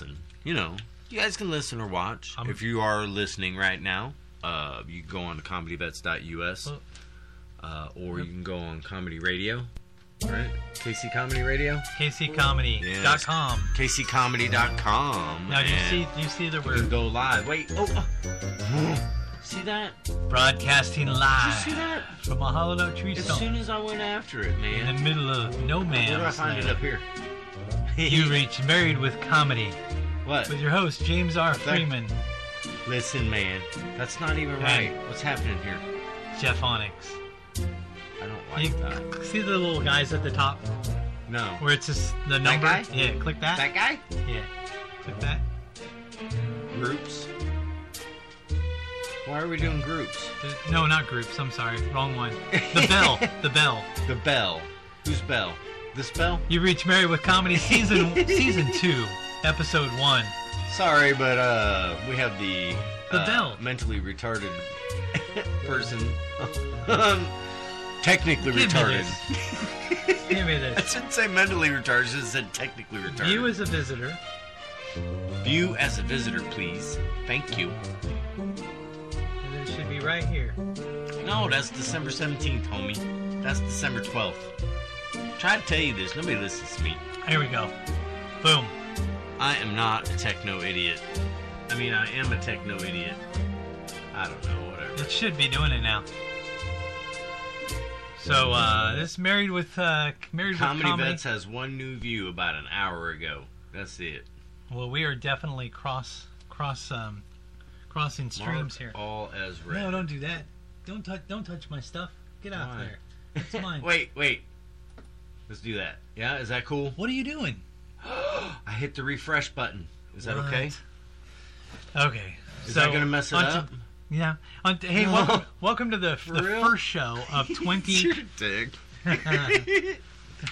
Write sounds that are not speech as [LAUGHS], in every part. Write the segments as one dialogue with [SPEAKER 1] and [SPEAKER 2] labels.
[SPEAKER 1] listen. You know, you guys can listen or watch.
[SPEAKER 2] I'm-
[SPEAKER 1] if you are listening right now, uh, you can go on to comedybets.us,
[SPEAKER 2] Well-
[SPEAKER 1] uh, or you can go on Comedy Radio, right? KC Comedy Radio,
[SPEAKER 2] KCComedy.com.
[SPEAKER 1] KCComedy.com.
[SPEAKER 2] Now do you
[SPEAKER 1] and
[SPEAKER 2] see do you see that
[SPEAKER 1] we can
[SPEAKER 2] we're
[SPEAKER 1] go live. Wait, oh, uh, [GASPS] see that? Did
[SPEAKER 2] broadcasting
[SPEAKER 1] you
[SPEAKER 2] live
[SPEAKER 1] see that?
[SPEAKER 2] from a hollowed out tree
[SPEAKER 1] As
[SPEAKER 2] stump
[SPEAKER 1] soon as I went after it,
[SPEAKER 2] in the
[SPEAKER 1] man.
[SPEAKER 2] middle of no
[SPEAKER 1] Where do I
[SPEAKER 2] man's
[SPEAKER 1] find it
[SPEAKER 2] land.
[SPEAKER 1] up here?
[SPEAKER 2] [LAUGHS] You reach Married with Comedy
[SPEAKER 1] [LAUGHS] What?
[SPEAKER 2] with your host James R. Freeman,
[SPEAKER 1] Listen, man, that's not even
[SPEAKER 2] Hey.
[SPEAKER 1] right. What's happening here?
[SPEAKER 2] Jeff Onyx.
[SPEAKER 1] I don't
[SPEAKER 2] You
[SPEAKER 1] like that.
[SPEAKER 2] see the little guys at the top
[SPEAKER 1] No.
[SPEAKER 2] [LAUGHS] where it's just the number?
[SPEAKER 1] guy?
[SPEAKER 2] Yeah, click that.
[SPEAKER 1] That guy?
[SPEAKER 2] Yeah, click that.
[SPEAKER 1] Groups. Why are we doing groups?
[SPEAKER 2] No, not groups. I'm sorry, wrong one.
[SPEAKER 1] [LAUGHS]
[SPEAKER 2] The bell. the bell.
[SPEAKER 1] The bell. Who's bell? This bell?
[SPEAKER 2] You reach Married with Comedy season season two, episode one.
[SPEAKER 1] Sorry, but uh, we have the
[SPEAKER 2] The
[SPEAKER 1] uh,
[SPEAKER 2] bell.
[SPEAKER 1] mentally
[SPEAKER 2] [LAUGHS]
[SPEAKER 1] retarded person. [LAUGHS] um, technically
[SPEAKER 2] Give me
[SPEAKER 1] retarded.
[SPEAKER 2] this. Give me
[SPEAKER 1] I
[SPEAKER 2] this.
[SPEAKER 1] shouldn't say mentally retarded. I should have said technically retarded.
[SPEAKER 2] You as a visitor.
[SPEAKER 1] View as a visitor, please. Thank you.
[SPEAKER 2] And it should be right here.
[SPEAKER 1] No, that's December 17th, homie. That's December 12th. Try to tell you this, nobody listens to me.
[SPEAKER 2] Here we go. Boom.
[SPEAKER 1] I am not a techno idiot. I mean, I am a techno idiot. I don't know, whatever.
[SPEAKER 2] It should be doing it now. So uh, this married with uh, married
[SPEAKER 1] Comedy,
[SPEAKER 2] with comedy.
[SPEAKER 1] Vets has one new view about an hour ago. That's it.
[SPEAKER 2] Well, we are definitely cross cross um, crossing
[SPEAKER 1] Mark
[SPEAKER 2] streams here.
[SPEAKER 1] All as red.
[SPEAKER 2] No, don't do that. Don't touch. Don't touch my stuff. Get out
[SPEAKER 1] Why?
[SPEAKER 2] there.
[SPEAKER 1] [LAUGHS]
[SPEAKER 2] That's mine.
[SPEAKER 1] Wait, wait. Let's do that. Yeah, is that cool? [GASPS]
[SPEAKER 2] What are you doing?
[SPEAKER 1] I hit the refresh button. Is that
[SPEAKER 2] What?
[SPEAKER 1] okay?
[SPEAKER 2] Okay.
[SPEAKER 1] Is that gonna mess it
[SPEAKER 2] on to-
[SPEAKER 1] up?
[SPEAKER 2] yeah. On to- hey,
[SPEAKER 1] No.
[SPEAKER 2] welcome, welcome to the, the
[SPEAKER 1] real?
[SPEAKER 2] first show
[SPEAKER 1] [LAUGHS]
[SPEAKER 2] of 20.
[SPEAKER 1] You're
[SPEAKER 2] [LAUGHS]
[SPEAKER 1] a dick.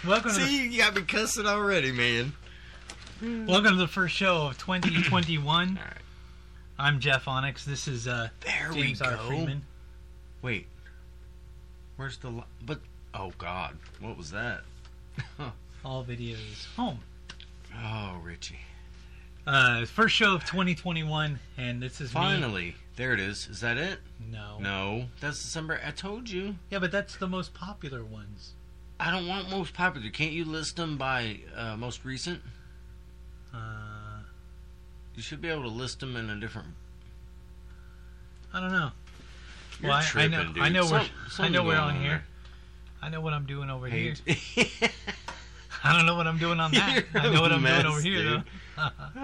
[SPEAKER 2] welcome, to the,
[SPEAKER 1] [LAUGHS] See, you got me cussing already, man.
[SPEAKER 2] welcome to the first show of 2021.
[SPEAKER 1] All right.
[SPEAKER 2] I'm Jeff Onyx. This is uh,
[SPEAKER 1] There
[SPEAKER 2] James
[SPEAKER 1] we
[SPEAKER 2] R.
[SPEAKER 1] go.
[SPEAKER 2] Freeman.
[SPEAKER 1] Wait, where's the li- but? Oh God, what was that? [LAUGHS]
[SPEAKER 2] All videos home.
[SPEAKER 1] Oh Richie,
[SPEAKER 2] Uh, first show of 2021, and this is me. Oh.
[SPEAKER 1] finally, there it is. Is that it?
[SPEAKER 2] No.
[SPEAKER 1] No, that's December. I told you.
[SPEAKER 2] Yeah, but that's the most popular ones.
[SPEAKER 1] I don't want most popular. Can't you list them by uh, most recent?
[SPEAKER 2] Uh,
[SPEAKER 1] You should be able to list them in a different.
[SPEAKER 2] I don't know.
[SPEAKER 1] You're
[SPEAKER 2] well, I,
[SPEAKER 1] tripping,
[SPEAKER 2] I know.
[SPEAKER 1] dude.
[SPEAKER 2] I know we're.
[SPEAKER 1] Some-
[SPEAKER 2] I
[SPEAKER 1] something's
[SPEAKER 2] know we're
[SPEAKER 1] going
[SPEAKER 2] on
[SPEAKER 1] on [LAUGHS]
[SPEAKER 2] here. I know what I'm doing over here. [LAUGHS]
[SPEAKER 1] Hey,
[SPEAKER 2] I don't know what I'm doing on that.
[SPEAKER 1] [LAUGHS] You're
[SPEAKER 2] I know
[SPEAKER 1] a
[SPEAKER 2] what I'm
[SPEAKER 1] mess,
[SPEAKER 2] doing over here,
[SPEAKER 1] dude.
[SPEAKER 2] though.
[SPEAKER 1] [LAUGHS]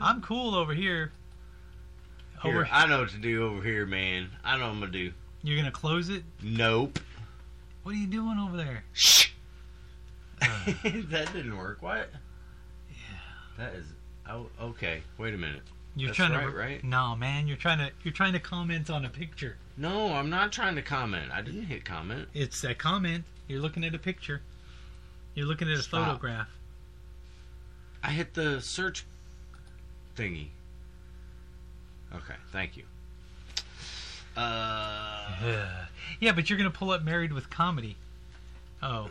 [SPEAKER 2] I'm cool over here.
[SPEAKER 1] Here,
[SPEAKER 2] [LAUGHS] Over,
[SPEAKER 1] I know what to do over here, man. I know what I'm gonna do.
[SPEAKER 2] you're gonna close it.
[SPEAKER 1] Nope.
[SPEAKER 2] What are you doing over there?
[SPEAKER 1] Shh. [LAUGHS] that didn't work. What? Yeah. That is. Oh, okay. Wait a minute.
[SPEAKER 2] You're
[SPEAKER 1] That's
[SPEAKER 2] trying to.
[SPEAKER 1] right, right?
[SPEAKER 2] No, man. You're trying to. You're trying to comment on a picture.
[SPEAKER 1] No, I'm not trying to comment. I didn't hit comment.
[SPEAKER 2] It's a comment. You're looking at a picture. You're looking at a
[SPEAKER 1] Stop.
[SPEAKER 2] photograph. [SIGHS]
[SPEAKER 1] I hit the search thingy. Okay, thank you. Uh,
[SPEAKER 2] [LAUGHS] Ugh. yeah, but you're gonna pull up Married with Comedy. Oh,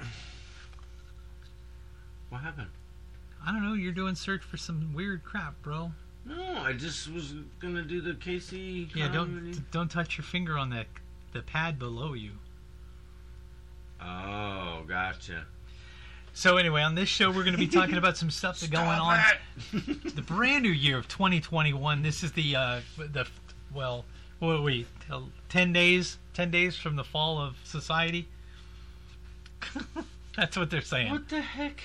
[SPEAKER 1] what happened?
[SPEAKER 2] I don't know. You're doing search for some weird crap, bro.
[SPEAKER 1] No, I just was gonna do the KC.
[SPEAKER 2] Yeah, don't
[SPEAKER 1] comedy.
[SPEAKER 2] don't touch your finger on that the pad below you.
[SPEAKER 1] Oh, gotcha.
[SPEAKER 2] So anyway, on this show, we're going to be talking about
[SPEAKER 1] [LAUGHS]
[SPEAKER 2] some stuff that's going on. [LAUGHS] The brand new year of 2021. This is the uh, the well, what are we? Till- Ten days, ten days from the fall of society. [LAUGHS] that's what they're saying,
[SPEAKER 1] What the heck?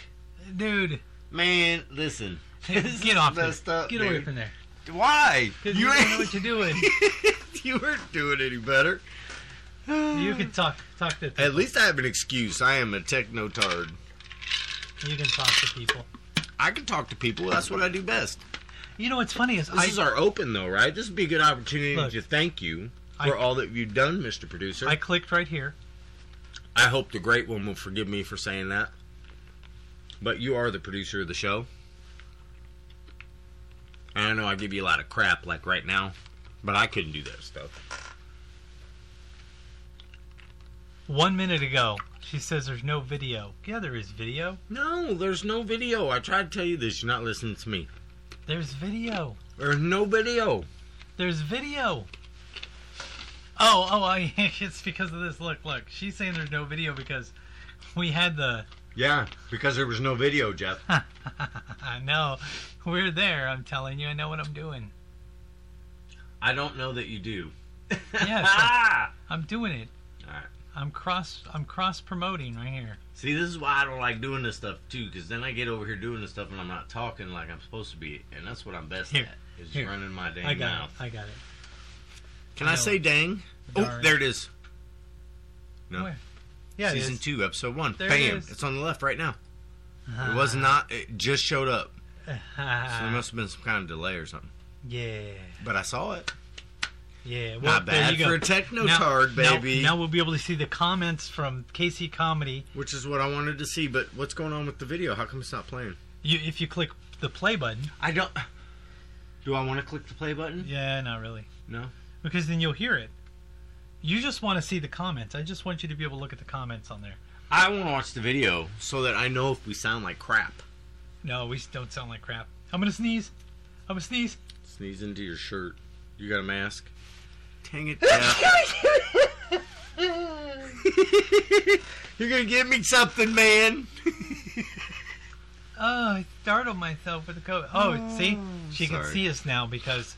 [SPEAKER 2] dude.
[SPEAKER 1] Man, listen. This
[SPEAKER 2] Get
[SPEAKER 1] is
[SPEAKER 2] off this.
[SPEAKER 1] messed up,
[SPEAKER 2] Get away
[SPEAKER 1] dude.
[SPEAKER 2] from there.
[SPEAKER 1] Why?
[SPEAKER 2] 'Cause you don't
[SPEAKER 1] [LAUGHS]
[SPEAKER 2] know what you're doing.
[SPEAKER 1] you weren't doing any better.
[SPEAKER 2] You can talk talk to people.
[SPEAKER 1] At least I have an excuse. I am a technotard.
[SPEAKER 2] you can talk to people.
[SPEAKER 1] I can talk to people. That's what I do best.
[SPEAKER 2] You know what's funny is
[SPEAKER 1] This
[SPEAKER 2] I
[SPEAKER 1] is our open, though, right? This would be a good opportunity
[SPEAKER 2] Look.
[SPEAKER 1] to thank you
[SPEAKER 2] I-
[SPEAKER 1] for all that you've done, Mr. Producer.
[SPEAKER 2] I
[SPEAKER 1] I,
[SPEAKER 2] clicked right here.
[SPEAKER 1] hope the great one will forgive me for saying that. But you are the producer of the show. And I know I give you a lot of crap, like right now, but I couldn't do that stuff.
[SPEAKER 2] One minute ago, she says there's no video. Yeah, there is video.
[SPEAKER 1] No, there's no video. I tried to tell you this. You're not listening to me.
[SPEAKER 2] There's video.
[SPEAKER 1] There's no video.
[SPEAKER 2] There's video. Oh, oh, I, [LAUGHS] it's because of this. Look, look. She's saying there's no video because we had the. [LAUGHS]
[SPEAKER 1] Yeah, because there was no video, Jeff.
[SPEAKER 2] I know. We're there. I'm telling you. I know what I'm doing.
[SPEAKER 1] I don't know that you do. [LAUGHS]
[SPEAKER 2] Yes.
[SPEAKER 1] Ah!
[SPEAKER 2] I'm doing it.
[SPEAKER 1] All right.
[SPEAKER 2] I'm cross. I'm cross promoting right here.
[SPEAKER 1] See, this is why I don't like doing this stuff too, because then I get over here doing this stuff and I'm not talking like I'm supposed to be, and that's what I'm best
[SPEAKER 2] Here,
[SPEAKER 1] at is
[SPEAKER 2] here.
[SPEAKER 1] running my damn
[SPEAKER 2] I got.
[SPEAKER 1] mouth.
[SPEAKER 2] It. I got it.
[SPEAKER 1] Can
[SPEAKER 2] I
[SPEAKER 1] I say dang? Oh,
[SPEAKER 2] Darn.
[SPEAKER 1] there it is. No,
[SPEAKER 2] Where? Yeah. it
[SPEAKER 1] season
[SPEAKER 2] is.
[SPEAKER 1] two, episode one.
[SPEAKER 2] There it
[SPEAKER 1] Bam!
[SPEAKER 2] is.
[SPEAKER 1] it's on the left right now.
[SPEAKER 2] Uh-huh.
[SPEAKER 1] It was
[SPEAKER 2] [LAUGHS]
[SPEAKER 1] not. It just showed up. So there must have been some kind of delay or something.
[SPEAKER 2] yeah.
[SPEAKER 1] But I saw it.
[SPEAKER 2] Yeah. Well,
[SPEAKER 1] Not
[SPEAKER 2] there
[SPEAKER 1] bad
[SPEAKER 2] you go.
[SPEAKER 1] for a technotard,
[SPEAKER 2] now,
[SPEAKER 1] baby.
[SPEAKER 2] Now, now we'll be able to see the comments from KC Comedy.
[SPEAKER 1] Which is what I wanted to see. But what's going on with the video? How come it's not playing?
[SPEAKER 2] You, if you click the play button.
[SPEAKER 1] I don't. Do I want to click the play button?
[SPEAKER 2] Yeah, not really.
[SPEAKER 1] No.
[SPEAKER 2] Because then you'll hear it. You just want to see the comments. I just want you to be able to look at the comments on there.
[SPEAKER 1] I want to watch the video so that I know if we sound like crap.
[SPEAKER 2] No, we don't sound like crap. I'm gonna sneeze. I'm gonna sneeze.
[SPEAKER 1] Sneeze into your shirt. You got a mask? Dang it, Jeff. [LAUGHS] You're going to give me something, man.
[SPEAKER 2] Oh, I startled myself with the COVID. Oh, see, she can
[SPEAKER 1] sorry.
[SPEAKER 2] see us now because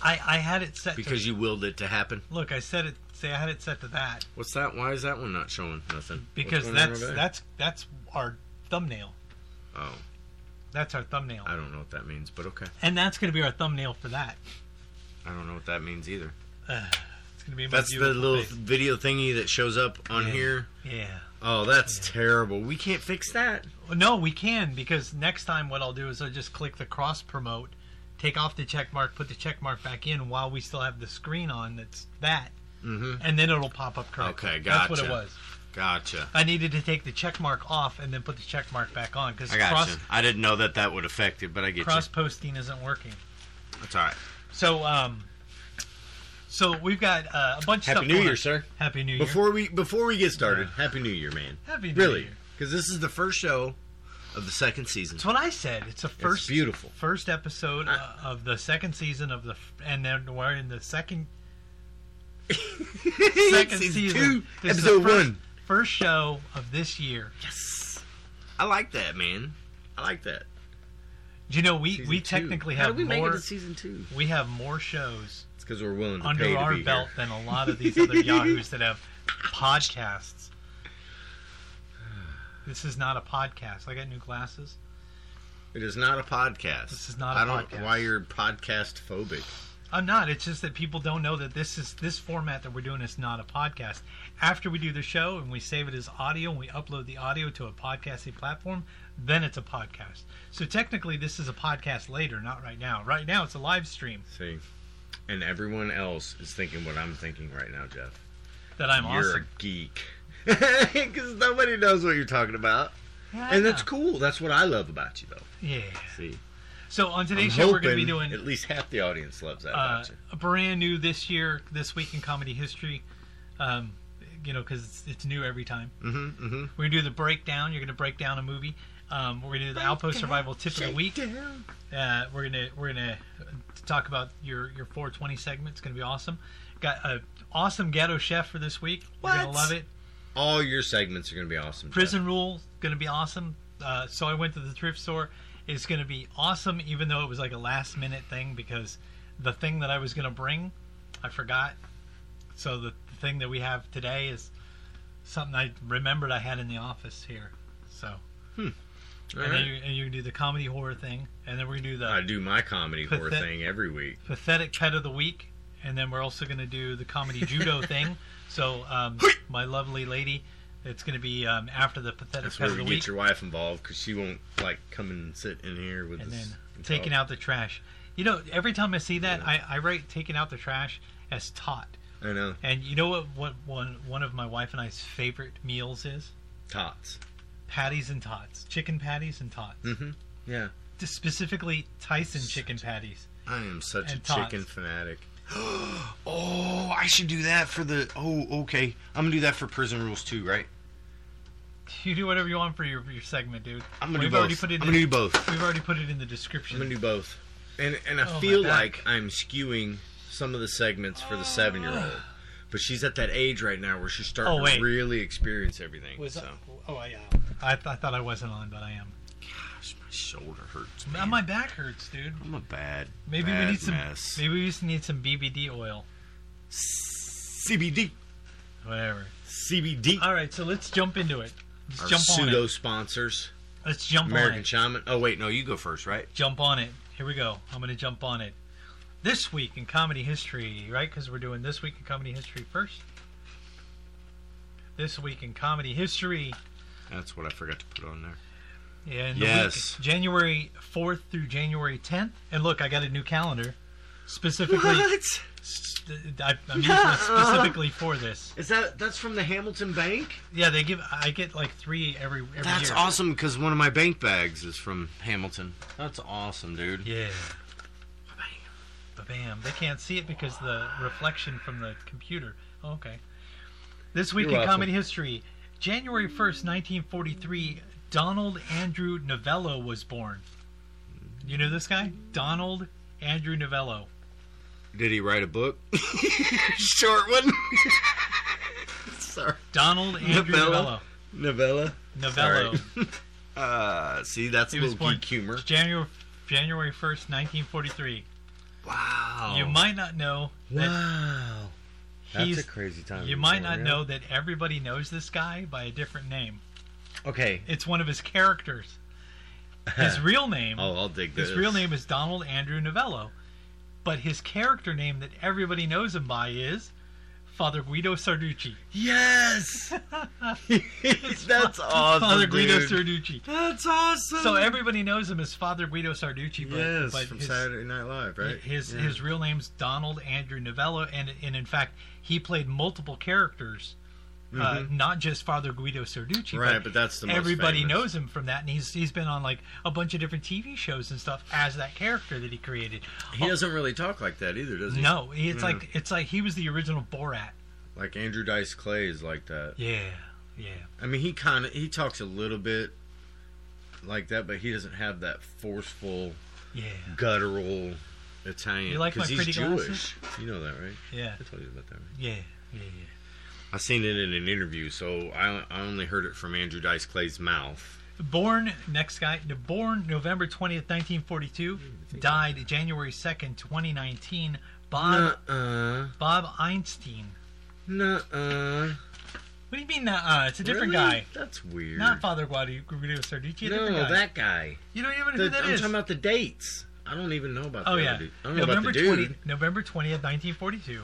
[SPEAKER 2] I I had it set
[SPEAKER 1] because
[SPEAKER 2] to,
[SPEAKER 1] you willed it to happen.
[SPEAKER 2] look. I said it. Say I had it set to that
[SPEAKER 1] What's that? Why is that one not showing nothing? What's
[SPEAKER 2] because
[SPEAKER 1] going on
[SPEAKER 2] that's
[SPEAKER 1] over there?
[SPEAKER 2] that's that's our thumbnail.
[SPEAKER 1] Oh,
[SPEAKER 2] That's our thumbnail,
[SPEAKER 1] I don't know what that means, but okay.
[SPEAKER 2] and that's gonna be our thumbnail for that.
[SPEAKER 1] I don't know what that means either.
[SPEAKER 2] It's gonna be my
[SPEAKER 1] That's the
[SPEAKER 2] beautiful
[SPEAKER 1] little
[SPEAKER 2] face.
[SPEAKER 1] video thingy that shows up on
[SPEAKER 2] Yeah.
[SPEAKER 1] here.
[SPEAKER 2] yeah.
[SPEAKER 1] Oh, that's terrible. We can't fix that.
[SPEAKER 2] No, we can because next time what I'll do is I'll just click the cross promote, take off the check mark, put the check mark back in while we still have the screen on that's that,
[SPEAKER 1] Mm-hmm.
[SPEAKER 2] and then it'll pop up correctly.
[SPEAKER 1] Okay,
[SPEAKER 2] That's what it
[SPEAKER 1] gotcha.
[SPEAKER 2] was.
[SPEAKER 1] Gotcha.
[SPEAKER 2] I needed to take the check mark off and then put the check mark back on because
[SPEAKER 1] I gotcha.
[SPEAKER 2] cross
[SPEAKER 1] I didn't know that that would affect it, but I get
[SPEAKER 2] cross posting isn't working.
[SPEAKER 1] you. That's all right.
[SPEAKER 2] So um, so we've got uh, a bunch of
[SPEAKER 1] Happy
[SPEAKER 2] stuff
[SPEAKER 1] New
[SPEAKER 2] going
[SPEAKER 1] Year,
[SPEAKER 2] on.
[SPEAKER 1] sir.
[SPEAKER 2] Happy New Year.
[SPEAKER 1] Before we before we get started, Happy New Year, man.
[SPEAKER 2] Happy New
[SPEAKER 1] really,
[SPEAKER 2] Year.
[SPEAKER 1] because this is the first show of the second season. [LAUGHS]
[SPEAKER 2] That's what I said. It's a first
[SPEAKER 1] beautiful.
[SPEAKER 2] first episode uh, of the second season of the f- and then we're in the second
[SPEAKER 1] Season
[SPEAKER 2] second season.
[SPEAKER 1] two,
[SPEAKER 2] This is the
[SPEAKER 1] episode
[SPEAKER 2] first,
[SPEAKER 1] one.
[SPEAKER 2] First show of this year.
[SPEAKER 1] Yes, I like that, man. I like that.
[SPEAKER 2] Do you know we
[SPEAKER 1] Season
[SPEAKER 2] we
[SPEAKER 1] two.
[SPEAKER 2] technically
[SPEAKER 1] How
[SPEAKER 2] have
[SPEAKER 1] did we
[SPEAKER 2] more
[SPEAKER 1] make it to season two?
[SPEAKER 2] we have more shows
[SPEAKER 1] It's because we're willing to pay
[SPEAKER 2] under
[SPEAKER 1] to
[SPEAKER 2] our
[SPEAKER 1] be
[SPEAKER 2] belt
[SPEAKER 1] here.
[SPEAKER 2] than a lot of these
[SPEAKER 1] [LAUGHS]
[SPEAKER 2] other yahoos that have podcasts. This is not a podcast. I got new glasses.
[SPEAKER 1] It is not a podcast.
[SPEAKER 2] This is not a
[SPEAKER 1] I don't
[SPEAKER 2] podcast.
[SPEAKER 1] know why you're podcast phobic.
[SPEAKER 2] I'm not. It's just that people don't know that this is this format that we're doing is not a podcast. After we do the show and we save it as audio and we upload the audio to a podcasting platform, then it's a podcast. So technically, this is a podcast later, not right now. Right now, it's a live stream
[SPEAKER 1] See, and everyone else is thinking what I'm thinking right now, Jeff.
[SPEAKER 2] that I'm
[SPEAKER 1] you're
[SPEAKER 2] awesome.
[SPEAKER 1] a geek [LAUGHS] because nobody knows what you're talking about,
[SPEAKER 2] Yeah, I
[SPEAKER 1] and that's
[SPEAKER 2] know.
[SPEAKER 1] cool. That's what I love about you, though.
[SPEAKER 2] Yeah.
[SPEAKER 1] See,
[SPEAKER 2] So on
[SPEAKER 1] I'm
[SPEAKER 2] today's show, we're going to be
[SPEAKER 1] hoping
[SPEAKER 2] doing
[SPEAKER 1] at least half the audience loves that
[SPEAKER 2] uh,
[SPEAKER 1] about you.
[SPEAKER 2] brand new this year, this week in comedy history. Um, you know, because it's, it's new every time.
[SPEAKER 1] Mm-hmm, mm-hmm.
[SPEAKER 2] We're gonna do the breakdown. You're gonna break down a movie. Um, we're gonna do the Outpost Survival Tip of the Week. Uh, we're gonna we're gonna talk about your your 420 segment. It's gonna be awesome. Got a awesome ghetto chef for this week. You're gonna
[SPEAKER 1] What?
[SPEAKER 2] love it.
[SPEAKER 1] All your segments are going to be awesome. Jeff.
[SPEAKER 2] Prison Rule gonna be awesome. Uh, so I went to the thrift store. It's gonna be awesome, even though it was like a last minute thing because the thing that I was gonna bring, I forgot. So the, the thing that we have today is something I remembered I had in the office here. So.
[SPEAKER 1] All
[SPEAKER 2] and,
[SPEAKER 1] right.
[SPEAKER 2] then you, and you can do the comedy horror thing, and then we're gonna do the
[SPEAKER 1] I do my comedy horror
[SPEAKER 2] Pathet-
[SPEAKER 1] thing every week.
[SPEAKER 2] pathetic pet of the week, and then we're also gonna do the comedy
[SPEAKER 1] [LAUGHS]
[SPEAKER 2] judo thing. So um, my lovely lady, it's gonna be um, after the pathetic
[SPEAKER 1] That's
[SPEAKER 2] pet
[SPEAKER 1] where
[SPEAKER 2] of
[SPEAKER 1] we
[SPEAKER 2] the
[SPEAKER 1] get
[SPEAKER 2] week,
[SPEAKER 1] your wife involved because she won't like come and sit in here with
[SPEAKER 2] and
[SPEAKER 1] us.
[SPEAKER 2] then taking out the trash. You know, every time I see that, I, I write taking out the trash as tot.
[SPEAKER 1] I know
[SPEAKER 2] And you know what? What one one of my wife and I's favorite meals is?
[SPEAKER 1] tots.
[SPEAKER 2] Patties and tots, chicken patties and tots.
[SPEAKER 1] Mm-hmm. Yeah,
[SPEAKER 2] Specifically, Tyson chicken patties.
[SPEAKER 1] I am such
[SPEAKER 2] And
[SPEAKER 1] a
[SPEAKER 2] tots.
[SPEAKER 1] chicken [GASPS] fanatic. oh, I should do that for the. Oh, okay. I'm gonna do that for prison rules too, right?
[SPEAKER 2] You do whatever you want for your, your segment, dude.
[SPEAKER 1] I'm gonna
[SPEAKER 2] We've
[SPEAKER 1] do
[SPEAKER 2] already
[SPEAKER 1] both.
[SPEAKER 2] put it
[SPEAKER 1] I'm
[SPEAKER 2] in-
[SPEAKER 1] gonna do both.
[SPEAKER 2] We've already put it in the
[SPEAKER 1] I'm
[SPEAKER 2] description.
[SPEAKER 1] gonna do both. And and I
[SPEAKER 2] Oh my
[SPEAKER 1] feel
[SPEAKER 2] God.
[SPEAKER 1] like I'm skewing some of the segments for the seven year old. But she's at that age right now where she's starting
[SPEAKER 2] Oh, wait.
[SPEAKER 1] to really experience everything.
[SPEAKER 2] Was
[SPEAKER 1] so
[SPEAKER 2] oh yeah. I, th- I thought I wasn't on, but I am.
[SPEAKER 1] gosh, my shoulder hurts.
[SPEAKER 2] Man, my back hurts, dude.
[SPEAKER 1] I'm a bad
[SPEAKER 2] Maybe we
[SPEAKER 1] bad
[SPEAKER 2] need some.
[SPEAKER 1] mess.
[SPEAKER 2] Maybe we just need some BBD oil.
[SPEAKER 1] CBD.
[SPEAKER 2] Whatever.
[SPEAKER 1] CBD.
[SPEAKER 2] All right, so let's jump into it. Let's
[SPEAKER 1] Our
[SPEAKER 2] jump on
[SPEAKER 1] pseudo
[SPEAKER 2] it.
[SPEAKER 1] sponsors.
[SPEAKER 2] Let's jump on
[SPEAKER 1] American
[SPEAKER 2] it.
[SPEAKER 1] Shaman. Oh wait, no, you go first, right?
[SPEAKER 2] Jump on it. Here we go. I'm gonna jump on it. This week in comedy history, right? Because we're doing this week in comedy history first. This week in comedy history.
[SPEAKER 1] That's what I forgot to put on there.
[SPEAKER 2] Yeah, in
[SPEAKER 1] Yes.
[SPEAKER 2] the week, January 4th through January 10th. And look, I got a new calendar specifically.
[SPEAKER 1] [LAUGHS]
[SPEAKER 2] st- I, I'm using it specifically for this.
[SPEAKER 1] Is that that's from the Hamilton Bank?
[SPEAKER 2] Yeah, they give. I get like three every every
[SPEAKER 1] That's
[SPEAKER 2] year.
[SPEAKER 1] awesome because one of my bank bags is from Hamilton. That's awesome, dude.
[SPEAKER 2] Yeah. Bam. They can't see it because the reflection from the computer. Oh, okay. This week
[SPEAKER 1] You're
[SPEAKER 2] in
[SPEAKER 1] welcome.
[SPEAKER 2] comedy history, January 1st, 1943, Donald Andrew Novello was born. You know this guy? Donald Andrew Novello.
[SPEAKER 1] Did he write a book? [LAUGHS] Short one. [LAUGHS] Sorry.
[SPEAKER 2] Donald Andrew
[SPEAKER 1] Novello?
[SPEAKER 2] Novello.
[SPEAKER 1] Novella.
[SPEAKER 2] Novello.
[SPEAKER 1] [LAUGHS] Uh, see, that's
[SPEAKER 2] He
[SPEAKER 1] a
[SPEAKER 2] was
[SPEAKER 1] little
[SPEAKER 2] born
[SPEAKER 1] geek humor.
[SPEAKER 2] January January 1st, 1943.
[SPEAKER 1] Wow.
[SPEAKER 2] You might not know that
[SPEAKER 1] Wow.
[SPEAKER 2] he's
[SPEAKER 1] that's a crazy time.
[SPEAKER 2] You
[SPEAKER 1] to be
[SPEAKER 2] might
[SPEAKER 1] born,
[SPEAKER 2] not
[SPEAKER 1] yeah.
[SPEAKER 2] know that everybody knows this guy by a different name.
[SPEAKER 1] Okay.
[SPEAKER 2] It's one of his characters.
[SPEAKER 1] [LAUGHS]
[SPEAKER 2] His real name,
[SPEAKER 1] Oh, I'll dig this.
[SPEAKER 2] his real name is Donald Andrew Novello, but his character name that everybody knows him by is Father Guido Sarducci.
[SPEAKER 1] [LAUGHS] Yes. [LAUGHS] that's awesome,
[SPEAKER 2] [LAUGHS] Father Guido
[SPEAKER 1] dude.
[SPEAKER 2] Sarducci.
[SPEAKER 1] That's awesome.
[SPEAKER 2] So everybody knows him as Father Guido Sarducci, but,
[SPEAKER 1] yes,
[SPEAKER 2] but
[SPEAKER 1] from
[SPEAKER 2] his,
[SPEAKER 1] Saturday Night Live, right?
[SPEAKER 2] his
[SPEAKER 1] Yeah.
[SPEAKER 2] his real name's Donald Andrew Novello, and and in fact he played multiple characters, uh, not just Father Guido Sarducci,
[SPEAKER 1] Mm-hmm. right, but that's the most
[SPEAKER 2] everybody
[SPEAKER 1] famous.
[SPEAKER 2] knows him from that, and he's he's been on like a bunch of different TV shows and stuff as that character that he created.
[SPEAKER 1] He doesn't really talk like that either, does he?
[SPEAKER 2] No,
[SPEAKER 1] mm.
[SPEAKER 2] it's like it's like he was the original Borat.
[SPEAKER 1] Like Andrew Dice Clay is like that.
[SPEAKER 2] Yeah, yeah,
[SPEAKER 1] I mean, he kind of he talks a little bit like that, but he doesn't have that forceful,
[SPEAKER 2] yeah,
[SPEAKER 1] guttural Italian.
[SPEAKER 2] You like
[SPEAKER 1] 'cause
[SPEAKER 2] my
[SPEAKER 1] he's
[SPEAKER 2] pretty
[SPEAKER 1] Jewish.
[SPEAKER 2] glasses?
[SPEAKER 1] You know that, right?
[SPEAKER 2] yeah,
[SPEAKER 1] I told you about that. Right?
[SPEAKER 2] yeah, yeah.
[SPEAKER 1] I seen it in an interview, so I I only heard it from Andrew Dice Clay's mouth.
[SPEAKER 2] Born next guy, born November twentieth, nineteen
[SPEAKER 1] Mm,
[SPEAKER 2] forty-two, died January second, twenty nineteen. Bob
[SPEAKER 1] uh,
[SPEAKER 2] Bob Einstein.
[SPEAKER 1] nuh uh.
[SPEAKER 2] What do you mean? Nuh-uh? It's a different guy,
[SPEAKER 1] That's weird.
[SPEAKER 2] not Father Guido Guido Sarducci. A
[SPEAKER 1] no,
[SPEAKER 2] different guy.
[SPEAKER 1] that guy.
[SPEAKER 2] you don't even know
[SPEAKER 1] The-
[SPEAKER 2] who that
[SPEAKER 1] I'm
[SPEAKER 2] is.
[SPEAKER 1] talking about the dates. I don't even know about.
[SPEAKER 2] Oh
[SPEAKER 1] the
[SPEAKER 2] yeah,
[SPEAKER 1] other dude. I don't know
[SPEAKER 2] November
[SPEAKER 1] about the dude.
[SPEAKER 2] 20, November twentieth, nineteen forty-two,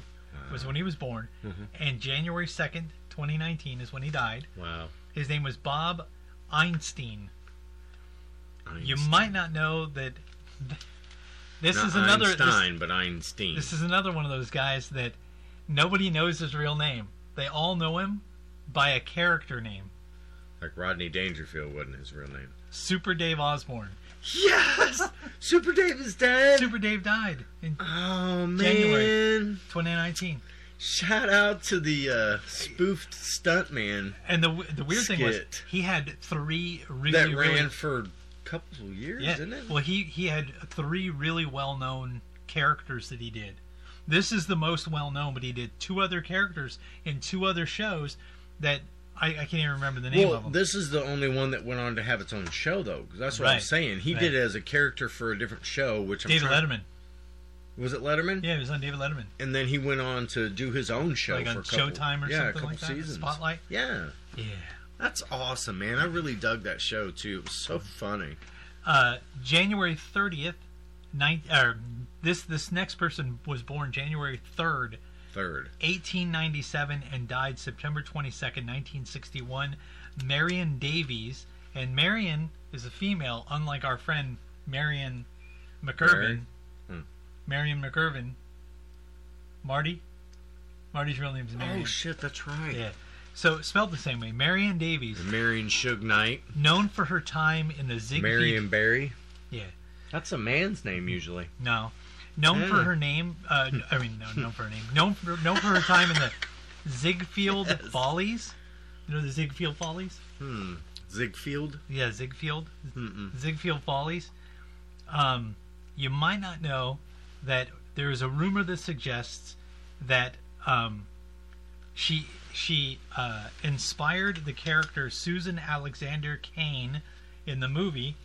[SPEAKER 2] was when he was born,
[SPEAKER 1] Mm-hmm.
[SPEAKER 2] and January second, twenty nineteen, is when he died.
[SPEAKER 1] Wow.
[SPEAKER 2] His name was Bob Einstein. You
[SPEAKER 1] Einstein.
[SPEAKER 2] might not know that. This
[SPEAKER 1] Not
[SPEAKER 2] is another. This,
[SPEAKER 1] Einstein, but Einstein.
[SPEAKER 2] this is another one of those guys that nobody knows his real name. They all know him by a character name.
[SPEAKER 1] like Rodney Dangerfield wasn't his real name.
[SPEAKER 2] Super Dave Osborne.
[SPEAKER 1] Yes, [LAUGHS] Super Dave is dead.
[SPEAKER 2] Super Dave died in
[SPEAKER 1] oh man!
[SPEAKER 2] January. 2019.
[SPEAKER 1] Shout out to the uh, spoofed stuntman
[SPEAKER 2] And the the weird thing was
[SPEAKER 1] Skit.
[SPEAKER 2] he had three really
[SPEAKER 1] that
[SPEAKER 2] really
[SPEAKER 1] ran for a couple of years,
[SPEAKER 2] Yeah.
[SPEAKER 1] isn't it?
[SPEAKER 2] Well, he he had three really well known characters that he did. This is the most well known, but he did two other characters in two other shows that I, I can't even remember the name
[SPEAKER 1] Well,
[SPEAKER 2] of them.
[SPEAKER 1] this is the only one that went on to have its own show, though. 'cause that's what I'm
[SPEAKER 2] Right.
[SPEAKER 1] saying. He
[SPEAKER 2] Right.
[SPEAKER 1] did it as a character for a different show, which I'm
[SPEAKER 2] David
[SPEAKER 1] trying-
[SPEAKER 2] Letterman.
[SPEAKER 1] Was it Letterman?
[SPEAKER 2] Yeah, he was on David Letterman.
[SPEAKER 1] And then he went on to do his own show
[SPEAKER 2] Like
[SPEAKER 1] for
[SPEAKER 2] on
[SPEAKER 1] a couple,
[SPEAKER 2] Showtime or
[SPEAKER 1] yeah, a
[SPEAKER 2] something
[SPEAKER 1] couple
[SPEAKER 2] like that,
[SPEAKER 1] seasons.
[SPEAKER 2] Spotlight?
[SPEAKER 1] Yeah,
[SPEAKER 2] Yeah.
[SPEAKER 1] that's awesome, man. I really dug that show too. It was so funny.
[SPEAKER 2] Uh, January thirtieth, nine. Uh, this this next person was born January third,
[SPEAKER 1] Third,
[SPEAKER 2] 1897 and died September 22nd, 1961. Marion Davies. And Marion is a female, unlike our friend Marion McIrvin. Marion McIrvin. Marty? Marty's real name is Marion.
[SPEAKER 1] Oh shit, that's right.
[SPEAKER 2] yeah. So spelled the same way. Marion Davies,
[SPEAKER 1] Marion Suge Knight,
[SPEAKER 2] known for her time in the Zig
[SPEAKER 1] Marion Barry.
[SPEAKER 2] Yeah.
[SPEAKER 1] That's a man's name usually.
[SPEAKER 2] No. Known for
[SPEAKER 1] Yeah.
[SPEAKER 2] her name, uh, I mean, no, known for her name. Known for, known for her time in the Ziegfeld Follies. You know the Ziegfeld Follies?
[SPEAKER 1] Hmm. Ziegfeld.
[SPEAKER 2] Yeah, Ziegfeld,
[SPEAKER 1] Mm-mm.
[SPEAKER 2] Ziegfeld Follies. Um, you might not know that there is a rumor that suggests that um, she she uh, inspired the character Susan Alexander Kane in the movie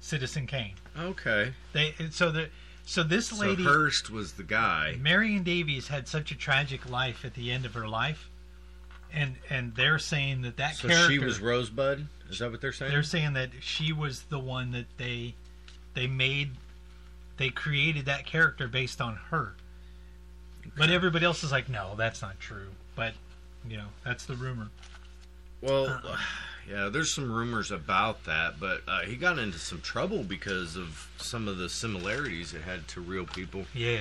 [SPEAKER 2] Citizen Kane.
[SPEAKER 1] Okay.
[SPEAKER 2] They so the so this
[SPEAKER 1] So
[SPEAKER 2] lady
[SPEAKER 1] Hearst was the guy.
[SPEAKER 2] Marion Davies had such a tragic life at the end of her life, and and they're saying that that
[SPEAKER 1] So
[SPEAKER 2] character
[SPEAKER 1] she was Rosebud. Is that what they're saying?
[SPEAKER 2] they're saying that she was the one that they they made they created that character based on her. But everybody else is like, no, that's not true. But you know, that's the rumor.
[SPEAKER 1] Well, uh, yeah, there's some rumors about that, but uh, he got into some trouble because of some of the similarities it had to real people,
[SPEAKER 2] Yeah,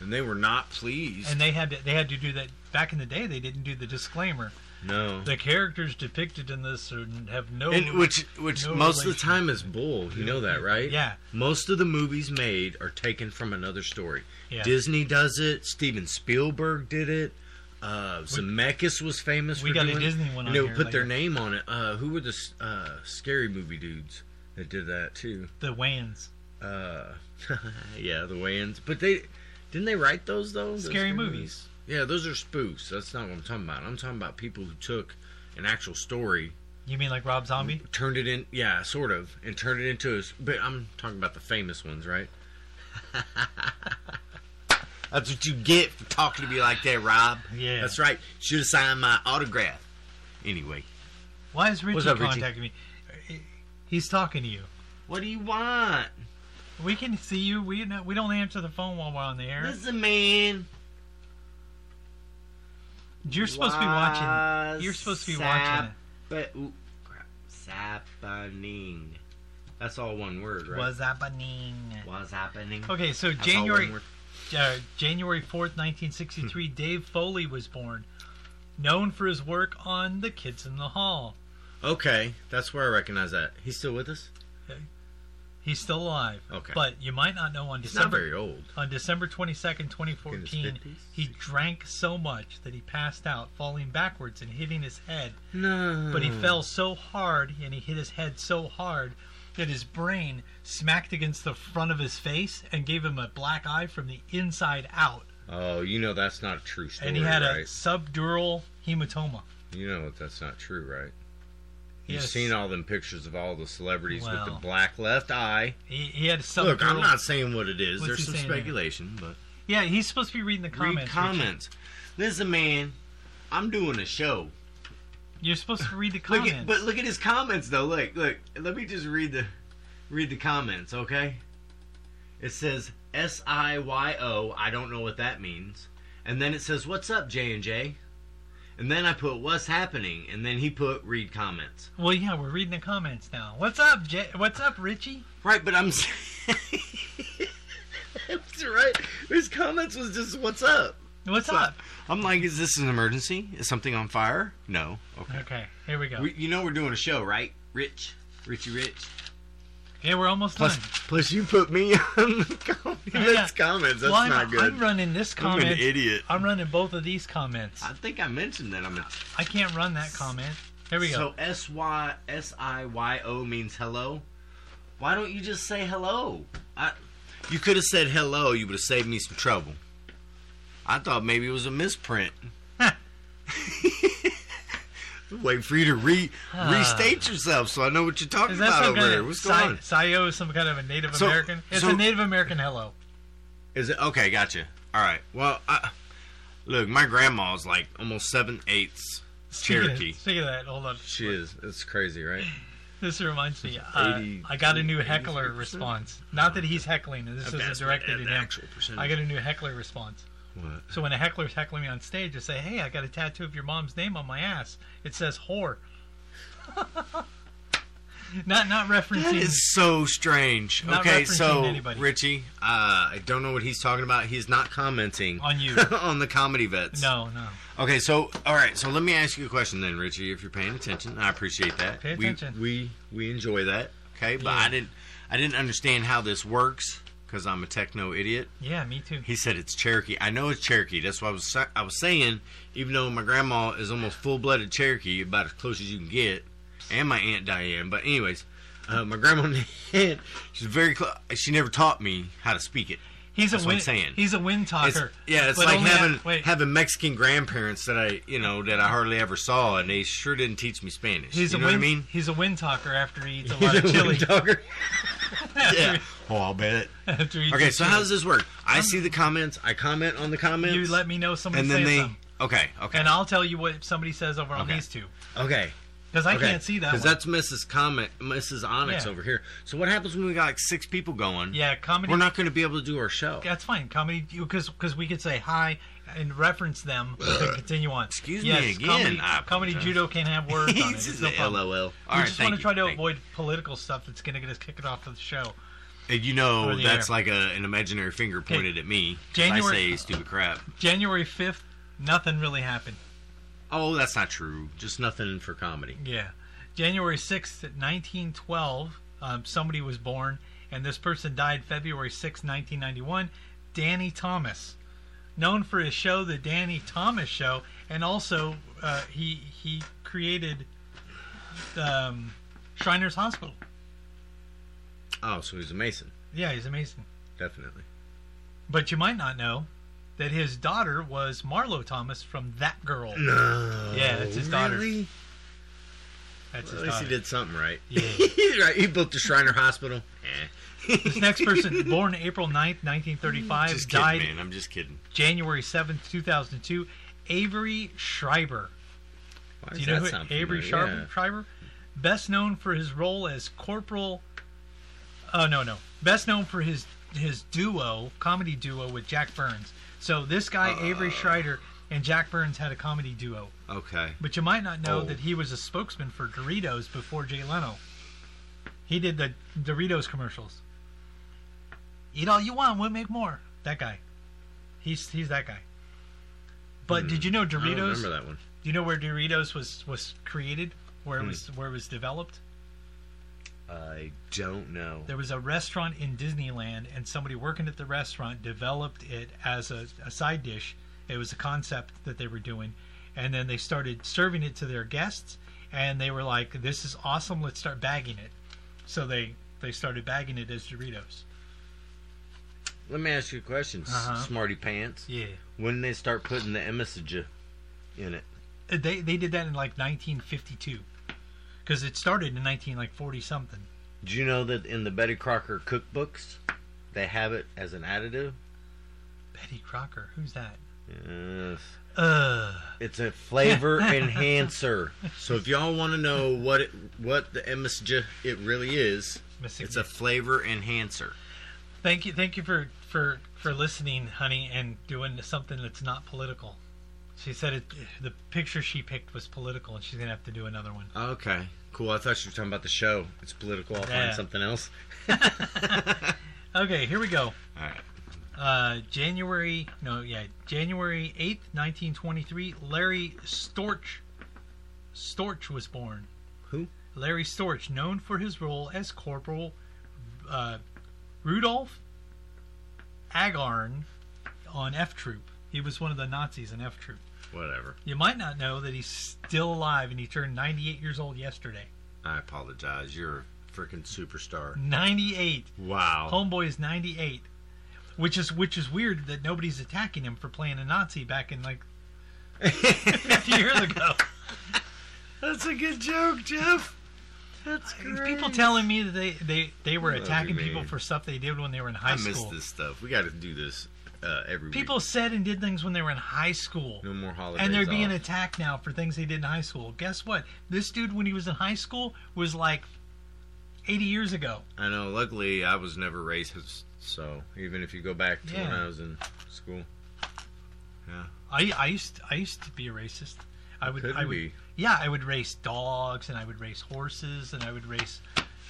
[SPEAKER 1] and they were not pleased.
[SPEAKER 2] and they had to, they had to do that back in the day. They didn't do the disclaimer.
[SPEAKER 1] no,
[SPEAKER 2] The characters depicted in this are, have no
[SPEAKER 1] and which which
[SPEAKER 2] no
[SPEAKER 1] most of the
[SPEAKER 2] relation.
[SPEAKER 1] time is bull. You know that, right?
[SPEAKER 2] Yeah.
[SPEAKER 1] Most of the movies made are taken from another story.
[SPEAKER 2] Yeah.
[SPEAKER 1] Disney does it. Steven Spielberg did it. Uh, Zemeckis was famous.
[SPEAKER 2] we
[SPEAKER 1] for
[SPEAKER 2] got a
[SPEAKER 1] doing it.
[SPEAKER 2] Disney one
[SPEAKER 1] And
[SPEAKER 2] on
[SPEAKER 1] they would
[SPEAKER 2] here
[SPEAKER 1] put their
[SPEAKER 2] later.
[SPEAKER 1] name on it. Uh, who were the s- uh, scary movie dudes that did that too?
[SPEAKER 2] the Wayans.
[SPEAKER 1] Uh, [LAUGHS] yeah, the Wayans. But they didn't they write those though? Those
[SPEAKER 2] Scary movies.
[SPEAKER 1] Yeah, those are spoofs. That's not what I'm talking about. I'm talking about people who took an actual story,
[SPEAKER 2] You mean like Rob Zombie?
[SPEAKER 1] turned it in, yeah, sort of, and turned it into a. s- But I'm talking about the famous ones, right? [LAUGHS] That's what you get for talking to me like that, Rob.
[SPEAKER 2] Yeah.
[SPEAKER 1] That's right. Should have signed my autograph. Anyway,
[SPEAKER 2] Why is Richie
[SPEAKER 1] What's up, Richie?
[SPEAKER 2] contacting me? He's talking to you.
[SPEAKER 1] what do you want?
[SPEAKER 2] We can see you. We no, we don't answer the phone while we're on the air.
[SPEAKER 1] Listen, man.
[SPEAKER 2] You're supposed to be watching. You're supposed to be watching. it.
[SPEAKER 1] But ooh, crap. Happening. That's all one word, right?
[SPEAKER 2] What's happening?
[SPEAKER 1] What's happening?
[SPEAKER 2] Okay, so
[SPEAKER 1] That's all one
[SPEAKER 2] Oh,
[SPEAKER 1] Hmm.
[SPEAKER 2] January
[SPEAKER 1] word.
[SPEAKER 2] uh, January fourth, nineteen sixty three, Dave Foley was born, known for his work on The Kids in the Hall.
[SPEAKER 1] Okay, that's where I recognize that. He's still with us.
[SPEAKER 2] He's still alive,
[SPEAKER 1] Okay.
[SPEAKER 2] but you might not know on
[SPEAKER 1] He's not
[SPEAKER 2] December
[SPEAKER 1] very old.
[SPEAKER 2] on December twenty second, twenty fourteen,
[SPEAKER 1] In his 50s?
[SPEAKER 2] he drank so much that he passed out, falling backwards and hitting his head.
[SPEAKER 1] No.
[SPEAKER 2] but he fell so hard and he hit his head so hard that his brain smacked against the front of his face and gave him a black eye from the inside out.
[SPEAKER 1] Oh, you know that's not a true story,
[SPEAKER 2] And he had a
[SPEAKER 1] right?
[SPEAKER 2] subdural hematoma.
[SPEAKER 1] You know that that's not true, right? You've
[SPEAKER 2] Yes.
[SPEAKER 1] seen all them pictures of all the celebrities with
[SPEAKER 2] Well.
[SPEAKER 1] the black left eye.
[SPEAKER 2] He, he had a subdural.
[SPEAKER 1] Look, I'm not saying what it is.
[SPEAKER 2] What's he
[SPEAKER 1] There's some
[SPEAKER 2] saying there?
[SPEAKER 1] speculation, but
[SPEAKER 2] Yeah, he's supposed to be reading the
[SPEAKER 1] read
[SPEAKER 2] comments. Richard.
[SPEAKER 1] comments. Listen, man, I'm doing a show.
[SPEAKER 2] You're supposed to read
[SPEAKER 1] [LAUGHS]
[SPEAKER 2] the
[SPEAKER 1] Look
[SPEAKER 2] comments.
[SPEAKER 1] at, but look at his comments though. Look, look. Let me just read the read the comments, okay? It says S I Y O. I don't know what that means. And then it says, "What's up, J and J?" And then I put, "What's happening?" And then he put, "Read comments."
[SPEAKER 2] well, yeah, we're reading the comments now. What's up, Je- What's up, Richie?
[SPEAKER 1] Right, but I'm. s- [LAUGHS] That's right. His comments was just, "What's up?"
[SPEAKER 2] What's
[SPEAKER 1] So,
[SPEAKER 2] up?
[SPEAKER 1] I'm like, "Is this an emergency? Is something on fire?" No. Okay.
[SPEAKER 2] Okay, here we go.
[SPEAKER 1] We, you know we're doing a show, right? Rich, Richie, Rich.
[SPEAKER 2] yeah, we're almost
[SPEAKER 1] Plus,
[SPEAKER 2] done.
[SPEAKER 1] plus you put me [LAUGHS] on the com-
[SPEAKER 2] Yeah.
[SPEAKER 1] that's comments. That's
[SPEAKER 2] well, I'm,
[SPEAKER 1] not good.
[SPEAKER 2] I'm running this
[SPEAKER 1] I'm
[SPEAKER 2] comment.
[SPEAKER 1] an idiot.
[SPEAKER 2] I'm running both of these comments.
[SPEAKER 1] I think I mentioned that I'm a.
[SPEAKER 2] I can't run that comment. Here we go.
[SPEAKER 1] So S Y S I Y O means hello. Why don't you just say hello? I, you could have said hello. You would have saved me some trouble. I thought maybe it was a misprint. [LAUGHS] Wait for you to re restate yourself so I know what you're talking
[SPEAKER 2] Is that
[SPEAKER 1] about
[SPEAKER 2] some
[SPEAKER 1] over
[SPEAKER 2] kind
[SPEAKER 1] there.
[SPEAKER 2] of
[SPEAKER 1] What's
[SPEAKER 2] Si-
[SPEAKER 1] going on?
[SPEAKER 2] Sayo is some kind of a Native
[SPEAKER 1] So-
[SPEAKER 2] American? It's
[SPEAKER 1] so-
[SPEAKER 2] a Native American hello.
[SPEAKER 1] Is it okay? Gotcha. All right. Well, I, look, my grandma's like almost seven eighths
[SPEAKER 2] Speaking of-
[SPEAKER 1] Cherokee.
[SPEAKER 2] Speaking of that, hold on.
[SPEAKER 1] She is. It's crazy, right?
[SPEAKER 2] This reminds me. Uh,
[SPEAKER 1] 80
[SPEAKER 2] I got a new
[SPEAKER 1] 83%?
[SPEAKER 2] heckler response. Not that he's heckling. and This isn't directed at him.
[SPEAKER 1] actual percentage.
[SPEAKER 2] I got a new heckler response.
[SPEAKER 1] what?
[SPEAKER 2] So when a heckler's heckling me on stage, I say, "Hey, I got a tattoo of your mom's name on my ass. It says whore." [LAUGHS] not not
[SPEAKER 1] That
[SPEAKER 2] referencing.
[SPEAKER 1] is so strange.
[SPEAKER 2] Not
[SPEAKER 1] okay,
[SPEAKER 2] referencing
[SPEAKER 1] so
[SPEAKER 2] anybody.
[SPEAKER 1] Richie, uh, I don't know what he's talking about. He's not commenting
[SPEAKER 2] On you.
[SPEAKER 1] [LAUGHS] on the comedy vets.
[SPEAKER 2] no, no.
[SPEAKER 1] Okay, so all right, so let me ask you a question then, Richie, if you're paying attention. I appreciate that.
[SPEAKER 2] Pay
[SPEAKER 1] We-
[SPEAKER 2] attention.
[SPEAKER 1] We we, enjoy that. Okay, but
[SPEAKER 2] Yeah.
[SPEAKER 1] I didn't I didn't understand how this works because I'm a techno idiot.
[SPEAKER 2] Yeah, me too.
[SPEAKER 1] He said it's Cherokee. I know it's Cherokee. That's why I was sa- I was saying, even though my grandma is almost full blooded Cherokee, about as close as you can get, and my aunt Diane. But anyways, uh, my grandma and [LAUGHS] aunt, she's very close. She never taught me how to speak it.
[SPEAKER 2] He's
[SPEAKER 1] That's
[SPEAKER 2] a
[SPEAKER 1] what
[SPEAKER 2] win.
[SPEAKER 1] I'm saying.
[SPEAKER 2] He's a win
[SPEAKER 1] It's-
[SPEAKER 2] talker.
[SPEAKER 1] yeah, it's
[SPEAKER 2] but
[SPEAKER 1] like
[SPEAKER 2] only
[SPEAKER 1] having
[SPEAKER 2] at- wait,
[SPEAKER 1] having Mexican grandparents that I you know that I hardly ever saw, and they sure didn't teach me Spanish.
[SPEAKER 2] he's
[SPEAKER 1] you
[SPEAKER 2] a
[SPEAKER 1] know
[SPEAKER 2] win.
[SPEAKER 1] what I mean?
[SPEAKER 2] He's a win talker after he
[SPEAKER 1] [LAUGHS]
[SPEAKER 2] eats a lot of
[SPEAKER 1] He's a
[SPEAKER 2] chili.
[SPEAKER 1] wind
[SPEAKER 2] [LAUGHS]
[SPEAKER 1] talker.
[SPEAKER 2] After
[SPEAKER 1] yeah.
[SPEAKER 2] he-
[SPEAKER 1] Oh, I'll bet.
[SPEAKER 2] after he eats
[SPEAKER 1] Okay,
[SPEAKER 2] his
[SPEAKER 1] so
[SPEAKER 2] chili.
[SPEAKER 1] how does this work? I see the comments. I comment on the comments.
[SPEAKER 2] Um, you let me know someone
[SPEAKER 1] and then
[SPEAKER 2] says
[SPEAKER 1] they.
[SPEAKER 2] something,
[SPEAKER 1] Okay. Okay.
[SPEAKER 2] and I'll tell you what somebody says over on
[SPEAKER 1] Okay.
[SPEAKER 2] these two
[SPEAKER 1] okay.
[SPEAKER 2] because I
[SPEAKER 1] okay.
[SPEAKER 2] can't see that. One.
[SPEAKER 1] Because that's Mrs. Comment, Mrs. Onyx
[SPEAKER 2] Yeah.
[SPEAKER 1] over here. So what happens when we got like six people going?
[SPEAKER 2] yeah, comedy.
[SPEAKER 1] We're not going to be able to do our show.
[SPEAKER 2] that's fine. Comedy, because because we could say hi and reference them to continue on.
[SPEAKER 1] Excuse me
[SPEAKER 2] yes,
[SPEAKER 1] again.
[SPEAKER 2] Comedy,
[SPEAKER 1] I
[SPEAKER 2] comedy
[SPEAKER 1] apologize.
[SPEAKER 2] judo can
[SPEAKER 1] [LAUGHS]
[SPEAKER 2] have words on it.
[SPEAKER 1] This
[SPEAKER 2] It's
[SPEAKER 1] is
[SPEAKER 2] no
[SPEAKER 1] the
[SPEAKER 2] problem.
[SPEAKER 1] LOL. All
[SPEAKER 2] we
[SPEAKER 1] right,
[SPEAKER 2] just want
[SPEAKER 1] thank
[SPEAKER 2] to
[SPEAKER 1] you,
[SPEAKER 2] try to
[SPEAKER 1] thank you.
[SPEAKER 2] avoid political stuff that's going to get us kicked off of the show.
[SPEAKER 1] And you
[SPEAKER 2] Over
[SPEAKER 1] know
[SPEAKER 2] the
[SPEAKER 1] that's
[SPEAKER 2] air.
[SPEAKER 1] like a, an imaginary finger pointed at me. 'cause
[SPEAKER 2] January-
[SPEAKER 1] I say stupid crap.
[SPEAKER 2] January fifth, nothing really happened.
[SPEAKER 1] Oh, that's not true. Just nothing for comedy.
[SPEAKER 2] Yeah. January 6th, 1912, um, somebody was born, and this person died February 6th, 1991, Danny Thomas. Known for his show, The Danny Thomas Show, and also uh, he, he created um, Shriners Hospital.
[SPEAKER 1] Oh, so he's a Mason.
[SPEAKER 2] Yeah, he's amazing.
[SPEAKER 1] Definitely.
[SPEAKER 2] But you might not know that his daughter was Marlo Thomas from That Girl.
[SPEAKER 1] No.
[SPEAKER 2] Yeah, that's his daughter.
[SPEAKER 1] Really?
[SPEAKER 2] That's
[SPEAKER 1] At
[SPEAKER 2] his
[SPEAKER 1] least he
[SPEAKER 2] daughter.
[SPEAKER 1] did something right.
[SPEAKER 2] Yeah.
[SPEAKER 1] [LAUGHS] right. He built the Shriner Hospital. Eh.
[SPEAKER 2] This next
[SPEAKER 1] [LAUGHS]
[SPEAKER 2] person, born April 9th, 1935,
[SPEAKER 1] Just kidding,
[SPEAKER 2] died
[SPEAKER 1] man. I'm just kidding.
[SPEAKER 2] January 7th, 2002, Avery Schreiber.
[SPEAKER 1] Why
[SPEAKER 2] Do
[SPEAKER 1] does
[SPEAKER 2] you know
[SPEAKER 1] that
[SPEAKER 2] who
[SPEAKER 1] sound
[SPEAKER 2] Avery
[SPEAKER 1] familiar?
[SPEAKER 2] Schreiber, Schreiber? Best known for his role as Corporal. Oh, no, no. Best known for his, his duo, comedy duo with Jack Burns. So this guy, Avery Schreiber, and Jack Burns had a comedy duo.
[SPEAKER 1] Yeah. Okay.
[SPEAKER 2] But you might not know
[SPEAKER 1] Oh.
[SPEAKER 2] that he was a spokesman for Doritos before Jay Leno. He did the Doritos commercials. Eat all you want, we'll make more. That guy. He's he's that guy. But did you
[SPEAKER 1] Hmm.
[SPEAKER 2] know
[SPEAKER 1] I don't
[SPEAKER 2] Doritos?
[SPEAKER 1] remember
[SPEAKER 2] Do
[SPEAKER 1] that one.
[SPEAKER 2] you know where Doritos was was created? Where
[SPEAKER 1] Hmm.
[SPEAKER 2] it was where it was developed?
[SPEAKER 1] I don't know.
[SPEAKER 2] There was a restaurant in Disneyland, and somebody working at the restaurant developed it as a, a side dish. It was a concept that they were doing, and then they started serving it to their guests, and they were like, "This is awesome! Let's start bagging it." So they they started bagging it as Doritos.
[SPEAKER 1] Let me ask you a question, s-
[SPEAKER 2] Uh-huh.
[SPEAKER 1] Smarty Pants.
[SPEAKER 2] Yeah,
[SPEAKER 1] When did they start putting the emissage in it?
[SPEAKER 2] Uh, they they did that in like 1952, because it started in 19 like 40 something.
[SPEAKER 1] Do you know that in the Betty Crocker cookbooks, they have it as an additive?
[SPEAKER 2] Betty Crocker, who's that?
[SPEAKER 1] Yes.
[SPEAKER 2] Uh,
[SPEAKER 1] It's a
[SPEAKER 2] [LAUGHS]
[SPEAKER 1] flavor enhancer. So if y'all want to know what it, what the MSG it really is,
[SPEAKER 2] missing.
[SPEAKER 1] it's a flavor enhancer.
[SPEAKER 2] Thank you, thank you for for for listening, honey, and doing something that's not political. She said it, the picture she picked was political, and she's gonna have to do another one.
[SPEAKER 1] Okay, cool. I thought you were talking about the show. It's political. I'll
[SPEAKER 2] Yeah.
[SPEAKER 1] find something else.
[SPEAKER 2] Okay, here we go.
[SPEAKER 1] All right.
[SPEAKER 2] Uh, January, no, yeah, January eighth, nineteen twenty-three. Larry Storch, Storch was born.
[SPEAKER 1] Who?
[SPEAKER 2] Larry Storch, known for his role as Corporal uh, Rudolf Agarn on F Troop. He was one of the Nazis in F Troop.
[SPEAKER 1] Whatever.
[SPEAKER 2] You might not know that he's still alive and he turned 98 years old yesterday.
[SPEAKER 1] I apologize. You're a freaking superstar.
[SPEAKER 2] 98.
[SPEAKER 1] Wow.
[SPEAKER 2] Homeboy is 98. Which is which is weird that nobody's attacking him for playing a Nazi back in like 50
[SPEAKER 1] [LAUGHS]
[SPEAKER 2] years ago.
[SPEAKER 1] That's a good joke, Jeff. That's
[SPEAKER 2] People telling me that they they, they were
[SPEAKER 1] you,
[SPEAKER 2] attacking people
[SPEAKER 1] man.
[SPEAKER 2] for stuff they did when they were in high
[SPEAKER 1] I miss
[SPEAKER 2] school.
[SPEAKER 1] this stuff. We got to do this uh, every
[SPEAKER 2] People said and did things when they were in high school.
[SPEAKER 1] week. No more holidays.
[SPEAKER 2] and they're being
[SPEAKER 1] off.
[SPEAKER 2] attacked now for things they did in high school. Guess what? This dude when he was in high school was like 80 years ago.
[SPEAKER 1] I know. Luckily, I was never racist. So even if you go back to when
[SPEAKER 2] Yeah.
[SPEAKER 1] I was in school,
[SPEAKER 2] I, I used I used to be a racist. I would
[SPEAKER 1] could
[SPEAKER 2] I would
[SPEAKER 1] be.
[SPEAKER 2] yeah I would race dogs and I would race horses and I would race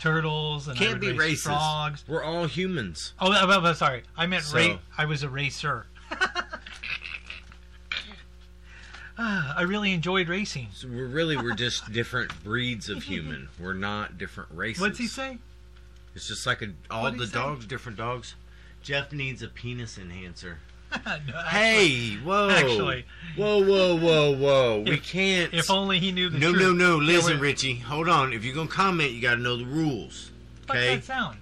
[SPEAKER 2] turtles and I
[SPEAKER 1] Can't
[SPEAKER 2] would
[SPEAKER 1] be
[SPEAKER 2] race
[SPEAKER 1] racist.
[SPEAKER 2] frogs.
[SPEAKER 1] We're all humans.
[SPEAKER 2] Oh, I'm, I'm sorry. I meant ra-
[SPEAKER 1] So-
[SPEAKER 2] I was a racer. [LAUGHS] Ah, I really enjoyed racing.
[SPEAKER 1] So we're really we're just [LAUGHS] different breeds of
[SPEAKER 2] [LAUGHS]
[SPEAKER 1] human. We're not different races.
[SPEAKER 2] What's he say? [LAUGHS]
[SPEAKER 1] It's just like a, all
[SPEAKER 2] What'd
[SPEAKER 1] the
[SPEAKER 2] he say?
[SPEAKER 1] dogs, different dogs. Jeff needs a penis enhancer.
[SPEAKER 2] No, actually-
[SPEAKER 1] Hey, whoa.
[SPEAKER 2] actually-
[SPEAKER 1] Whoa, whoa, whoa, whoa. we
[SPEAKER 2] If-
[SPEAKER 1] can't.
[SPEAKER 2] if only he knew the
[SPEAKER 1] no,
[SPEAKER 2] truth.
[SPEAKER 1] no, no. Listen,
[SPEAKER 2] wait.
[SPEAKER 1] Richie. Hold on. If you're going to comment, you got to know the rules.
[SPEAKER 2] Fuck
[SPEAKER 1] okay.
[SPEAKER 2] that sound.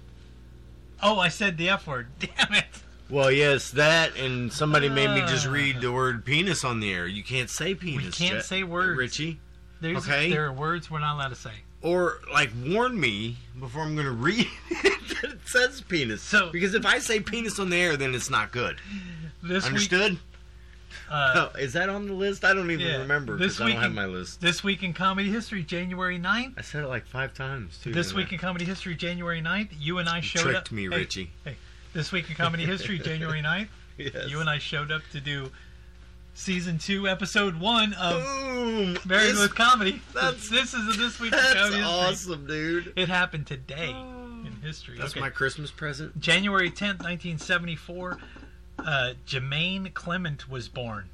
[SPEAKER 2] Oh, I said the F word. [LAUGHS] Damn it.
[SPEAKER 1] Well, yes, that, and somebody made me just
[SPEAKER 2] Ah.
[SPEAKER 1] read the word penis on the air. You can't say penis.
[SPEAKER 2] can't
[SPEAKER 1] Jet-
[SPEAKER 2] say words.
[SPEAKER 1] Richie.
[SPEAKER 2] There's,
[SPEAKER 1] Okay.
[SPEAKER 2] There are words we're not allowed to say.
[SPEAKER 1] Or, like, warn me before I'm going to read [LAUGHS] it that it says penis.
[SPEAKER 2] So-
[SPEAKER 1] because if I say penis on the air, then it's not good.
[SPEAKER 2] This week,
[SPEAKER 1] Understood?
[SPEAKER 2] uh,
[SPEAKER 1] oh, is that on the list? I don't even
[SPEAKER 2] yeah,
[SPEAKER 1] remember
[SPEAKER 2] this
[SPEAKER 1] because I don't
[SPEAKER 2] week
[SPEAKER 1] have
[SPEAKER 2] in-
[SPEAKER 1] my list.
[SPEAKER 2] this week in comedy history, January 9th.
[SPEAKER 1] I said it like five times, too.
[SPEAKER 2] This
[SPEAKER 1] didn't I?
[SPEAKER 2] week in comedy history, January 9th. You and I showed
[SPEAKER 1] tricked
[SPEAKER 2] up.
[SPEAKER 1] me,
[SPEAKER 2] Hey,
[SPEAKER 1] Richie.
[SPEAKER 2] Hey, this week in comedy
[SPEAKER 1] [LAUGHS]
[SPEAKER 2] history, January 9th.
[SPEAKER 1] Yes.
[SPEAKER 2] You and I showed up to do season two, episode one of
[SPEAKER 1] Boom!
[SPEAKER 2] Married
[SPEAKER 1] This-
[SPEAKER 2] with Comedy.
[SPEAKER 1] that's-
[SPEAKER 2] [LAUGHS] this is a this week in
[SPEAKER 1] That's
[SPEAKER 2] comedy history.
[SPEAKER 1] awesome, dude.
[SPEAKER 2] It happened today
[SPEAKER 1] Oh.
[SPEAKER 2] in history.
[SPEAKER 1] That's
[SPEAKER 2] okay.
[SPEAKER 1] my Christmas present.
[SPEAKER 2] January 10th, 1974, uh, Jermaine Clement was born.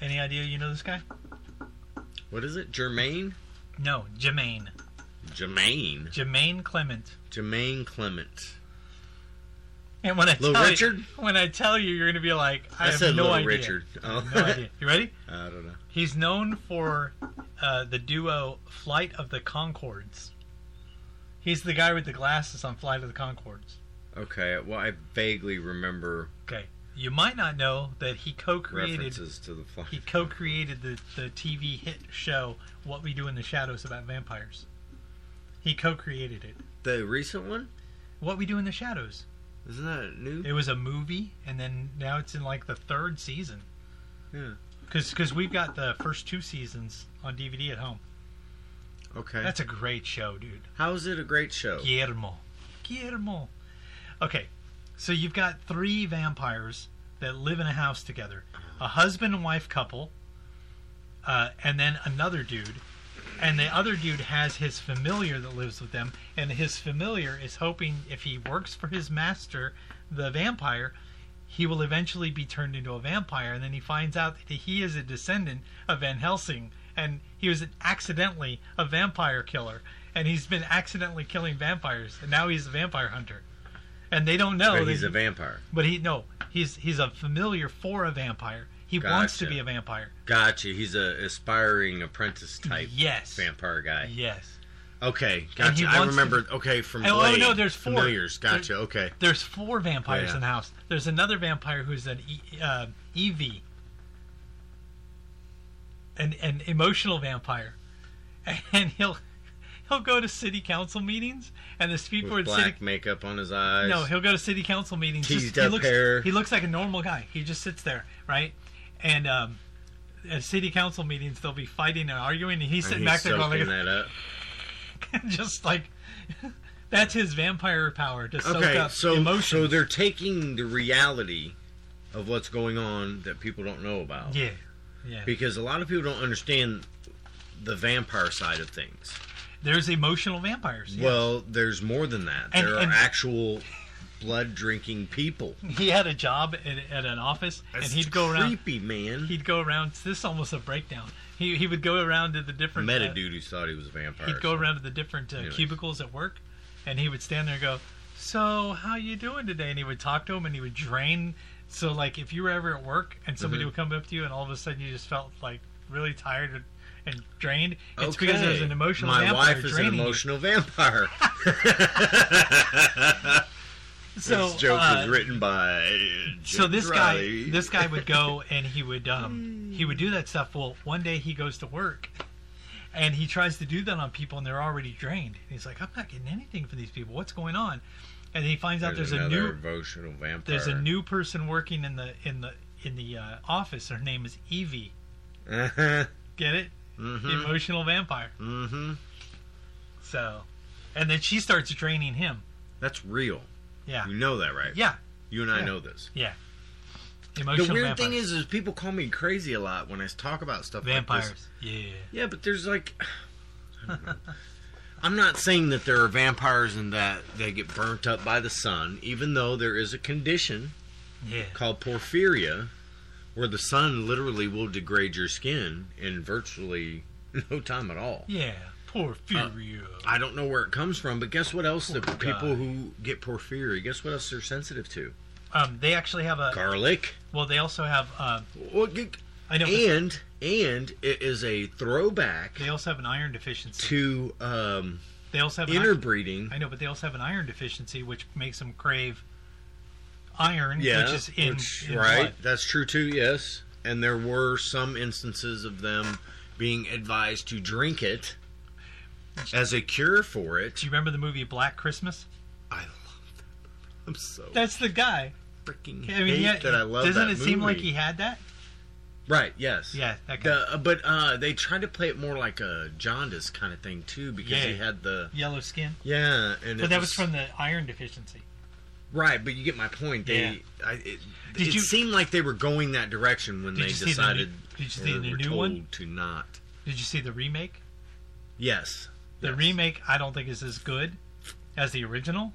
[SPEAKER 2] Any idea you know this guy?
[SPEAKER 1] What is it? Jermaine?
[SPEAKER 2] No, Jermaine.
[SPEAKER 1] Jermaine.
[SPEAKER 2] Jermaine Clement.
[SPEAKER 1] Jermaine Clement.
[SPEAKER 2] And when I
[SPEAKER 1] Little
[SPEAKER 2] tell
[SPEAKER 1] Richard?
[SPEAKER 2] you, when I tell you, you're gonna be like, I,
[SPEAKER 1] I,
[SPEAKER 2] have
[SPEAKER 1] said
[SPEAKER 2] no
[SPEAKER 1] Little
[SPEAKER 2] idea.
[SPEAKER 1] Richard. Oh.
[SPEAKER 2] No idea. You ready?
[SPEAKER 1] [LAUGHS] I don't know.
[SPEAKER 2] He's known for uh, the duo Flight of the Concords. He's the guy with the glasses on Flight of the Concords.
[SPEAKER 1] Okay, well, I vaguely remember
[SPEAKER 2] Okay, you might not know that he co-created
[SPEAKER 1] references to the fly.
[SPEAKER 2] he co-created the, the TV hit show What We Do in the Shadows about vampires. He co-created it.
[SPEAKER 1] The recent one?
[SPEAKER 2] What We Do in the Shadows.
[SPEAKER 1] Isn't that new?
[SPEAKER 2] It was a movie, and then now it's in like the third season.
[SPEAKER 1] Yeah.
[SPEAKER 2] Because we've got the first two seasons on DVD at home.
[SPEAKER 1] Okay.
[SPEAKER 2] That's a great show, dude.
[SPEAKER 1] How is it a great show?
[SPEAKER 2] Guillermo. Guillermo. Okay, so you've got three vampires that live in a house together a husband and wife couple, uh, and then another dude. And the other dude has his familiar that lives with them, and his familiar is hoping if he works for his master, the vampire, he will eventually be turned into a vampire. And then he finds out that he is a descendant of Van Helsing, and he was accidentally a vampire killer, and he's been accidentally killing vampires, and now he's a vampire hunter. And they don't know
[SPEAKER 1] But
[SPEAKER 2] that
[SPEAKER 1] he's a
[SPEAKER 2] he-
[SPEAKER 1] vampire.
[SPEAKER 2] but he no, he's he's a familiar for a vampire. He wants to
[SPEAKER 1] Gotcha.
[SPEAKER 2] be a vampire.
[SPEAKER 1] Gotcha. He's a aspiring apprentice type
[SPEAKER 2] yes.
[SPEAKER 1] vampire guy.
[SPEAKER 2] Yes.
[SPEAKER 1] Okay,
[SPEAKER 2] And he
[SPEAKER 1] gotcha. I
[SPEAKER 2] wants to-
[SPEAKER 1] remember. Okay, from
[SPEAKER 2] Oh, oh,
[SPEAKER 1] Blade.
[SPEAKER 2] no, there's four.
[SPEAKER 1] familiars.
[SPEAKER 2] There-
[SPEAKER 1] Gotcha. okay,
[SPEAKER 2] There's four vampires
[SPEAKER 1] Yeah.
[SPEAKER 2] in the house. There's another vampire who's an e- uh, Eevee, an an emotional vampire, [LAUGHS] and he'll he'll go to city council meetings and the speed
[SPEAKER 1] with
[SPEAKER 2] board
[SPEAKER 1] black
[SPEAKER 2] city.
[SPEAKER 1] makeup on his eyes.
[SPEAKER 2] No, he'll go to city council meetings.
[SPEAKER 1] Teased
[SPEAKER 2] he
[SPEAKER 1] up
[SPEAKER 2] looks,
[SPEAKER 1] hair.
[SPEAKER 2] He looks like a normal guy. He just sits there, right? And um, at city council meetings, they'll be fighting and arguing, and he's
[SPEAKER 1] and
[SPEAKER 2] sitting
[SPEAKER 1] he's
[SPEAKER 2] back there going
[SPEAKER 1] soaking
[SPEAKER 2] like,
[SPEAKER 1] that up.
[SPEAKER 2] [LAUGHS] just like that's his vampire power to soak
[SPEAKER 1] Okay,
[SPEAKER 2] up
[SPEAKER 1] so
[SPEAKER 2] emotion.
[SPEAKER 1] so they're taking the reality of what's going on that people don't know about.
[SPEAKER 2] yeah, yeah.
[SPEAKER 1] Because a lot of people don't understand the vampire side of things.
[SPEAKER 2] There's emotional vampires. yes.
[SPEAKER 1] Well, there's more than that.
[SPEAKER 2] And-
[SPEAKER 1] there
[SPEAKER 2] and-
[SPEAKER 1] are actual blood drinking people.
[SPEAKER 2] he had a job at, at an office, and
[SPEAKER 1] That's
[SPEAKER 2] he'd go around.
[SPEAKER 1] creepy man.
[SPEAKER 2] He'd go around. This is almost a breakdown. He he would go around to the different. uh,
[SPEAKER 1] Met a dude who thought he was a vampire.
[SPEAKER 2] he'd go around to the different uh,
[SPEAKER 1] Anyways.
[SPEAKER 2] cubicles at work, and he would stand there and go, "So how you doing today?" And he would talk to him, and he would drain. So like, if you were ever at work and somebody
[SPEAKER 1] Mhm.
[SPEAKER 2] would come up to you, and all of a sudden you just felt like really tired and, and drained, it's because there's an emotional
[SPEAKER 1] My
[SPEAKER 2] vampire
[SPEAKER 1] wife is an
[SPEAKER 2] draining you.
[SPEAKER 1] emotional vampire.
[SPEAKER 2] [LAUGHS] So
[SPEAKER 1] this joke
[SPEAKER 2] uh,
[SPEAKER 1] was written by.
[SPEAKER 2] so
[SPEAKER 1] Jim
[SPEAKER 2] this
[SPEAKER 1] Riley.
[SPEAKER 2] guy this guy
[SPEAKER 1] [LAUGHS]
[SPEAKER 2] would go and he would um he would do that stuff well one day he goes to work and he tries to do that on people and they're already drained and he's like i'm not getting anything from these people what's going on and he finds out there's, a
[SPEAKER 1] another
[SPEAKER 2] new
[SPEAKER 1] emotional vampire.
[SPEAKER 2] there's a new person working in the in the in the uh, office her name is evie
[SPEAKER 1] [LAUGHS] mm-hmm.
[SPEAKER 2] get it The emotional vampire
[SPEAKER 1] Mm-hmm.
[SPEAKER 2] so and then she starts draining him
[SPEAKER 1] That's real.
[SPEAKER 2] yeah
[SPEAKER 1] You know that, right?
[SPEAKER 2] yeah
[SPEAKER 1] You and I
[SPEAKER 2] Yeah.
[SPEAKER 1] know this.
[SPEAKER 2] emotional
[SPEAKER 1] the weird
[SPEAKER 2] vampires.
[SPEAKER 1] thing is, is people call me crazy a lot when I talk about stuff like this.
[SPEAKER 2] vampires yeah
[SPEAKER 1] Yeah, but there's like, [SIGHS] I don't know. I'm not saying that there are vampires and that they get burnt up by the sun, even though there is a condition
[SPEAKER 2] yeah
[SPEAKER 1] called porphyria where the sun literally will degrade your skin in virtually [LAUGHS] no time at all.
[SPEAKER 2] yeah
[SPEAKER 1] Uh,
[SPEAKER 2] poor furio
[SPEAKER 1] I don't
[SPEAKER 2] Oh,
[SPEAKER 1] know where it comes from, but guess what else the
[SPEAKER 2] Poor guy.
[SPEAKER 1] people who get porphyria, guess what else they're sensitive to?
[SPEAKER 2] Um, they actually have a.
[SPEAKER 1] Garlic.
[SPEAKER 2] Well, they also have. Uh,
[SPEAKER 1] Well, g-
[SPEAKER 2] I know. this-
[SPEAKER 1] And and it is a throwback
[SPEAKER 2] They also have an iron deficiency.
[SPEAKER 1] to um,
[SPEAKER 2] They also have an iron-
[SPEAKER 1] interbreeding.
[SPEAKER 2] I know, but they also have an iron deficiency, which makes them crave iron,
[SPEAKER 1] Yeah,
[SPEAKER 2] which is in,
[SPEAKER 1] which-
[SPEAKER 2] in
[SPEAKER 1] right.
[SPEAKER 2] blood.
[SPEAKER 1] That's true too. Yes, and there were some instances of them being advised to drink it as a cure for it.
[SPEAKER 2] Do you remember the movie Black Christmas?
[SPEAKER 1] I love that. movie. I'm so
[SPEAKER 2] That's the guy.
[SPEAKER 1] freaking
[SPEAKER 2] I mean,
[SPEAKER 1] hate
[SPEAKER 2] yeah,
[SPEAKER 1] that I love
[SPEAKER 2] doesn't
[SPEAKER 1] that
[SPEAKER 2] it seem like
[SPEAKER 1] movie.
[SPEAKER 2] he had that?
[SPEAKER 1] Right. Yes.
[SPEAKER 2] Yeah, that guy.
[SPEAKER 1] The, uh, but uh, they tried to play it more like a jaundice kind of thing too, because
[SPEAKER 2] Yeah.
[SPEAKER 1] he had the
[SPEAKER 2] Yellow skin.
[SPEAKER 1] yeah, and it
[SPEAKER 2] But that was from the iron deficiency.
[SPEAKER 1] right. But you get my point. They, I, it,
[SPEAKER 2] Did
[SPEAKER 1] it
[SPEAKER 2] you-
[SPEAKER 1] seemed like they were going that direction when
[SPEAKER 2] Did
[SPEAKER 1] they
[SPEAKER 2] you see the new-
[SPEAKER 1] decided.
[SPEAKER 2] did you see
[SPEAKER 1] or
[SPEAKER 2] the
[SPEAKER 1] were
[SPEAKER 2] new
[SPEAKER 1] told
[SPEAKER 2] one?
[SPEAKER 1] to not?
[SPEAKER 2] Did you see the remake?
[SPEAKER 1] Yes,
[SPEAKER 2] The
[SPEAKER 1] Yes.
[SPEAKER 2] remake, I don't think, is as good as the original.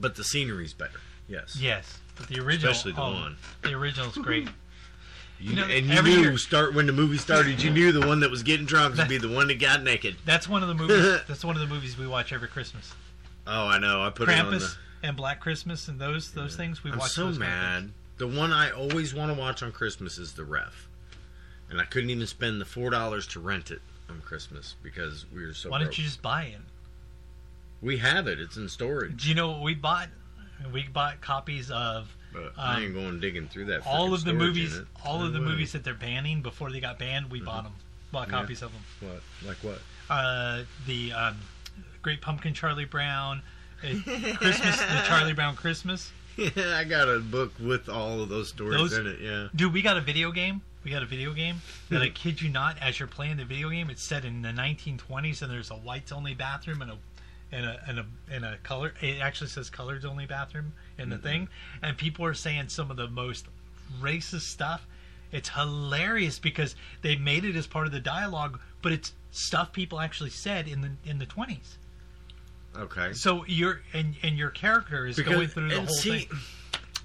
[SPEAKER 1] but the scenery's better. Yes,
[SPEAKER 2] Yes, but the original,
[SPEAKER 1] Especially the
[SPEAKER 2] oh,
[SPEAKER 1] one.
[SPEAKER 2] the original's
[SPEAKER 1] [LAUGHS]
[SPEAKER 2] great.
[SPEAKER 1] You,
[SPEAKER 2] You know,
[SPEAKER 1] and you
[SPEAKER 2] every
[SPEAKER 1] knew
[SPEAKER 2] year-
[SPEAKER 1] start when the movie started. You knew the one that was getting drunk
[SPEAKER 2] [LAUGHS]
[SPEAKER 1] would be the one that got naked.
[SPEAKER 2] That's one of
[SPEAKER 1] [LAUGHS]
[SPEAKER 2] the movies. that's one of the movies we watch every Christmas.
[SPEAKER 1] Oh, I know. I put it on the.
[SPEAKER 2] Krampus and Black Christmas and those those things we
[SPEAKER 1] I'm
[SPEAKER 2] watch.
[SPEAKER 1] so
[SPEAKER 2] those kind of
[SPEAKER 1] mad. The one I always want to watch on Christmas is The Ref, and I couldn't even spend the four dollars to rent it on Christmas because we were so.
[SPEAKER 2] things. Why don't
[SPEAKER 1] broke.
[SPEAKER 2] you just buy it?
[SPEAKER 1] We have it. It's in storage.
[SPEAKER 2] Do you know what we bought? We bought copies of
[SPEAKER 1] But I
[SPEAKER 2] Um,
[SPEAKER 1] ain't going digging through that.
[SPEAKER 2] all
[SPEAKER 1] frickin'
[SPEAKER 2] of the
[SPEAKER 1] storage
[SPEAKER 2] movies,
[SPEAKER 1] unit.
[SPEAKER 2] all of
[SPEAKER 1] No
[SPEAKER 2] the
[SPEAKER 1] way. Mm-hmm.
[SPEAKER 2] movies that they're banning before they got banned. We bought 'em. bought
[SPEAKER 1] Yeah.
[SPEAKER 2] copies of them.
[SPEAKER 1] What? Like what? [LAUGHS]
[SPEAKER 2] Uh, the um, Great Pumpkin, Charlie Brown,
[SPEAKER 1] [LAUGHS]
[SPEAKER 2] uh, Christmas, the Charlie Brown Christmas.
[SPEAKER 1] Yeah, I got a book with all of those stories
[SPEAKER 2] Those-
[SPEAKER 1] in it. Yeah.
[SPEAKER 2] Dude, we got a video game. We got a video game
[SPEAKER 1] Hmm.
[SPEAKER 2] that I kid you not, as you're playing the video game, it's set in the 1920s, and there's a whites only bathroom and a and a and a and a color. It actually says colors only bathroom in the
[SPEAKER 1] Mm-hmm.
[SPEAKER 2] thing, and people are saying some of the most racist stuff. It's hilarious because they made it as part of the dialogue, but it's stuff people actually said in the in the 20s.
[SPEAKER 1] Okay.
[SPEAKER 2] So you're and and your character is going through the
[SPEAKER 1] and
[SPEAKER 2] whole
[SPEAKER 1] see,
[SPEAKER 2] thing.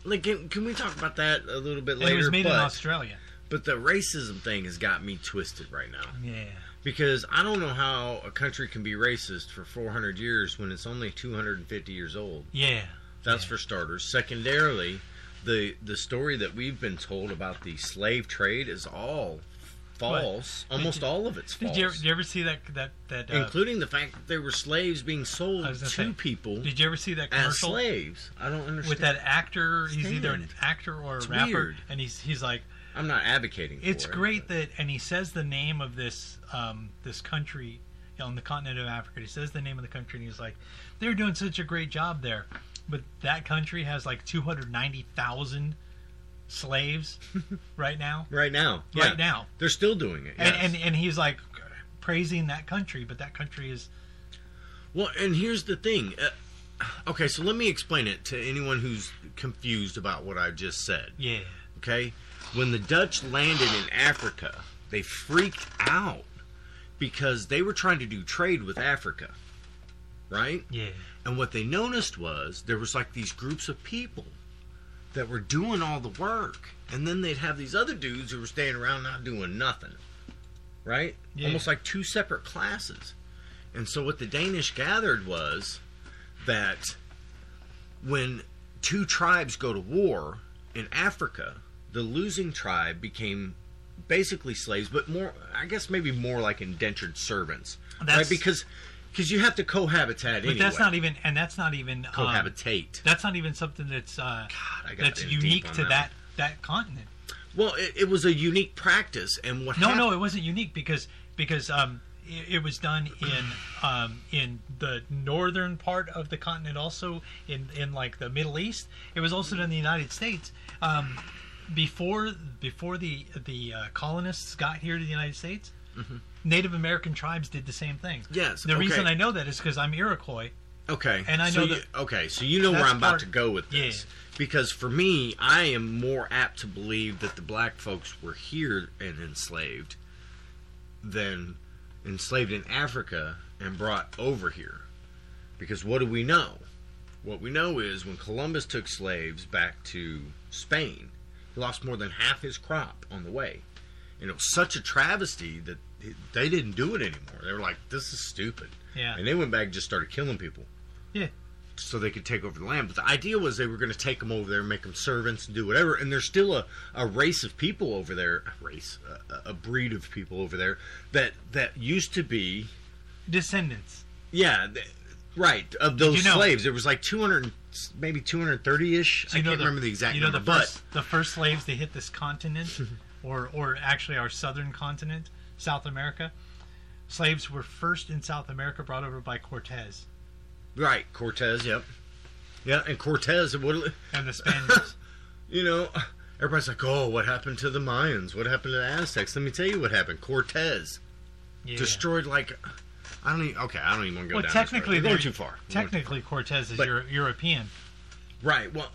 [SPEAKER 1] Like, can, can we talk about that a little bit
[SPEAKER 2] And
[SPEAKER 1] later?
[SPEAKER 2] it was made
[SPEAKER 1] but,
[SPEAKER 2] in Australia.
[SPEAKER 1] but the racism thing has got me twisted right now
[SPEAKER 2] Yeah.
[SPEAKER 1] because I don't know how a country can be racist for 400 years when it's only 250 years old.
[SPEAKER 2] Yeah.
[SPEAKER 1] That's for starters. Secondarily, the the story that we've been told about the slave trade is all false. Almost
[SPEAKER 2] you-
[SPEAKER 1] all of it's false.
[SPEAKER 2] Did you, ever, did you ever see that that that? Uh,
[SPEAKER 1] including the fact that there were slaves being sold
[SPEAKER 2] I
[SPEAKER 1] to
[SPEAKER 2] was gonna say,
[SPEAKER 1] people
[SPEAKER 2] did you ever see that
[SPEAKER 1] as
[SPEAKER 2] commercial
[SPEAKER 1] slaves. I don't understand.
[SPEAKER 2] with that actor? He's either an
[SPEAKER 1] Stand.
[SPEAKER 2] actor or a
[SPEAKER 1] It's
[SPEAKER 2] rapper,
[SPEAKER 1] weird.
[SPEAKER 2] and he's he's like,
[SPEAKER 1] I'm not advocating. For
[SPEAKER 2] it's
[SPEAKER 1] it,
[SPEAKER 2] great
[SPEAKER 1] but-
[SPEAKER 2] that, and he says the name of this um this country on the continent of Africa. He says the name of the country, and he's like, they're doing such a great job there, but that country has like two hundred ninety thousand
[SPEAKER 1] [LAUGHS]
[SPEAKER 2] slaves right now.
[SPEAKER 1] right now, yeah.
[SPEAKER 2] Right now,
[SPEAKER 1] they're still doing it. yes.
[SPEAKER 2] and, and and he's like praising that country, but that country is
[SPEAKER 1] Well, and here's the thing. Uh, okay, so let me explain it to anyone who's confused about what I just said.
[SPEAKER 2] yeah.
[SPEAKER 1] Okay? When the Dutch landed in Africa, they freaked out because they were trying to do trade with Africa. Right?
[SPEAKER 2] Yeah.
[SPEAKER 1] And what they noticed was there was like these groups of people that were doing all the work. And then they'd have these other dudes who were staying around not doing nothing. Right?
[SPEAKER 2] Yeah.
[SPEAKER 1] Almost like two separate classes. And so what the Danish gathered was that when two tribes go to war in Africa, the losing tribe became basically slaves, but more I guess maybe more like indentured servants.
[SPEAKER 2] That's-
[SPEAKER 1] right? Because because you have to cohabitat
[SPEAKER 2] But
[SPEAKER 1] anyway.
[SPEAKER 2] that's not even, and that's not even um,
[SPEAKER 1] cohabitate.
[SPEAKER 2] That's not even something that's uh,
[SPEAKER 1] God, I got
[SPEAKER 2] that's
[SPEAKER 1] in deep
[SPEAKER 2] unique
[SPEAKER 1] on
[SPEAKER 2] to
[SPEAKER 1] one.
[SPEAKER 2] that that continent.
[SPEAKER 1] Well, it, it was a unique practice, and what?
[SPEAKER 2] No,
[SPEAKER 1] happened,
[SPEAKER 2] no, it wasn't unique because because um, it, it was done in um, in the northern part of the continent, also in in like the Middle East. It was also done in the United States. Um, before before the the uh, colonists got here to the United States, Native American tribes did the same thing.
[SPEAKER 1] Mm-hmm. Yes,
[SPEAKER 2] The reason
[SPEAKER 1] okay.
[SPEAKER 2] I know that is because I'm Iroquois.
[SPEAKER 1] Okay.
[SPEAKER 2] And I
[SPEAKER 1] so
[SPEAKER 2] know
[SPEAKER 1] you,
[SPEAKER 2] that-
[SPEAKER 1] Okay, so you know where
[SPEAKER 2] That's
[SPEAKER 1] I'm about
[SPEAKER 2] part-
[SPEAKER 1] to go with this. Because for me, I am more apt to believe that the black folks were here and enslaved than enslaved in Africa and brought over here. Because what do we know? What we know is when Columbus took slaves back to Spain, he lost more than half his crop on the way. And it was such a travesty that they didn't do it anymore. They were like, this is stupid.
[SPEAKER 2] Yeah.
[SPEAKER 1] And they went back and just started killing people.
[SPEAKER 2] Yeah.
[SPEAKER 1] so they could take over the land. But the idea was they were going to take them over there and make them servants and do whatever. And there's still a, a race of people over there, a race, a, a breed of people over there that that used to be,
[SPEAKER 2] Descendants.
[SPEAKER 1] yeah, th- right, of those
[SPEAKER 2] you know-
[SPEAKER 1] slaves. There was like 200, maybe 230 ish. I
[SPEAKER 2] You know
[SPEAKER 1] can't remember the exact
[SPEAKER 2] You know
[SPEAKER 1] number,
[SPEAKER 2] the
[SPEAKER 1] but
[SPEAKER 2] first, the first slaves to hit
[SPEAKER 1] [LAUGHS]
[SPEAKER 2] this continent, or or actually our southern continent, South America. Slaves were first in South America, brought over by Cortez
[SPEAKER 1] right, Cortez. Yep, yeah, and Cortez. What?
[SPEAKER 2] and
[SPEAKER 1] [LAUGHS]
[SPEAKER 2] the Spaniards.
[SPEAKER 1] you know, everybody's like, oh, what happened to the Mayans? What happened to the Aztecs? Let me tell you what happened. Cortez
[SPEAKER 2] Yeah.
[SPEAKER 1] destroyed like, I don't even. Okay, I don't even want to go
[SPEAKER 2] Well,
[SPEAKER 1] down. this road.
[SPEAKER 2] technically,
[SPEAKER 1] We're
[SPEAKER 2] they're-
[SPEAKER 1] going too far. We're going-
[SPEAKER 2] Technically, Cortez is
[SPEAKER 1] But-
[SPEAKER 2] Euro- European.
[SPEAKER 1] right?
[SPEAKER 2] [LAUGHS]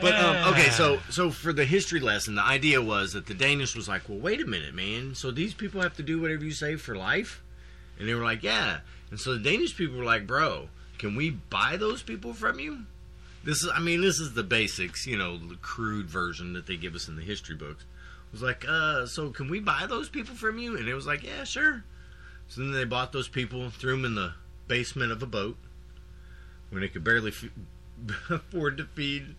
[SPEAKER 1] Well, but um, okay. So, so for the history lesson, the idea was that the Danish was like, well, wait a minute, man. So these people have to do whatever you say for life, and they were like, yeah. And so the Danish people were like, bro, can we buy those people from you? This is, I mean, this is the basics, you know, the crude version that they give us in the history books. It was like, uh, so can we buy those people from you? And it was like, yeah, sure. So then they bought those people, threw them in the basement of a boat when they could barely f- [LAUGHS] afford to feed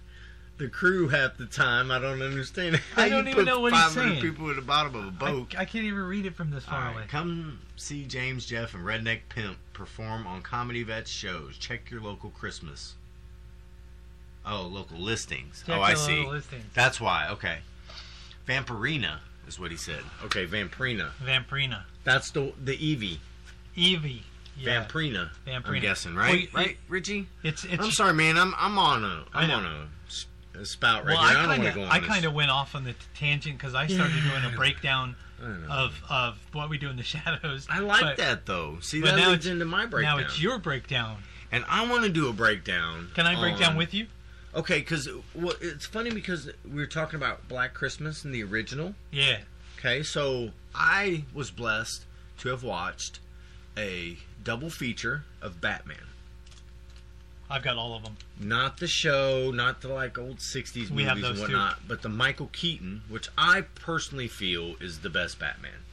[SPEAKER 1] the crew half the time. I don't understand. how
[SPEAKER 2] I
[SPEAKER 1] you
[SPEAKER 2] don't
[SPEAKER 1] put
[SPEAKER 2] even know what he's
[SPEAKER 1] 500
[SPEAKER 2] saying.
[SPEAKER 1] people in the bottom of a
[SPEAKER 2] I,
[SPEAKER 1] boat.
[SPEAKER 2] I can't even read it from this far
[SPEAKER 1] All
[SPEAKER 2] away.
[SPEAKER 1] right, come see James Jeff and Redneck Pimp perform on Comedy Vets shows. Check your local Christmas. Oh, local listings.
[SPEAKER 2] Check
[SPEAKER 1] oh, I
[SPEAKER 2] the
[SPEAKER 1] see.
[SPEAKER 2] listing.
[SPEAKER 1] That's why. Okay. Vampirina is what he said. Okay, Vampirina.
[SPEAKER 2] Vampirina.
[SPEAKER 1] That's the the Evie.
[SPEAKER 2] Evie. Yeah.
[SPEAKER 1] Vampirina.
[SPEAKER 2] Vampirina.
[SPEAKER 1] I'm guessing,
[SPEAKER 2] Well,
[SPEAKER 1] right?
[SPEAKER 2] it-
[SPEAKER 1] right, Richie?
[SPEAKER 2] It's it's.
[SPEAKER 1] I'm sorry, man. I'm I'm on a
[SPEAKER 2] I
[SPEAKER 1] I'm
[SPEAKER 2] know.
[SPEAKER 1] on a, s- a spout right
[SPEAKER 2] Well,
[SPEAKER 1] here. I,
[SPEAKER 2] I
[SPEAKER 1] don't want
[SPEAKER 2] kind
[SPEAKER 1] to go
[SPEAKER 2] of
[SPEAKER 1] on
[SPEAKER 2] I
[SPEAKER 1] this.
[SPEAKER 2] kind of went off on the t- tangent because I started doing a breakdown
[SPEAKER 1] [LAUGHS] I don't know.
[SPEAKER 2] of of what we do in the [LAUGHS] shadows.
[SPEAKER 1] I like
[SPEAKER 2] but
[SPEAKER 1] that though. See,
[SPEAKER 2] but
[SPEAKER 1] that
[SPEAKER 2] now
[SPEAKER 1] leads
[SPEAKER 2] it's-
[SPEAKER 1] into my breakdown.
[SPEAKER 2] Now it's your breakdown.
[SPEAKER 1] and I want to do a breakdown.
[SPEAKER 2] Can I break
[SPEAKER 1] on-
[SPEAKER 2] down with you?
[SPEAKER 1] Okay, because well, it's funny because we were talking about Black Christmas and the original.
[SPEAKER 2] Yeah.
[SPEAKER 1] Okay, so I was blessed to have watched a double feature of Batman.
[SPEAKER 2] I've got all of them.
[SPEAKER 1] Not the show, not the like old '60s
[SPEAKER 2] We
[SPEAKER 1] movies
[SPEAKER 2] have
[SPEAKER 1] and
[SPEAKER 2] those too.
[SPEAKER 1] whatnot, but the Michael Keaton, which I personally feel is the best Batman.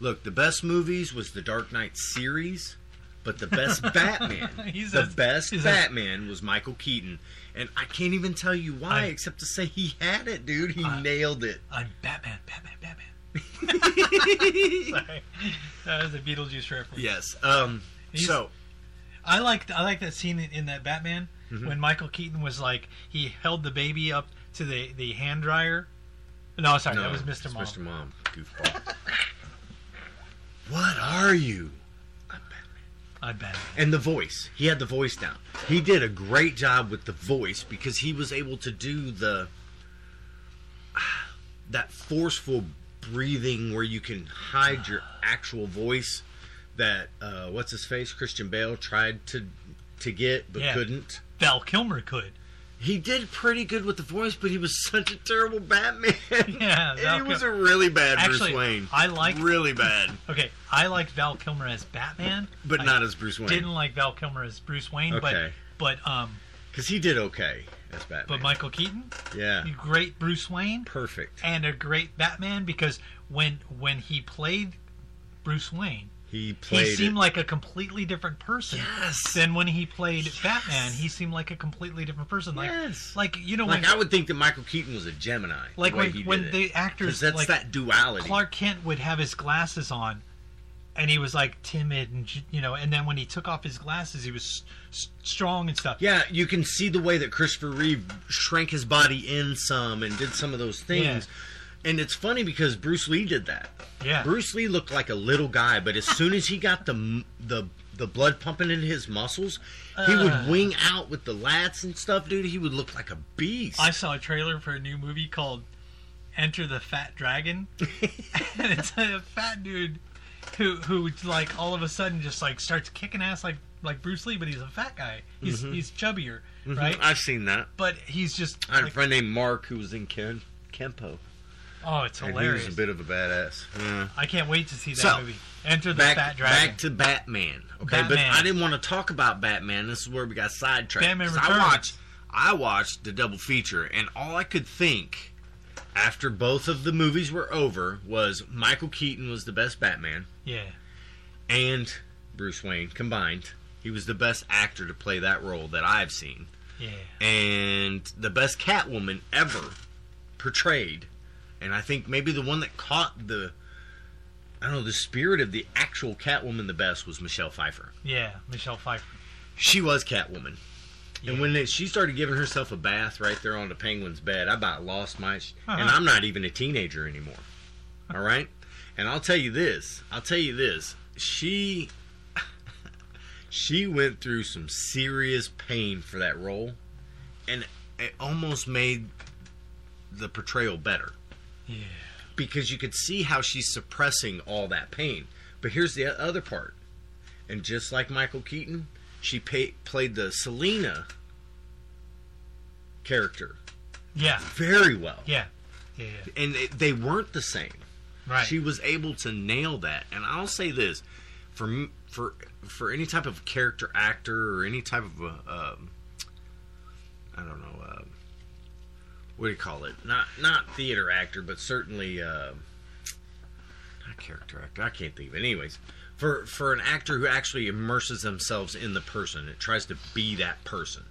[SPEAKER 1] Look, the best movies was the Dark Knight series, but the
[SPEAKER 2] [LAUGHS]
[SPEAKER 1] best Batman,
[SPEAKER 2] He's
[SPEAKER 1] the
[SPEAKER 2] a-
[SPEAKER 1] best
[SPEAKER 2] he's a-
[SPEAKER 1] Batman was Michael Keaton, and I can't even tell you why
[SPEAKER 2] I-
[SPEAKER 1] except to say he had it, dude. He
[SPEAKER 2] I-
[SPEAKER 1] nailed
[SPEAKER 2] [LAUGHS]
[SPEAKER 1] it.
[SPEAKER 2] I'm Batman. Batman. Batman. [LAUGHS] Sorry. That was a Beetlejuice reference.
[SPEAKER 1] yes. Um.
[SPEAKER 2] He's-
[SPEAKER 1] so
[SPEAKER 2] I like I like that scene in, in that Batman
[SPEAKER 1] Mm-hmm.
[SPEAKER 2] when Michael Keaton was like he held the baby up to the the hand dryer. No, sorry, that was Mr.
[SPEAKER 1] it's
[SPEAKER 2] Mom.
[SPEAKER 1] Mr. Mom, goofball. what are you?
[SPEAKER 2] I'm Batman.
[SPEAKER 1] And the voice. He had the voice down. He did a great job with the voice because he was able to do the [SIGHS] ah, that forceful breathing where you can hide your actual voice that uh, what's his face Christian Bale tried to to get but
[SPEAKER 2] Yeah.
[SPEAKER 1] couldn't.
[SPEAKER 2] Val Kilmer could. [LAUGHS]
[SPEAKER 1] He did pretty good with the voice, but he was [LAUGHS] such a terrible Batman.
[SPEAKER 2] [LAUGHS] Yeah,
[SPEAKER 1] and
[SPEAKER 2] Val
[SPEAKER 1] he was
[SPEAKER 2] Kil-
[SPEAKER 1] a really bad
[SPEAKER 2] Actually,
[SPEAKER 1] Bruce Wayne.
[SPEAKER 2] I liked-
[SPEAKER 1] really bad,
[SPEAKER 2] Okay, I liked Val Kilmer as Batman,
[SPEAKER 1] but
[SPEAKER 2] I
[SPEAKER 1] not as Bruce
[SPEAKER 2] didn't
[SPEAKER 1] Wayne
[SPEAKER 2] like Val Kilmer as Bruce Wayne.
[SPEAKER 1] Okay.
[SPEAKER 2] But but um
[SPEAKER 1] because he did okay as Batman.
[SPEAKER 2] but Michael Keaton,
[SPEAKER 1] yeah,
[SPEAKER 2] great Bruce Wayne
[SPEAKER 1] perfect.
[SPEAKER 2] and a great Batman because when when he played Bruce Wayne,
[SPEAKER 1] He
[SPEAKER 2] he
[SPEAKER 1] played.
[SPEAKER 2] seemed
[SPEAKER 1] it.
[SPEAKER 2] like a completely different person.
[SPEAKER 1] yes.
[SPEAKER 2] Then when he played Batman, he seemed like a completely different person. Like,
[SPEAKER 1] Yes.
[SPEAKER 2] like you know,
[SPEAKER 1] like
[SPEAKER 2] when,
[SPEAKER 1] I would think that Michael Keaton was a Gemini. the
[SPEAKER 2] like
[SPEAKER 1] way
[SPEAKER 2] when,
[SPEAKER 1] he
[SPEAKER 2] when
[SPEAKER 1] did it.
[SPEAKER 2] the
[SPEAKER 1] 'Cause
[SPEAKER 2] actors
[SPEAKER 1] that's
[SPEAKER 2] like
[SPEAKER 1] that duality.
[SPEAKER 2] Clark Kent would have his glasses on, and he was like timid and you know, and then when he took off his glasses, he was s- strong and stuff.
[SPEAKER 1] Yeah, you can see the way that Christopher Reeve shrank his body in some and did some of those things. And it's funny because Bruce Lee did that.
[SPEAKER 2] yeah.
[SPEAKER 1] Bruce Lee looked like a little guy, but as soon as he got the m- the the blood pumping into his muscles, he
[SPEAKER 2] Uh.
[SPEAKER 1] would wing out with the lats and stuff, dude. He would look like a beast.
[SPEAKER 2] I saw a trailer for a new movie called Enter the Fat Dragon,
[SPEAKER 1] [LAUGHS]
[SPEAKER 2] and it's a fat dude who who like all of a sudden just like starts kicking ass like like Bruce Lee, but he's a fat guy. He's
[SPEAKER 1] Mm-hmm.
[SPEAKER 2] he's chubbier, right?
[SPEAKER 1] I've seen that.
[SPEAKER 2] But he's just
[SPEAKER 1] Mm-hmm. I had a
[SPEAKER 2] like-
[SPEAKER 1] friend named Mark who was in Ken Kempo.
[SPEAKER 2] oh, it's
[SPEAKER 1] And he was
[SPEAKER 2] hilarious.
[SPEAKER 1] a bit of a badass. Yeah.
[SPEAKER 2] I can't wait to see that
[SPEAKER 1] So,
[SPEAKER 2] movie. Enter the
[SPEAKER 1] back,
[SPEAKER 2] Fat Dragon.
[SPEAKER 1] back to Batman. Okay,
[SPEAKER 2] Batman.
[SPEAKER 1] but I didn't want to talk about Batman. This is where we got sidetracked.
[SPEAKER 2] Batman
[SPEAKER 1] 'Cause
[SPEAKER 2] Returns.
[SPEAKER 1] I watched, I watched the double feature, and all I could think after both of the movies were over was Michael Keaton was the best Batman,
[SPEAKER 2] yeah,
[SPEAKER 1] and Bruce Wayne combined. He was the best actor to play that role that I've seen,
[SPEAKER 2] Yeah.
[SPEAKER 1] and the best Catwoman ever portrayed. And I think maybe the one that caught the, I don't know, the spirit of the actual Catwoman the best was Michelle Pfeiffer.
[SPEAKER 2] Yeah. Michelle Pfeiffer.
[SPEAKER 1] She was Catwoman.
[SPEAKER 2] Yeah.
[SPEAKER 1] And when they, she started giving herself a bath right there on the penguin's bed, I about lost my. sh And
[SPEAKER 2] Uh-huh.
[SPEAKER 1] I'm not even a teenager anymore. All right? And I'll tell you this. I'll tell you this. She. [LAUGHS] she went through some serious pain for that role. And it almost made the portrayal better
[SPEAKER 2] Yeah.
[SPEAKER 1] because you could see how she's suppressing all that pain. But here's the other part. And just like Michael Keaton, she pay, played the Selena character
[SPEAKER 2] Yeah.
[SPEAKER 1] very well.
[SPEAKER 2] Yeah. Yeah. yeah.
[SPEAKER 1] And it, they weren't the same.
[SPEAKER 2] Right.
[SPEAKER 1] She was able to nail that. And I'll say this for m- for for any type of character actor or any type of uh, um, I don't know uh, what do you call it? Not not theater actor, but certainly uh, not character actor. I can't think of it. Anyways, for for an actor who actually immerses themselves in the person, it tries to be that person,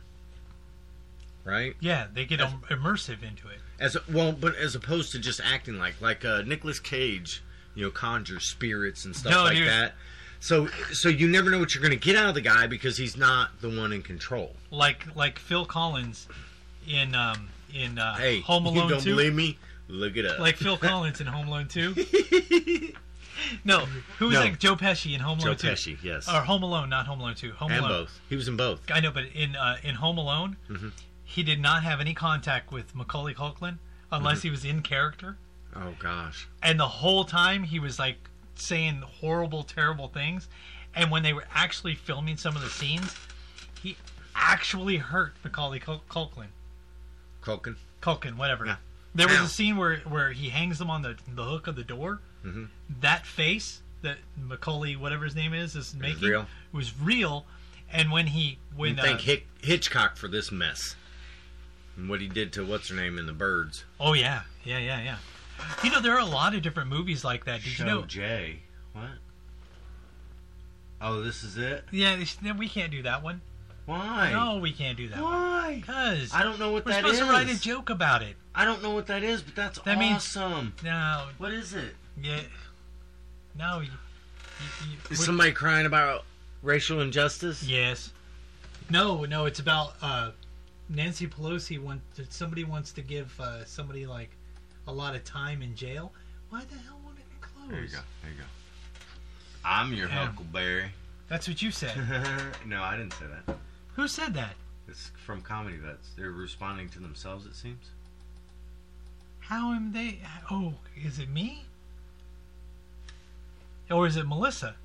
[SPEAKER 1] right?
[SPEAKER 2] yeah. They get im- immersive into it.
[SPEAKER 1] As well, but as opposed to just acting like like uh, Nicolas Cage, you know, conjures spirits and stuff
[SPEAKER 2] No,
[SPEAKER 1] like
[SPEAKER 2] dude.
[SPEAKER 1] that. So so you never know what you're going to get out of the guy because he's not the one in control.
[SPEAKER 2] Like like Phil Collins in um in uh,
[SPEAKER 1] Hey,
[SPEAKER 2] Home
[SPEAKER 1] you
[SPEAKER 2] Alone
[SPEAKER 1] don't
[SPEAKER 2] Two.
[SPEAKER 1] believe me? Look it up.
[SPEAKER 2] [LAUGHS] Like Phil Collins in Home
[SPEAKER 1] [LAUGHS]
[SPEAKER 2] Alone Two. no. Who was
[SPEAKER 1] No.
[SPEAKER 2] like Joe Pesci in Home
[SPEAKER 1] Joe
[SPEAKER 2] Alone Two?
[SPEAKER 1] Pesci, yes,
[SPEAKER 2] Or Home Alone, not Home Alone Two. Home
[SPEAKER 1] and
[SPEAKER 2] Alone.
[SPEAKER 1] both. Mm-hmm. He was in both.
[SPEAKER 2] I know, but in uh, in Home Alone, he did not have any contact with Macaulay Culkin
[SPEAKER 1] Mm-hmm.
[SPEAKER 2] unless he was in character,
[SPEAKER 1] Oh gosh,
[SPEAKER 2] and the whole time he was like saying horrible, terrible things. And when they were actually filming some of the scenes, he actually hurt Macaulay Cul- Culkin.
[SPEAKER 1] Culkin.
[SPEAKER 2] Culkin, whatever.
[SPEAKER 1] Yeah.
[SPEAKER 2] There was
[SPEAKER 1] Ow.
[SPEAKER 2] a scene where where he hangs them on the the hook of the door.
[SPEAKER 1] Mm-hmm.
[SPEAKER 2] That face that Macaulay, whatever his name is, is making
[SPEAKER 1] real.
[SPEAKER 2] was real. And when he when
[SPEAKER 1] You
[SPEAKER 2] uh,
[SPEAKER 1] thank Hick, Hitchcock for this mess and what he did to what's her name in the Birds.
[SPEAKER 2] Oh yeah, yeah, yeah, yeah. You know there are a lot of different movies like that. Did
[SPEAKER 3] Show
[SPEAKER 2] you know?
[SPEAKER 3] Jay. What? Oh, this is it?
[SPEAKER 2] Yeah, this- no, we can't do that one.
[SPEAKER 3] Why?
[SPEAKER 2] No, we can't do that one.
[SPEAKER 3] Why?
[SPEAKER 2] Because
[SPEAKER 3] I don't know what
[SPEAKER 2] we're
[SPEAKER 3] that
[SPEAKER 2] supposed to write a
[SPEAKER 3] is.
[SPEAKER 2] joke about it.
[SPEAKER 3] I don't know what that is, but that's
[SPEAKER 2] That means-
[SPEAKER 3] awesome.
[SPEAKER 2] No,
[SPEAKER 3] What is it?
[SPEAKER 2] yeah, no. You, you, you-
[SPEAKER 1] Is
[SPEAKER 2] we're-
[SPEAKER 1] somebody crying about racial injustice?
[SPEAKER 2] yes. No, no. It's about uh, Nancy Pelosi. Want somebody wants to give uh, somebody like a lot of time in jail? Why the hell won't it close?
[SPEAKER 3] There you go. There you go. I'm your
[SPEAKER 2] Yeah.
[SPEAKER 3] Huckleberry. [LAUGHS]
[SPEAKER 2] That's what
[SPEAKER 1] [LAUGHS]
[SPEAKER 2] you said.
[SPEAKER 3] no, I didn't say that.
[SPEAKER 2] Who said that?
[SPEAKER 3] It's from Comedy Vets. They're responding to themselves, it seems.
[SPEAKER 2] How am they? Oh, is it me? Or is it Melissa?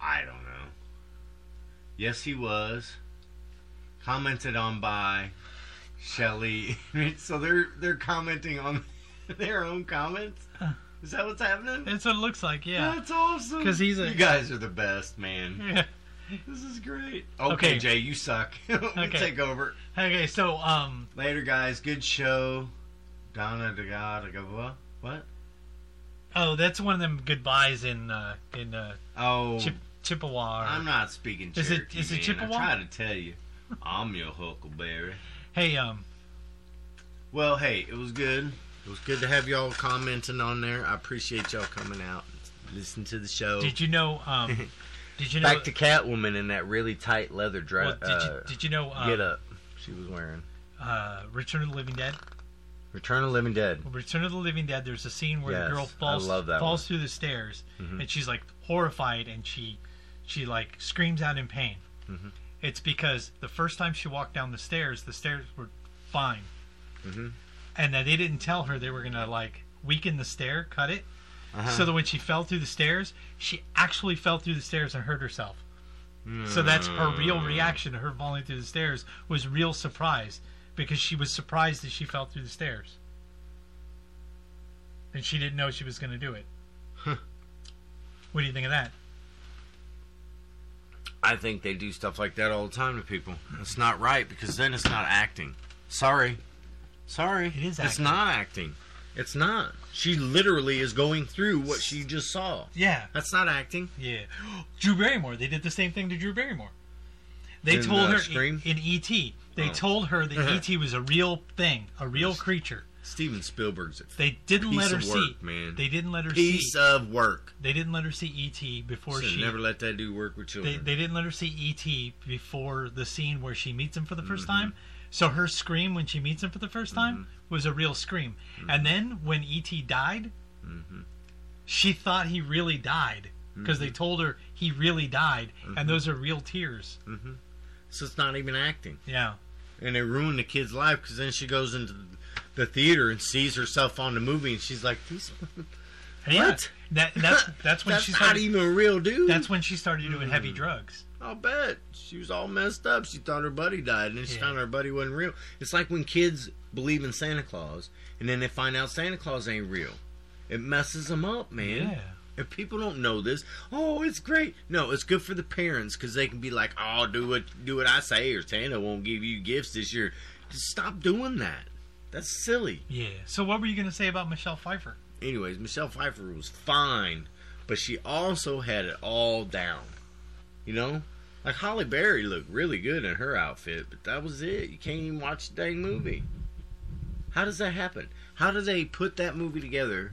[SPEAKER 3] I don't know. Yes, he was. Commented on by Shelly. [LAUGHS] so they're they're commenting on [LAUGHS] their own comments.
[SPEAKER 2] Huh.
[SPEAKER 3] Is that what's happening?
[SPEAKER 2] That's what it looks like. Yeah.
[SPEAKER 3] That's awesome.
[SPEAKER 2] 'Cause he's a-
[SPEAKER 3] You guys are the best, man.
[SPEAKER 2] Yeah.
[SPEAKER 3] This is great.
[SPEAKER 2] Okay.
[SPEAKER 3] Okay, Jay,
[SPEAKER 1] [LAUGHS]
[SPEAKER 3] you suck. we
[SPEAKER 2] Okay.
[SPEAKER 3] take over.
[SPEAKER 2] [LAUGHS] Okay. So, um,
[SPEAKER 3] Later, guys. Good show. Donna Daga Dagava. What?
[SPEAKER 2] oh, that's one of them goodbyes in uh, in uh,
[SPEAKER 3] Oh,
[SPEAKER 2] Chip, Chippewa. Or,
[SPEAKER 3] I'm not speaking
[SPEAKER 2] Is it-
[SPEAKER 3] Cherokee.
[SPEAKER 2] is it
[SPEAKER 3] man.
[SPEAKER 2] Chippewa?
[SPEAKER 3] I try to tell you. I'm your Huckleberry.
[SPEAKER 2] Hey, um,
[SPEAKER 3] Well, hey, it was good.
[SPEAKER 1] It was good to have y'all commenting on there. I appreciate y'all coming out, listen to the show.
[SPEAKER 2] did you know? Um, did you know?
[SPEAKER 1] Back to Catwoman in that really tight leather dress.
[SPEAKER 2] well, did you did you know?
[SPEAKER 1] uh, get
[SPEAKER 2] Um,
[SPEAKER 1] up. She was wearing
[SPEAKER 2] uh, Return of the Living Dead.
[SPEAKER 1] Return of the Living Dead.
[SPEAKER 2] Return of the Living Dead. There's a scene where
[SPEAKER 1] Yes,
[SPEAKER 2] the girl
[SPEAKER 1] I
[SPEAKER 2] falls
[SPEAKER 1] love that
[SPEAKER 2] falls
[SPEAKER 1] one. Mm-hmm.
[SPEAKER 2] through the stairs, and she's like horrified, and she she like screams out in pain.
[SPEAKER 1] Mm-hmm.
[SPEAKER 2] It's because the first time she walked down the stairs, the stairs were fine, and that they didn't tell her they were gonna like weaken the stair, cut it, so that when she fell through the stairs, she actually fell through the stairs and hurt herself. So that's her real reaction to her falling through the stairs was real surprise because she was surprised that she fell through the stairs. And she didn't know she was going to do it. What do you think of that?
[SPEAKER 1] I think they do stuff like that all the time to people. It's not right because then it's not acting. Sorry, sorry,
[SPEAKER 2] It is
[SPEAKER 1] It's
[SPEAKER 2] acting.
[SPEAKER 1] not acting. It's not. She literally is going through what she just saw.
[SPEAKER 2] Yeah,
[SPEAKER 1] That's not acting.
[SPEAKER 2] yeah. [GASPS] Drew Barrymore. They did the same thing to Drew Barrymore. They
[SPEAKER 1] In,
[SPEAKER 2] told
[SPEAKER 1] uh,
[SPEAKER 2] her
[SPEAKER 1] Scream?
[SPEAKER 2] in E.T. They
[SPEAKER 1] Oh.
[SPEAKER 2] told her that E.T. was a real thing, a real creature.
[SPEAKER 1] Steven Spielberg's a
[SPEAKER 2] They didn't
[SPEAKER 1] piece
[SPEAKER 2] let her
[SPEAKER 1] of
[SPEAKER 2] see.
[SPEAKER 1] work, man.
[SPEAKER 2] They didn't let her
[SPEAKER 1] piece
[SPEAKER 2] see.
[SPEAKER 1] of work.
[SPEAKER 2] they didn't let her see E.T. before
[SPEAKER 1] Should
[SPEAKER 2] she.
[SPEAKER 1] never let that do work with children.
[SPEAKER 2] they, they didn't let her see E.T. before the scene where she meets him for the 1st
[SPEAKER 1] Mm-hmm.
[SPEAKER 2] time. So her scream when she meets him for the first time was a real scream.
[SPEAKER 1] Mm-hmm.
[SPEAKER 2] And then when E.T. died, she thought he really died because
[SPEAKER 1] Mm-hmm.
[SPEAKER 2] they told her he really died, and those are real tears.
[SPEAKER 1] Mm-hmm. so it's not even acting.
[SPEAKER 2] Yeah.
[SPEAKER 1] and it ruined the kid's life because then she goes into the theater and sees herself on the movie and she's like, "These
[SPEAKER 2] Yeah.
[SPEAKER 1] What?
[SPEAKER 2] That,
[SPEAKER 1] [LAUGHS]
[SPEAKER 2] that's that's when
[SPEAKER 1] that's
[SPEAKER 2] she
[SPEAKER 1] not
[SPEAKER 2] started.
[SPEAKER 1] even real, dude."
[SPEAKER 2] That's when she started doing
[SPEAKER 1] Mm.
[SPEAKER 2] heavy drugs.
[SPEAKER 1] I'll bet she was all messed up. She thought her buddy died, and then she
[SPEAKER 2] Yeah.
[SPEAKER 1] found her buddy wasn't real. It's like when kids believe in Santa Claus and then they find out Santa Claus ain't real. It messes them up, man.
[SPEAKER 2] Yeah.
[SPEAKER 1] If people don't know this, oh, it's great. No, it's good for the parents because they can be like, "Oh, do what do what I say," or Santa won't give you gifts this year. Just stop doing that. That's silly.
[SPEAKER 2] Yeah. So what were you going to say about Michelle Pfeiffer?
[SPEAKER 1] anyways, Michelle Pfeiffer was fine, but she also had it all down. You know? Like Holly Berry looked really good in her outfit, but that was it. You can't even watch the dang movie. How does that happen? How do they put that movie together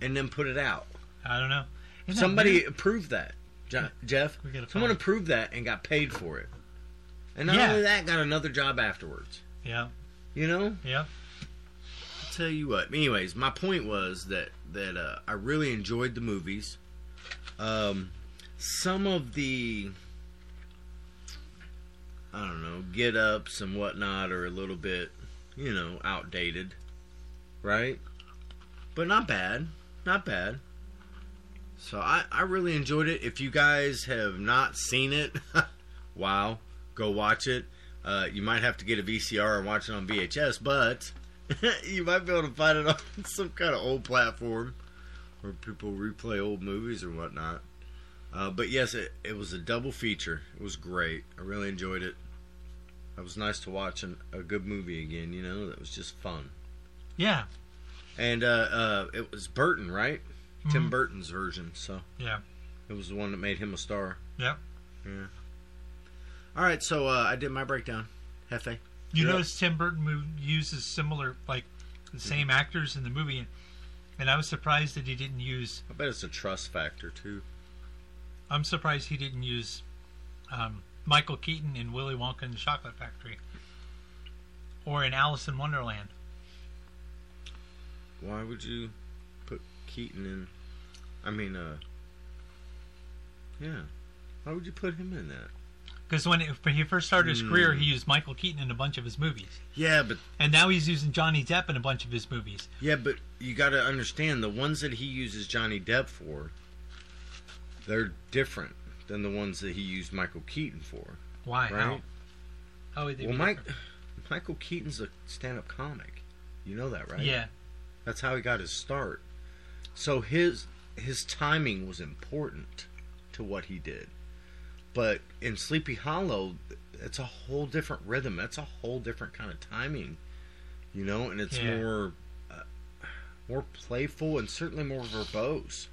[SPEAKER 1] and then put it out?
[SPEAKER 2] I don't know. Isn't that
[SPEAKER 1] Somebody
[SPEAKER 2] weird?
[SPEAKER 1] approved that. Je- Jeff,
[SPEAKER 2] We gotta
[SPEAKER 1] someone
[SPEAKER 2] find-
[SPEAKER 1] approved that and got paid for it. And not
[SPEAKER 2] Yeah.
[SPEAKER 1] only that, got another job afterwards.
[SPEAKER 2] Yeah.
[SPEAKER 1] You know?
[SPEAKER 2] Yeah.
[SPEAKER 1] tell you what. Anyways, my point was that that uh, I really enjoyed the movies. Um, some of the I don't know get ups and whatnot are a little bit you know outdated, right? But not bad, not bad. So I I really enjoyed it. If you guys have not seen it, [LAUGHS] wow, go watch it. Uh, you might have to get a VCR and watch it on VHS, but [LAUGHS] you might be able to find it on [LAUGHS] some kind of old platform where people replay old movies or whatnot. Uh, but yes, it, it was a double feature. It was great. I really enjoyed it. It was nice to watch an, a good movie again, you know? That was just fun.
[SPEAKER 2] Yeah.
[SPEAKER 1] And uh, uh, it was Burton, right? Tim
[SPEAKER 2] Mhm.
[SPEAKER 1] Burton's version, so.
[SPEAKER 2] Yeah.
[SPEAKER 1] It was the one that made him a star.
[SPEAKER 2] Yep.
[SPEAKER 1] All right, so uh, I did my breakdown. Hefe.
[SPEAKER 2] You
[SPEAKER 1] Yeah. Mm-hmm.
[SPEAKER 2] notice Tim Burton move, uses similar, like the same actors in the movie, and, and I was surprised that he didn't use.
[SPEAKER 1] I bet it's a trust factor, too.
[SPEAKER 2] I'm surprised he didn't use um, Michael Keaton in Willy Wonka and the Chocolate Factory, or in Alice in Wonderland.
[SPEAKER 1] Why would you put Keaton in? I mean, uh, yeah. Why would you put him in that?
[SPEAKER 2] Because when, it- when he first started his career,
[SPEAKER 1] Mm.
[SPEAKER 2] he used Michael Keaton in a bunch of his movies,
[SPEAKER 1] Yeah, but
[SPEAKER 2] and now he's using Johnny Depp in a bunch of his movies.
[SPEAKER 1] yeah, but you got to understand the ones that he uses Johnny Depp for, they're different than the ones that he used Michael Keaton for,
[SPEAKER 2] Why? How?
[SPEAKER 1] right?
[SPEAKER 2] How would they
[SPEAKER 1] Well,
[SPEAKER 2] be
[SPEAKER 1] Mike,
[SPEAKER 2] different?
[SPEAKER 1] Michael Keaton's a stand-up comic. You know that, right?
[SPEAKER 2] Yeah.
[SPEAKER 1] That's how he got his start. So his his timing was important to what he did. But in Sleepy Hollow, it's a whole different rhythm. That's a whole different kind of timing, you know, and it's
[SPEAKER 2] Yeah.
[SPEAKER 1] more uh, more playful and certainly more verbose.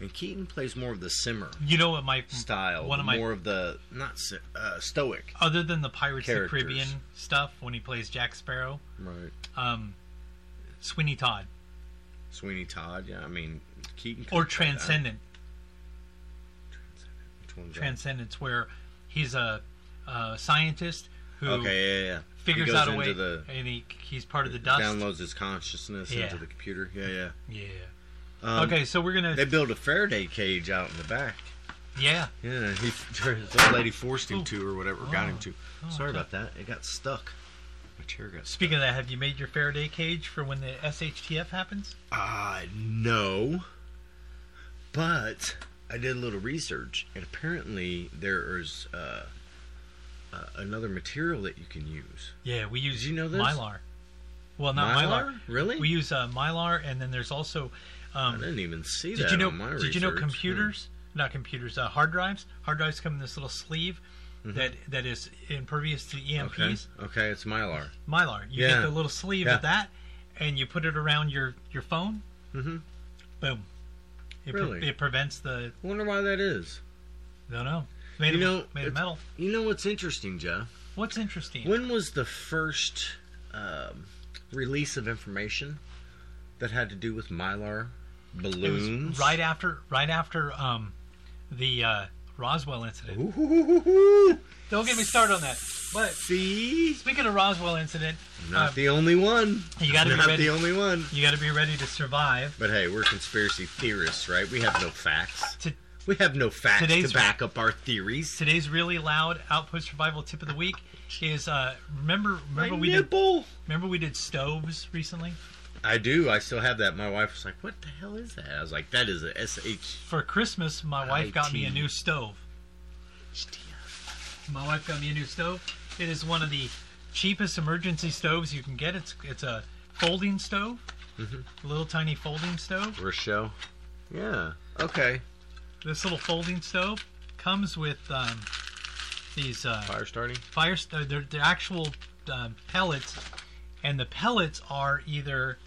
[SPEAKER 1] And Keaton plays more of the simmer
[SPEAKER 2] You know what my
[SPEAKER 1] style,
[SPEAKER 2] One of my
[SPEAKER 1] more of the not si- uh, stoic,
[SPEAKER 2] other than the Pirates of the
[SPEAKER 1] Characters.
[SPEAKER 2] Caribbean stuff when he plays Jack Sparrow.
[SPEAKER 1] right?
[SPEAKER 2] um, Sweeney Todd
[SPEAKER 1] Sweeney Todd, yeah. I mean, Keaton
[SPEAKER 2] or
[SPEAKER 1] could play that.
[SPEAKER 2] Transcendent.
[SPEAKER 1] Which one's that?
[SPEAKER 2] Transcendence, where he's a, a scientist who
[SPEAKER 1] Okay, yeah, yeah. He
[SPEAKER 2] figures
[SPEAKER 1] goes
[SPEAKER 2] out a
[SPEAKER 1] into
[SPEAKER 2] way,
[SPEAKER 1] the-
[SPEAKER 2] and he he's part of the dust.
[SPEAKER 1] downloads his consciousness
[SPEAKER 2] Yeah.
[SPEAKER 1] into the computer. Yeah, yeah.
[SPEAKER 2] Yeah.
[SPEAKER 1] Um,
[SPEAKER 2] okay, so we're gonna.
[SPEAKER 1] They build a Faraday cage out in the back.
[SPEAKER 2] yeah.
[SPEAKER 1] Yeah, he, [LAUGHS] the lady forced him
[SPEAKER 2] Oh.
[SPEAKER 1] to, or whatever, got him
[SPEAKER 2] Oh.
[SPEAKER 1] to.
[SPEAKER 2] Oh,
[SPEAKER 1] Sorry
[SPEAKER 2] okay.
[SPEAKER 1] about that. It got stuck. My chair got. Stuck.
[SPEAKER 2] Speaking of that, have you made your Faraday cage for when the SHTF happens?
[SPEAKER 1] Uh, no. But I did a little research, and apparently there is uh, uh, another material that you can use.
[SPEAKER 2] Yeah, we use
[SPEAKER 1] Did you know this?
[SPEAKER 2] mylar. Well, not mylar.
[SPEAKER 1] Really?
[SPEAKER 2] We use uh, mylar, and then there's also.
[SPEAKER 1] I
[SPEAKER 2] Um,
[SPEAKER 1] didn't even see that.
[SPEAKER 2] Did you know?
[SPEAKER 1] on my
[SPEAKER 2] Did you know
[SPEAKER 1] research. Hmm.
[SPEAKER 2] computers? Not computers. Uh, hard drives. Hard drives come in this little sleeve that that is impervious to EMPs.
[SPEAKER 1] Mm-hmm. Okay. okay, it's mylar.
[SPEAKER 2] Mylar. You
[SPEAKER 1] Yeah.
[SPEAKER 2] get the little sleeve
[SPEAKER 1] Yeah.
[SPEAKER 2] of that, and you put it around your your phone,
[SPEAKER 1] Mm-hmm.
[SPEAKER 2] boom. It, pre-
[SPEAKER 1] Really?
[SPEAKER 2] it prevents the
[SPEAKER 1] Wonder why that is.
[SPEAKER 2] no no
[SPEAKER 1] You
[SPEAKER 2] made of,
[SPEAKER 1] know,
[SPEAKER 2] made of
[SPEAKER 1] it's-
[SPEAKER 2] metal.
[SPEAKER 1] You know what's interesting, Jeff?
[SPEAKER 2] What's interesting?
[SPEAKER 1] When was the first um, release of information that had to do with mylar
[SPEAKER 2] it was
[SPEAKER 1] balloons?
[SPEAKER 2] right after right after um the uh, Roswell incident.
[SPEAKER 1] Ooh,
[SPEAKER 2] Don't get me started on that. But
[SPEAKER 1] [LAUGHS] see,
[SPEAKER 2] speaking of Roswell incident,
[SPEAKER 1] I'm not
[SPEAKER 2] uh,
[SPEAKER 1] the only one.
[SPEAKER 2] you got to be
[SPEAKER 1] I'm not
[SPEAKER 2] ready.
[SPEAKER 1] the only one.
[SPEAKER 2] you got to be ready to survive.
[SPEAKER 1] But hey, we're conspiracy theorists, right? We have no facts.
[SPEAKER 2] To,
[SPEAKER 1] We have no facts
[SPEAKER 2] Today's-
[SPEAKER 1] to back up our theories.
[SPEAKER 2] today's really loud outpost survival tip of the week is uh, remember remember
[SPEAKER 1] My
[SPEAKER 2] we did
[SPEAKER 1] nipple.
[SPEAKER 2] remember we did stoves recently
[SPEAKER 1] I do. I still have that. My wife was like, "What the hell is that?" I was like, "That is a SH."
[SPEAKER 2] for Christmas. My wife got me a new stove. My wife got me a new stove. It is one of the cheapest emergency stoves you can get. It's it's a folding stove, a little tiny folding stove.
[SPEAKER 1] We're a show. Yeah. Okay.
[SPEAKER 2] This little folding stove comes with um, these uh,
[SPEAKER 1] Fire starting.
[SPEAKER 2] fire st- they're, they're actual um, pellets and the pellets are either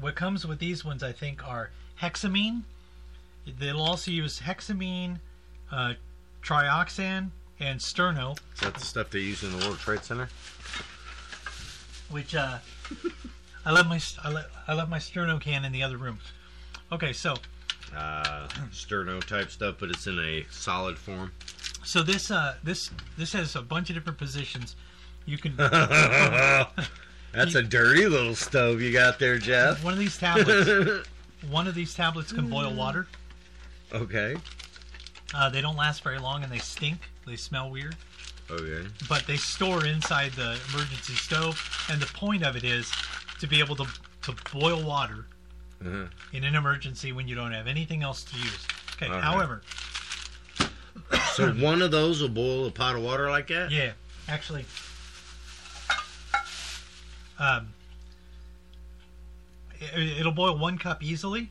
[SPEAKER 2] what comes with these ones i think are hexamine they'll also use hexamine uh, trioxan and sterno
[SPEAKER 1] Is that the stuff they use in the World Trade Center?
[SPEAKER 2] which uh, i left my st- I, le- I left my sterno can in the other room okay so
[SPEAKER 1] Uh, sterno type stuff, but it's in a solid form.
[SPEAKER 2] so this uh, this this has a bunch of different positions you can
[SPEAKER 1] That's a dirty little stove you got there, Jeff.
[SPEAKER 2] one of these tablets one of these tablets can boil water
[SPEAKER 1] Okay.
[SPEAKER 2] Uh, they don't last very long and they stink. They smell weird,
[SPEAKER 1] Okay.
[SPEAKER 2] but they store inside the emergency stove. And the point of it is to be able to to boil water
[SPEAKER 1] Uh-huh.
[SPEAKER 2] in an emergency when you don't have anything else to use. Okay.
[SPEAKER 1] All right.
[SPEAKER 2] However,
[SPEAKER 1] So one of those will boil a pot of water like that.
[SPEAKER 2] yeah, actually, um, it, it'll boil one cup easily.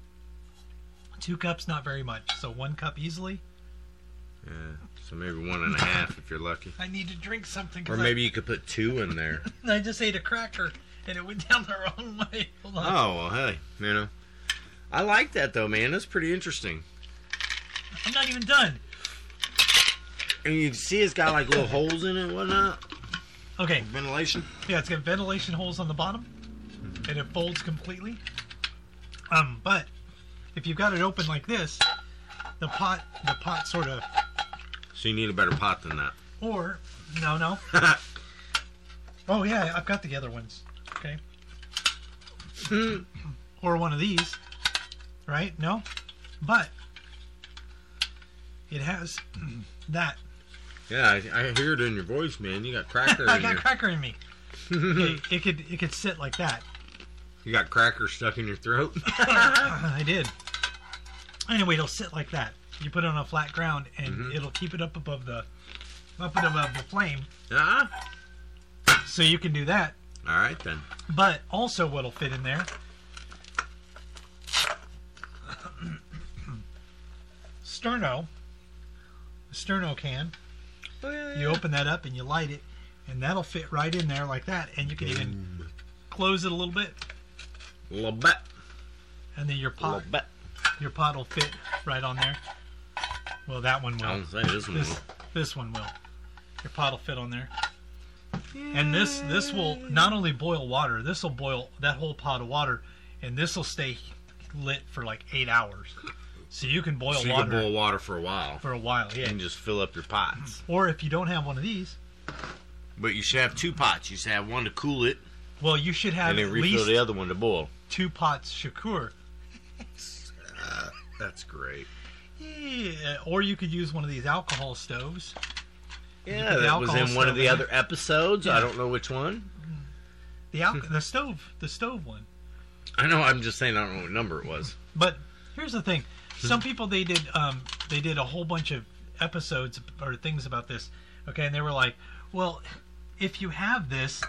[SPEAKER 2] Two cups, not very much. So one cup easily.
[SPEAKER 1] Yeah. So maybe one and a half if you're lucky.
[SPEAKER 2] I need to drink something. 'cause
[SPEAKER 1] Or
[SPEAKER 2] I-
[SPEAKER 1] maybe you could put two in
[SPEAKER 2] [LAUGHS]
[SPEAKER 1] there.
[SPEAKER 2] I just ate a cracker and it went [LAUGHS] down the wrong way. Hold on.
[SPEAKER 1] Oh well, hey, you know, I like that though, man. That's pretty interesting.
[SPEAKER 2] I'm not even done.
[SPEAKER 1] And you see it's got like little holes in it and whatnot.
[SPEAKER 2] Okay,
[SPEAKER 1] Ventilation.
[SPEAKER 2] yeah, it's got ventilation holes on the bottom, and it folds completely. Um, but if you've got it open like this, the pot, the pot sort of,
[SPEAKER 1] So you need a better pot than that. [LAUGHS]
[SPEAKER 2] or no, no. oh yeah, I've got the other ones. Okay. or one of these, right? No, but it has [CLEARS THROAT] that
[SPEAKER 1] Yeah, I, I hear it in your voice, man. You got cracker
[SPEAKER 2] [LAUGHS] I
[SPEAKER 1] in
[SPEAKER 2] got
[SPEAKER 1] your,
[SPEAKER 2] cracker in me.
[SPEAKER 1] [LAUGHS]
[SPEAKER 2] it, it could it could sit like that.
[SPEAKER 1] you got cracker stuck in your
[SPEAKER 2] [LAUGHS]
[SPEAKER 1] throat. Ah.
[SPEAKER 2] I did. Anyway, it'll sit like that. You put it on a flat ground, and
[SPEAKER 1] Mm-hmm.
[SPEAKER 2] it'll keep it up above the up and above the flame,
[SPEAKER 1] uh-huh.
[SPEAKER 2] so you can do that.
[SPEAKER 1] All right then.
[SPEAKER 2] But also, what'll fit in there? [COUGHS] Sterno, a Sterno can. You open that up and you light it, and that'll fit right in there like that. And you can
[SPEAKER 1] Mm.
[SPEAKER 2] even close it a little bit,
[SPEAKER 1] Little bit.
[SPEAKER 2] and then your pot
[SPEAKER 1] Little bit.
[SPEAKER 2] Your pot will fit right on there. Well, that one
[SPEAKER 1] I
[SPEAKER 2] will.
[SPEAKER 1] don't say this one.
[SPEAKER 2] This this one will. Your pot will fit on there. And this this will not only boil water. This will boil that whole pot of water, and this will stay lit for like eight hours. So you can boil
[SPEAKER 1] So you
[SPEAKER 2] water
[SPEAKER 1] can boil water for a while
[SPEAKER 2] for a while. Yeah.
[SPEAKER 1] and just fill up your pots.
[SPEAKER 2] Or if you don't have one of these,
[SPEAKER 1] But you should have two pots. You should have one to cool it
[SPEAKER 2] well, you should have
[SPEAKER 1] and
[SPEAKER 2] at
[SPEAKER 1] then refill
[SPEAKER 2] least
[SPEAKER 1] the other one to boil.
[SPEAKER 2] two pots shakur.
[SPEAKER 1] That's great.
[SPEAKER 2] Yeah, Or you could use one of these alcohol stoves.
[SPEAKER 1] Yeah,
[SPEAKER 2] put the
[SPEAKER 1] that was
[SPEAKER 2] alcohol
[SPEAKER 1] in one
[SPEAKER 2] stove
[SPEAKER 1] of the
[SPEAKER 2] in
[SPEAKER 1] other episodes.
[SPEAKER 2] Yeah.
[SPEAKER 1] I don't know which one.
[SPEAKER 2] The al-
[SPEAKER 1] [LAUGHS]
[SPEAKER 2] the stove the stove one.
[SPEAKER 1] I know. I'm just saying. I don't know what number it was.
[SPEAKER 2] But here's the thing: some people they did um, they did a whole bunch of episodes or things about this. Okay, and they were like, "Well, if you have this,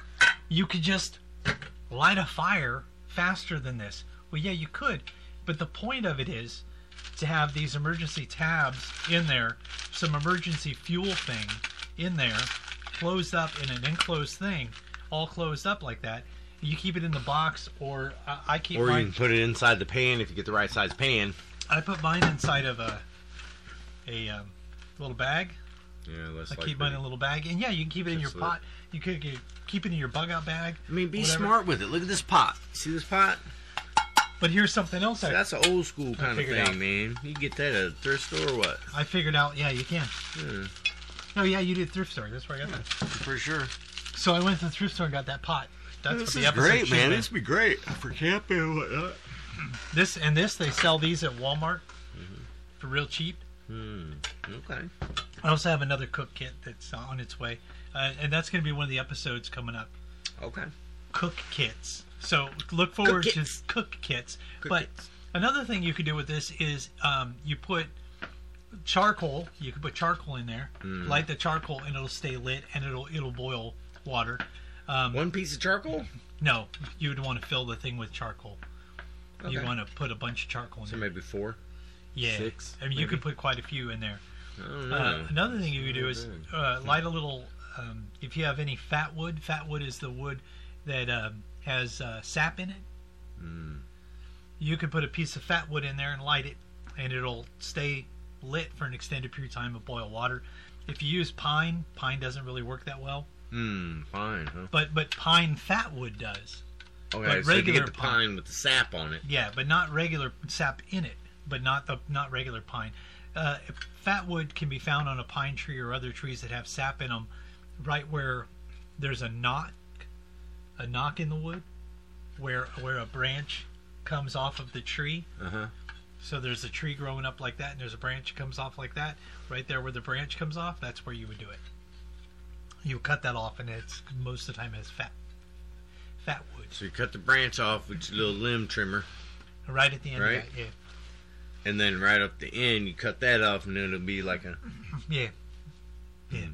[SPEAKER 2] you could just light a fire faster than this." Well, yeah, you could, but the point of it is to have these emergency tabs in there, some emergency fuel thing in there, closed up in an enclosed thing, all closed up like that, You keep it in the box, or I, I keep
[SPEAKER 1] Or you
[SPEAKER 2] mine.
[SPEAKER 1] can put it inside the pan if you get the right size pan.
[SPEAKER 2] I put mine inside of a a um, little bag.
[SPEAKER 1] Yeah, less
[SPEAKER 2] I
[SPEAKER 1] likely.
[SPEAKER 2] keep mine in a little bag, and yeah, you can keep it in your
[SPEAKER 1] Absolutely.
[SPEAKER 2] pot. You could get, keep it in your bug out bag.
[SPEAKER 1] I mean, be
[SPEAKER 2] whatever.
[SPEAKER 1] smart with it. Look at this pot. See this pot?
[SPEAKER 2] But here's something else I,
[SPEAKER 1] That's an old school kind of
[SPEAKER 2] figured
[SPEAKER 1] thing,
[SPEAKER 2] out.
[SPEAKER 1] man. You get that at a thrift store or what?
[SPEAKER 2] I figured out. Yeah, you can.
[SPEAKER 1] Yeah,
[SPEAKER 2] Oh yeah, you did thrift store. That's where I got that.
[SPEAKER 1] for sure.
[SPEAKER 2] So I went to the thrift store and got that pot. That's
[SPEAKER 1] this
[SPEAKER 2] what
[SPEAKER 1] is
[SPEAKER 2] the episode
[SPEAKER 1] great,
[SPEAKER 2] should have
[SPEAKER 1] man.
[SPEAKER 2] been.
[SPEAKER 1] This would be great for camping and whatnot.
[SPEAKER 2] This and this, they sell these at Walmart
[SPEAKER 1] Mm-hmm.
[SPEAKER 2] for real cheap.
[SPEAKER 1] Hmm. Okay.
[SPEAKER 2] I also have another cook kit that's on its way, uh, and that's going to be one of the episodes coming up.
[SPEAKER 1] Okay.
[SPEAKER 2] Cook kits. So look forward
[SPEAKER 1] Cook
[SPEAKER 2] to
[SPEAKER 1] kits.
[SPEAKER 2] cook kits.
[SPEAKER 1] Cook
[SPEAKER 2] but
[SPEAKER 1] kits.
[SPEAKER 2] another thing you could do with this is um, you put charcoal. You could put charcoal in there,
[SPEAKER 1] Mm.
[SPEAKER 2] light the charcoal, and it'll stay lit, and it'll it'll boil water. um,
[SPEAKER 1] One piece of charcoal.
[SPEAKER 2] No, you would want to fill the thing with charcoal. You
[SPEAKER 1] Okay.
[SPEAKER 2] want to put a bunch of charcoal in
[SPEAKER 1] So
[SPEAKER 2] there.
[SPEAKER 1] maybe four.
[SPEAKER 2] Yeah.
[SPEAKER 1] Six,
[SPEAKER 2] I mean, you
[SPEAKER 1] maybe?
[SPEAKER 2] could put quite a few in there.
[SPEAKER 1] I don't know.
[SPEAKER 2] Uh, another thing you could do is
[SPEAKER 1] really
[SPEAKER 2] uh, light a little. Um, if you have any fat wood, fat wood is the wood that um, has uh, sap in it. You could put a piece of fat wood in there and light it, and it'll stay lit for an extended period of time of boil water. If you use pine, pine doesn't really work that well,
[SPEAKER 1] Hmm. Fine. Huh?
[SPEAKER 2] but but pine fat wood does.
[SPEAKER 1] Okay.
[SPEAKER 2] But
[SPEAKER 1] So you
[SPEAKER 2] regular
[SPEAKER 1] get the
[SPEAKER 2] pine.
[SPEAKER 1] pine with the sap on it.
[SPEAKER 2] Yeah, but not regular sap in it, but not the not regular pine. Uh, fatwood can be found on a pine tree or other trees that have sap in them, right where there's a knock, a knock in the wood, where where a branch comes off of the tree.
[SPEAKER 1] Uh huh.
[SPEAKER 2] So there's a tree growing up like that, and there's a branch comes off like that. Right there where the branch comes off, that's where you would do it. You cut that off, and it's most of the time has fat, fat wood
[SPEAKER 1] So you cut the branch off with your little limb trimmer,
[SPEAKER 2] right at the end
[SPEAKER 1] Right.
[SPEAKER 2] of that. Yeah.
[SPEAKER 1] and then right up the end you cut that off, and then it'll be like a.
[SPEAKER 2] Yeah. Yeah.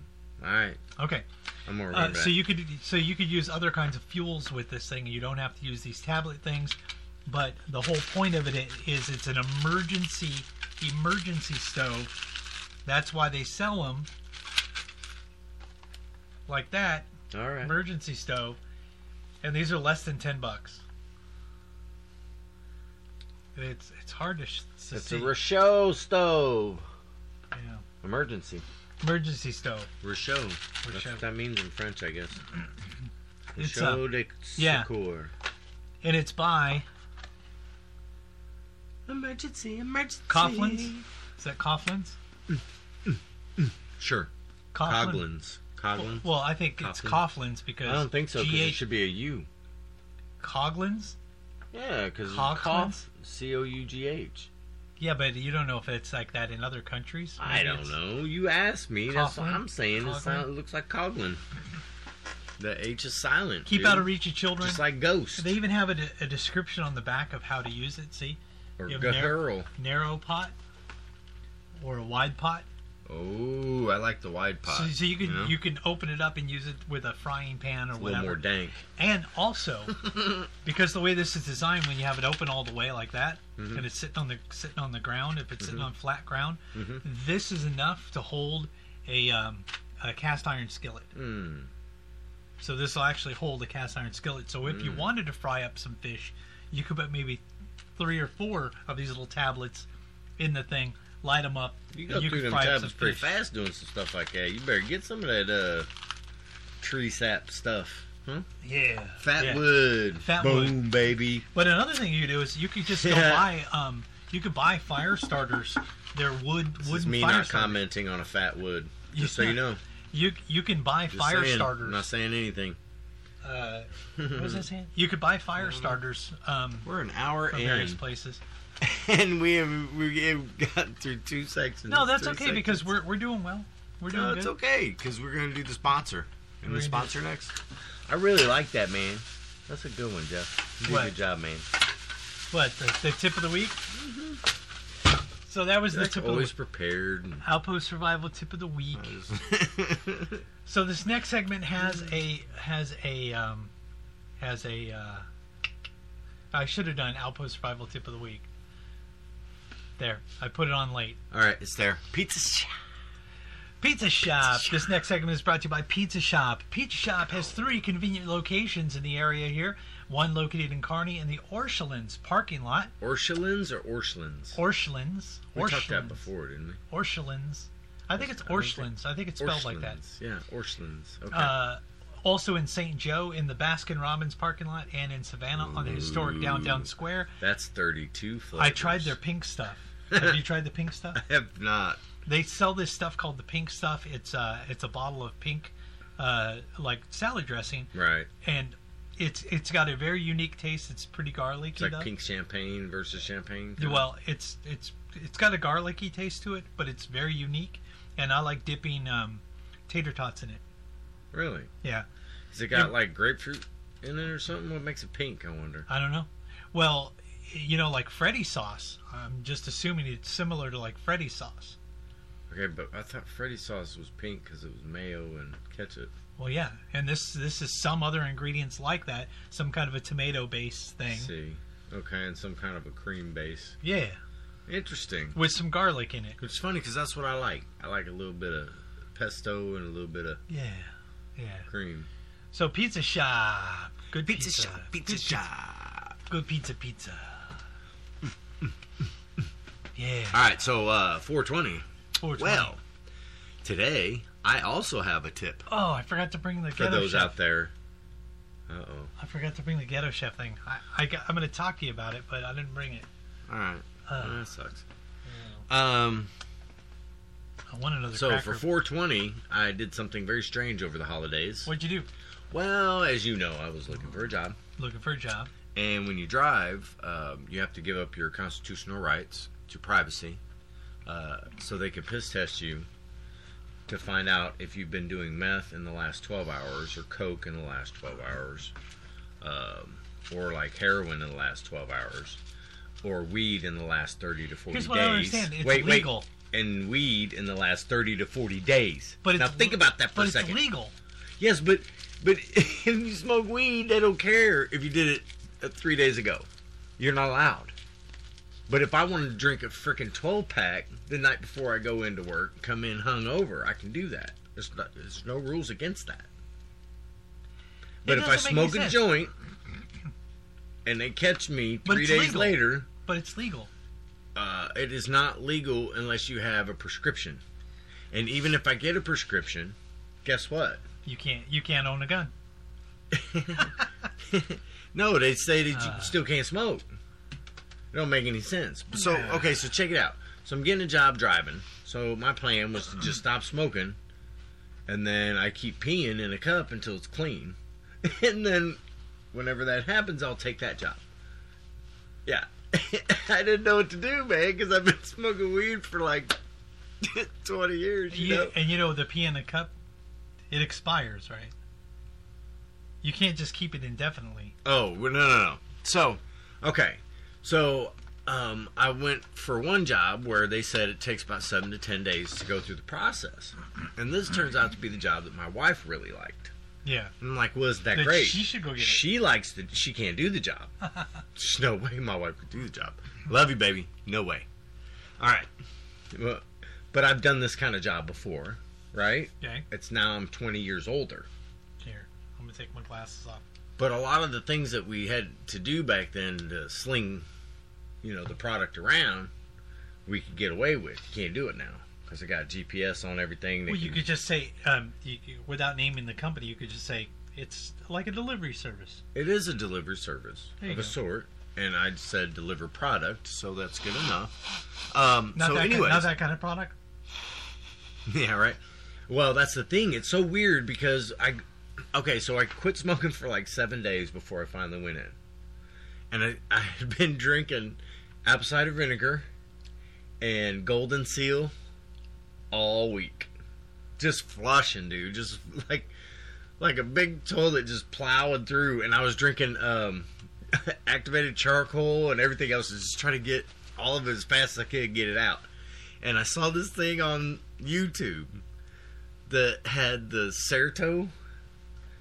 [SPEAKER 1] All right.
[SPEAKER 2] Okay.
[SPEAKER 1] I'm gonna
[SPEAKER 2] Uh,
[SPEAKER 1] remember
[SPEAKER 2] so you could so you could use other kinds of fuels with this thing. You don't have to use these tablet things. But the whole point of it i- is it's an emergency emergency stove. That's why they sell them like that
[SPEAKER 1] that. All right.
[SPEAKER 2] emergency stove, and these are less than ten bucks. It's it's hard to, sh- to
[SPEAKER 1] It's
[SPEAKER 2] see.
[SPEAKER 1] a Rochelle stove.
[SPEAKER 2] yeah.
[SPEAKER 1] Emergency.
[SPEAKER 2] Emergency stove.
[SPEAKER 1] Rochelle. That's
[SPEAKER 2] Rochelle.
[SPEAKER 1] what that means in French, I guess.
[SPEAKER 2] It's, uh,
[SPEAKER 1] Rochelle de
[SPEAKER 2] yeah.
[SPEAKER 1] Secours.
[SPEAKER 2] and it's by
[SPEAKER 1] Emergency, emergency.
[SPEAKER 2] Coughlin's. Is that Coughlin's?
[SPEAKER 1] Sure.
[SPEAKER 2] Coughlin?
[SPEAKER 1] Coglins. Coglins.
[SPEAKER 2] Well, I think it's Coughlin's because
[SPEAKER 1] I don't think so because it
[SPEAKER 2] GH
[SPEAKER 1] should be a U.
[SPEAKER 2] Coglins.
[SPEAKER 1] Yeah, because
[SPEAKER 2] Coughlins?
[SPEAKER 1] cough. C O U G H.
[SPEAKER 2] Yeah, but you don't know if it's like that in other countries.
[SPEAKER 1] I
[SPEAKER 2] Maybe
[SPEAKER 1] don't
[SPEAKER 2] it's-
[SPEAKER 1] know. You asked me. That's what
[SPEAKER 2] Coughlin?
[SPEAKER 1] I'm saying. It,
[SPEAKER 2] Coughlin?
[SPEAKER 1] sound, it looks like Coglin. The H is silent.
[SPEAKER 2] Keep
[SPEAKER 1] dude.
[SPEAKER 2] out of reach of children.
[SPEAKER 1] Just like Ghost.
[SPEAKER 2] they even have a, a description on the back of how to use it. See,
[SPEAKER 1] or
[SPEAKER 2] you have narrow-
[SPEAKER 1] Gahurl.
[SPEAKER 2] narrow pot or a wide pot.
[SPEAKER 1] Oh, I like the wide pot.
[SPEAKER 2] so, so you can
[SPEAKER 1] know?
[SPEAKER 2] you can open it up and use it with a frying pan or
[SPEAKER 1] a little more
[SPEAKER 2] whatever.
[SPEAKER 1] dank.
[SPEAKER 2] And
[SPEAKER 1] [LAUGHS]
[SPEAKER 2] also, because the way this is designed, when you have it open all the way like that,
[SPEAKER 1] Mm-hmm.
[SPEAKER 2] and it's sitting on the sitting on the ground, if it's sitting on flat ground,
[SPEAKER 1] Mm-hmm.
[SPEAKER 2] this is enough to hold a, um, a cast iron skillet.
[SPEAKER 1] Mm.
[SPEAKER 2] So this will actually hold a cast iron skillet. So if
[SPEAKER 1] Mm.
[SPEAKER 2] you wanted to fry up some fish, you could put maybe three or four of these little tablets in the thing, light them up,
[SPEAKER 1] You
[SPEAKER 2] and
[SPEAKER 1] go through
[SPEAKER 2] could
[SPEAKER 1] them
[SPEAKER 2] fry up some
[SPEAKER 1] tabs pretty
[SPEAKER 2] fish.
[SPEAKER 1] fast doing some stuff like that. You better get some of that uh, tree sap stuff. Huh?
[SPEAKER 2] Hmm? Yeah,
[SPEAKER 1] Fat
[SPEAKER 2] yeah.
[SPEAKER 1] wood.
[SPEAKER 2] Fat
[SPEAKER 1] Boom, baby.
[SPEAKER 2] But another thing you could do is you could just go
[SPEAKER 1] Yeah.
[SPEAKER 2] buy um you could buy fire starters. They're wood
[SPEAKER 1] This is
[SPEAKER 2] wooden
[SPEAKER 1] me
[SPEAKER 2] fire
[SPEAKER 1] not
[SPEAKER 2] starters.
[SPEAKER 1] commenting on a fat
[SPEAKER 2] [LAUGHS]
[SPEAKER 1] wood. Just so you know.
[SPEAKER 2] You you can buy
[SPEAKER 1] Just
[SPEAKER 2] fire
[SPEAKER 1] saying. I'm not
[SPEAKER 2] starters.
[SPEAKER 1] saying anything.
[SPEAKER 2] Uh,
[SPEAKER 1] [LAUGHS]
[SPEAKER 2] what was I saying? You could buy fire starters um,
[SPEAKER 1] We're an hour
[SPEAKER 2] from various places.
[SPEAKER 1] [LAUGHS] and we have, we have got through two sections.
[SPEAKER 2] No, that's
[SPEAKER 1] three
[SPEAKER 2] okay because
[SPEAKER 1] sections.
[SPEAKER 2] we're we're doing well. We're doing
[SPEAKER 4] No,
[SPEAKER 2] good.
[SPEAKER 4] it's okay because we're gonna do the sponsor. And
[SPEAKER 2] We're
[SPEAKER 4] the
[SPEAKER 2] gonna do-
[SPEAKER 4] sponsor next.
[SPEAKER 1] I really like that, man. That's a good one, Jeff. You did a
[SPEAKER 2] What?
[SPEAKER 1] good job, man.
[SPEAKER 2] What the, the tip of the week? So that was the
[SPEAKER 1] Mm-hmm. That's
[SPEAKER 2] tip of the
[SPEAKER 1] always
[SPEAKER 2] week.
[SPEAKER 1] prepared. and-
[SPEAKER 2] Outpost survival tip of the week.
[SPEAKER 1] [LAUGHS]
[SPEAKER 2] So this next segment has a has a um, has a. Uh, I should have done outpost survival tip of the week. There, I put it on late.
[SPEAKER 1] All right, it's there. Pizza.
[SPEAKER 2] Pizza Shop. This next segment is brought to you by Pizza Shop. Pizza Shop has three convenient locations in the area here. One located in Kearney in the Orchelins parking lot.
[SPEAKER 1] Orchelins or Orchelins?
[SPEAKER 2] Orchelins.
[SPEAKER 1] We talked that
[SPEAKER 2] Orchelins.
[SPEAKER 1] before, didn't we?
[SPEAKER 2] Orchelins. I think it's
[SPEAKER 1] I don't think-
[SPEAKER 2] Orchelins. I think it's spelled like that.
[SPEAKER 1] Orchelins. Yeah, Orchelins. Okay.
[SPEAKER 2] Uh, also in St. Joe in the Baskin Robbins parking lot and in Savannah on the historic
[SPEAKER 1] Mm,
[SPEAKER 2] downtown square.
[SPEAKER 1] That's 32 flavors.
[SPEAKER 2] I tried their
[SPEAKER 1] [LAUGHS]
[SPEAKER 2] pink stuff. Have you tried the pink stuff?
[SPEAKER 1] Have not.
[SPEAKER 2] They sell this stuff called the pink stuff. It's uh, it's a bottle of pink, uh, like salad dressing,
[SPEAKER 1] Right.
[SPEAKER 2] and it's it's got a very unique taste. It's pretty garlicky
[SPEAKER 1] It's like
[SPEAKER 2] though.
[SPEAKER 1] pink champagne versus champagne. kinda.
[SPEAKER 2] Well, it's it's it's got a garlicky taste to it, but it's very unique. And I like dipping um, tater tots in it.
[SPEAKER 1] Really?
[SPEAKER 2] Yeah,
[SPEAKER 1] Has it got
[SPEAKER 2] Yeah.
[SPEAKER 1] like grapefruit in it or something? What makes it pink, I wonder?
[SPEAKER 2] I don't know. Well, you know, like Freddy sauce. I'm just assuming it's similar to like Freddy sauce.
[SPEAKER 1] Okay, but I thought Freddy sauce was pink because it was mayo and ketchup.
[SPEAKER 2] Well, yeah, and this this is some other ingredients like that, some kind of a tomato based thing.
[SPEAKER 1] See. Okay, and some kind of a cream base.
[SPEAKER 2] Yeah,
[SPEAKER 1] Interesting.
[SPEAKER 2] with some garlic in it.
[SPEAKER 1] It's funny because that's what I like. I like a little bit of pesto and a little bit of
[SPEAKER 2] Yeah, yeah.
[SPEAKER 1] cream.
[SPEAKER 2] So pizza shop, good pizza, good
[SPEAKER 1] shop.
[SPEAKER 2] pizza- good
[SPEAKER 1] [LAUGHS]
[SPEAKER 2] pizza, pizza. yeah,
[SPEAKER 1] All right, so uh, 420.
[SPEAKER 2] 420.
[SPEAKER 1] Well, today I also have a tip
[SPEAKER 2] oh, I forgot to bring the
[SPEAKER 1] for
[SPEAKER 2] ghetto
[SPEAKER 1] those
[SPEAKER 2] chef.
[SPEAKER 1] out there. Uh oh.
[SPEAKER 2] I forgot to bring the ghetto chef thing. I, I got, I'm gonna talk to you about it, but I didn't bring it.
[SPEAKER 1] All right.
[SPEAKER 2] Uh.
[SPEAKER 1] that sucks. Um.
[SPEAKER 2] I want another.
[SPEAKER 1] So
[SPEAKER 2] cracker.
[SPEAKER 1] for 420, I did something very strange over the holidays.
[SPEAKER 2] what'd you do?
[SPEAKER 1] Well, as you know, I was looking for a job,
[SPEAKER 2] Looking for a job.
[SPEAKER 1] and when you drive, um, you have to give up your constitutional rights to privacy, uh, so they can piss test you to find out if you've been doing meth in the last 12 hours or coke in the last 12 hours, um, or like heroin in the last 12 hours, or weed in the last 30 to 40
[SPEAKER 2] Here's
[SPEAKER 1] days.
[SPEAKER 2] what I don't understand. It's
[SPEAKER 1] wait, wait.
[SPEAKER 2] legal,
[SPEAKER 1] and weed in the last 30 to 40 days.
[SPEAKER 2] but it's
[SPEAKER 1] now think about that for
[SPEAKER 2] but
[SPEAKER 1] a second.
[SPEAKER 2] it's legal.
[SPEAKER 1] Yes, but but [LAUGHS] if you smoke weed, they don't care if you did it uh, 3 days ago. You're not allowed. But if I wanted to drink a freaking 12 pack the night before I go into work, come in hungover, I can do that. There's, not, there's no rules against that. But if I
[SPEAKER 2] doesn't make any
[SPEAKER 1] smoke a
[SPEAKER 2] sense.
[SPEAKER 1] joint and they catch me
[SPEAKER 2] But
[SPEAKER 1] 3
[SPEAKER 2] it's
[SPEAKER 1] days
[SPEAKER 2] legal.
[SPEAKER 1] later,
[SPEAKER 2] But it's legal.
[SPEAKER 1] uh, it is not legal unless you have a prescription. And even if I get a prescription, guess what?
[SPEAKER 2] You can't you can't own a gun.
[SPEAKER 1] No, they say that you
[SPEAKER 2] Uh.
[SPEAKER 1] still can't smoke. It don't make any sense. So okay, so check it out. So I'm getting a job driving. So my plan was to just stop smoking, and then I keep peeing in a cup until it's clean, [LAUGHS] and then whenever that happens, I'll take that job. Yeah, [LAUGHS] I didn't know what to do, man, because I've been smoking weed for like [LAUGHS] 20 years. You
[SPEAKER 2] You-
[SPEAKER 1] know?
[SPEAKER 2] and you know the pee in the cup, it expires, right? You can't just keep it indefinitely.
[SPEAKER 1] Oh well, no no no. So okay, so um, I went for one job where they said it takes about seven to ten days to go through the process, and this turns out to be the job that my wife really liked.
[SPEAKER 2] Yeah.
[SPEAKER 1] And I'm like, was that
[SPEAKER 2] Then
[SPEAKER 1] great?
[SPEAKER 2] she should go get it.
[SPEAKER 1] She likes the. She can't do the
[SPEAKER 2] [LAUGHS]
[SPEAKER 1] job. There's no way my wife could do the job. Love you, baby. No way. All right. Well, but I've done this kind of job before, right?
[SPEAKER 2] Okay.
[SPEAKER 1] It's now I'm 20 years older.
[SPEAKER 2] Here, I'm gonna take my glasses off.
[SPEAKER 1] But a lot of the things that we had to do back then to sling, you know, the product around, we could get away with. You can't do it now because they got GPS on everything. They
[SPEAKER 2] Well, you
[SPEAKER 1] can-
[SPEAKER 2] could just say, um, you, you- without naming the company, you could just say it's like a delivery service.
[SPEAKER 1] It is a delivery service
[SPEAKER 2] There you
[SPEAKER 1] of a
[SPEAKER 2] go.
[SPEAKER 1] sort, and I said deliver product, so that's good enough. Um,
[SPEAKER 2] Not
[SPEAKER 1] so,
[SPEAKER 2] that
[SPEAKER 1] anyways,
[SPEAKER 2] kind, not that kind of product.
[SPEAKER 1] [LAUGHS] yeah, right. Well, that's the thing. It's so weird because I, okay, so I quit smoking for like seven days before I finally went in, and I I had [LAUGHS] been drinking apple cider vinegar and Golden Seal all week, just flushing, dude, just [LAUGHS] like like a big toilet just plowing through, and I was drinking um [LAUGHS] activated charcoal and everything else, just trying to get all of it as fast as I could get it out and I saw this thing on YouTube that had the Certo,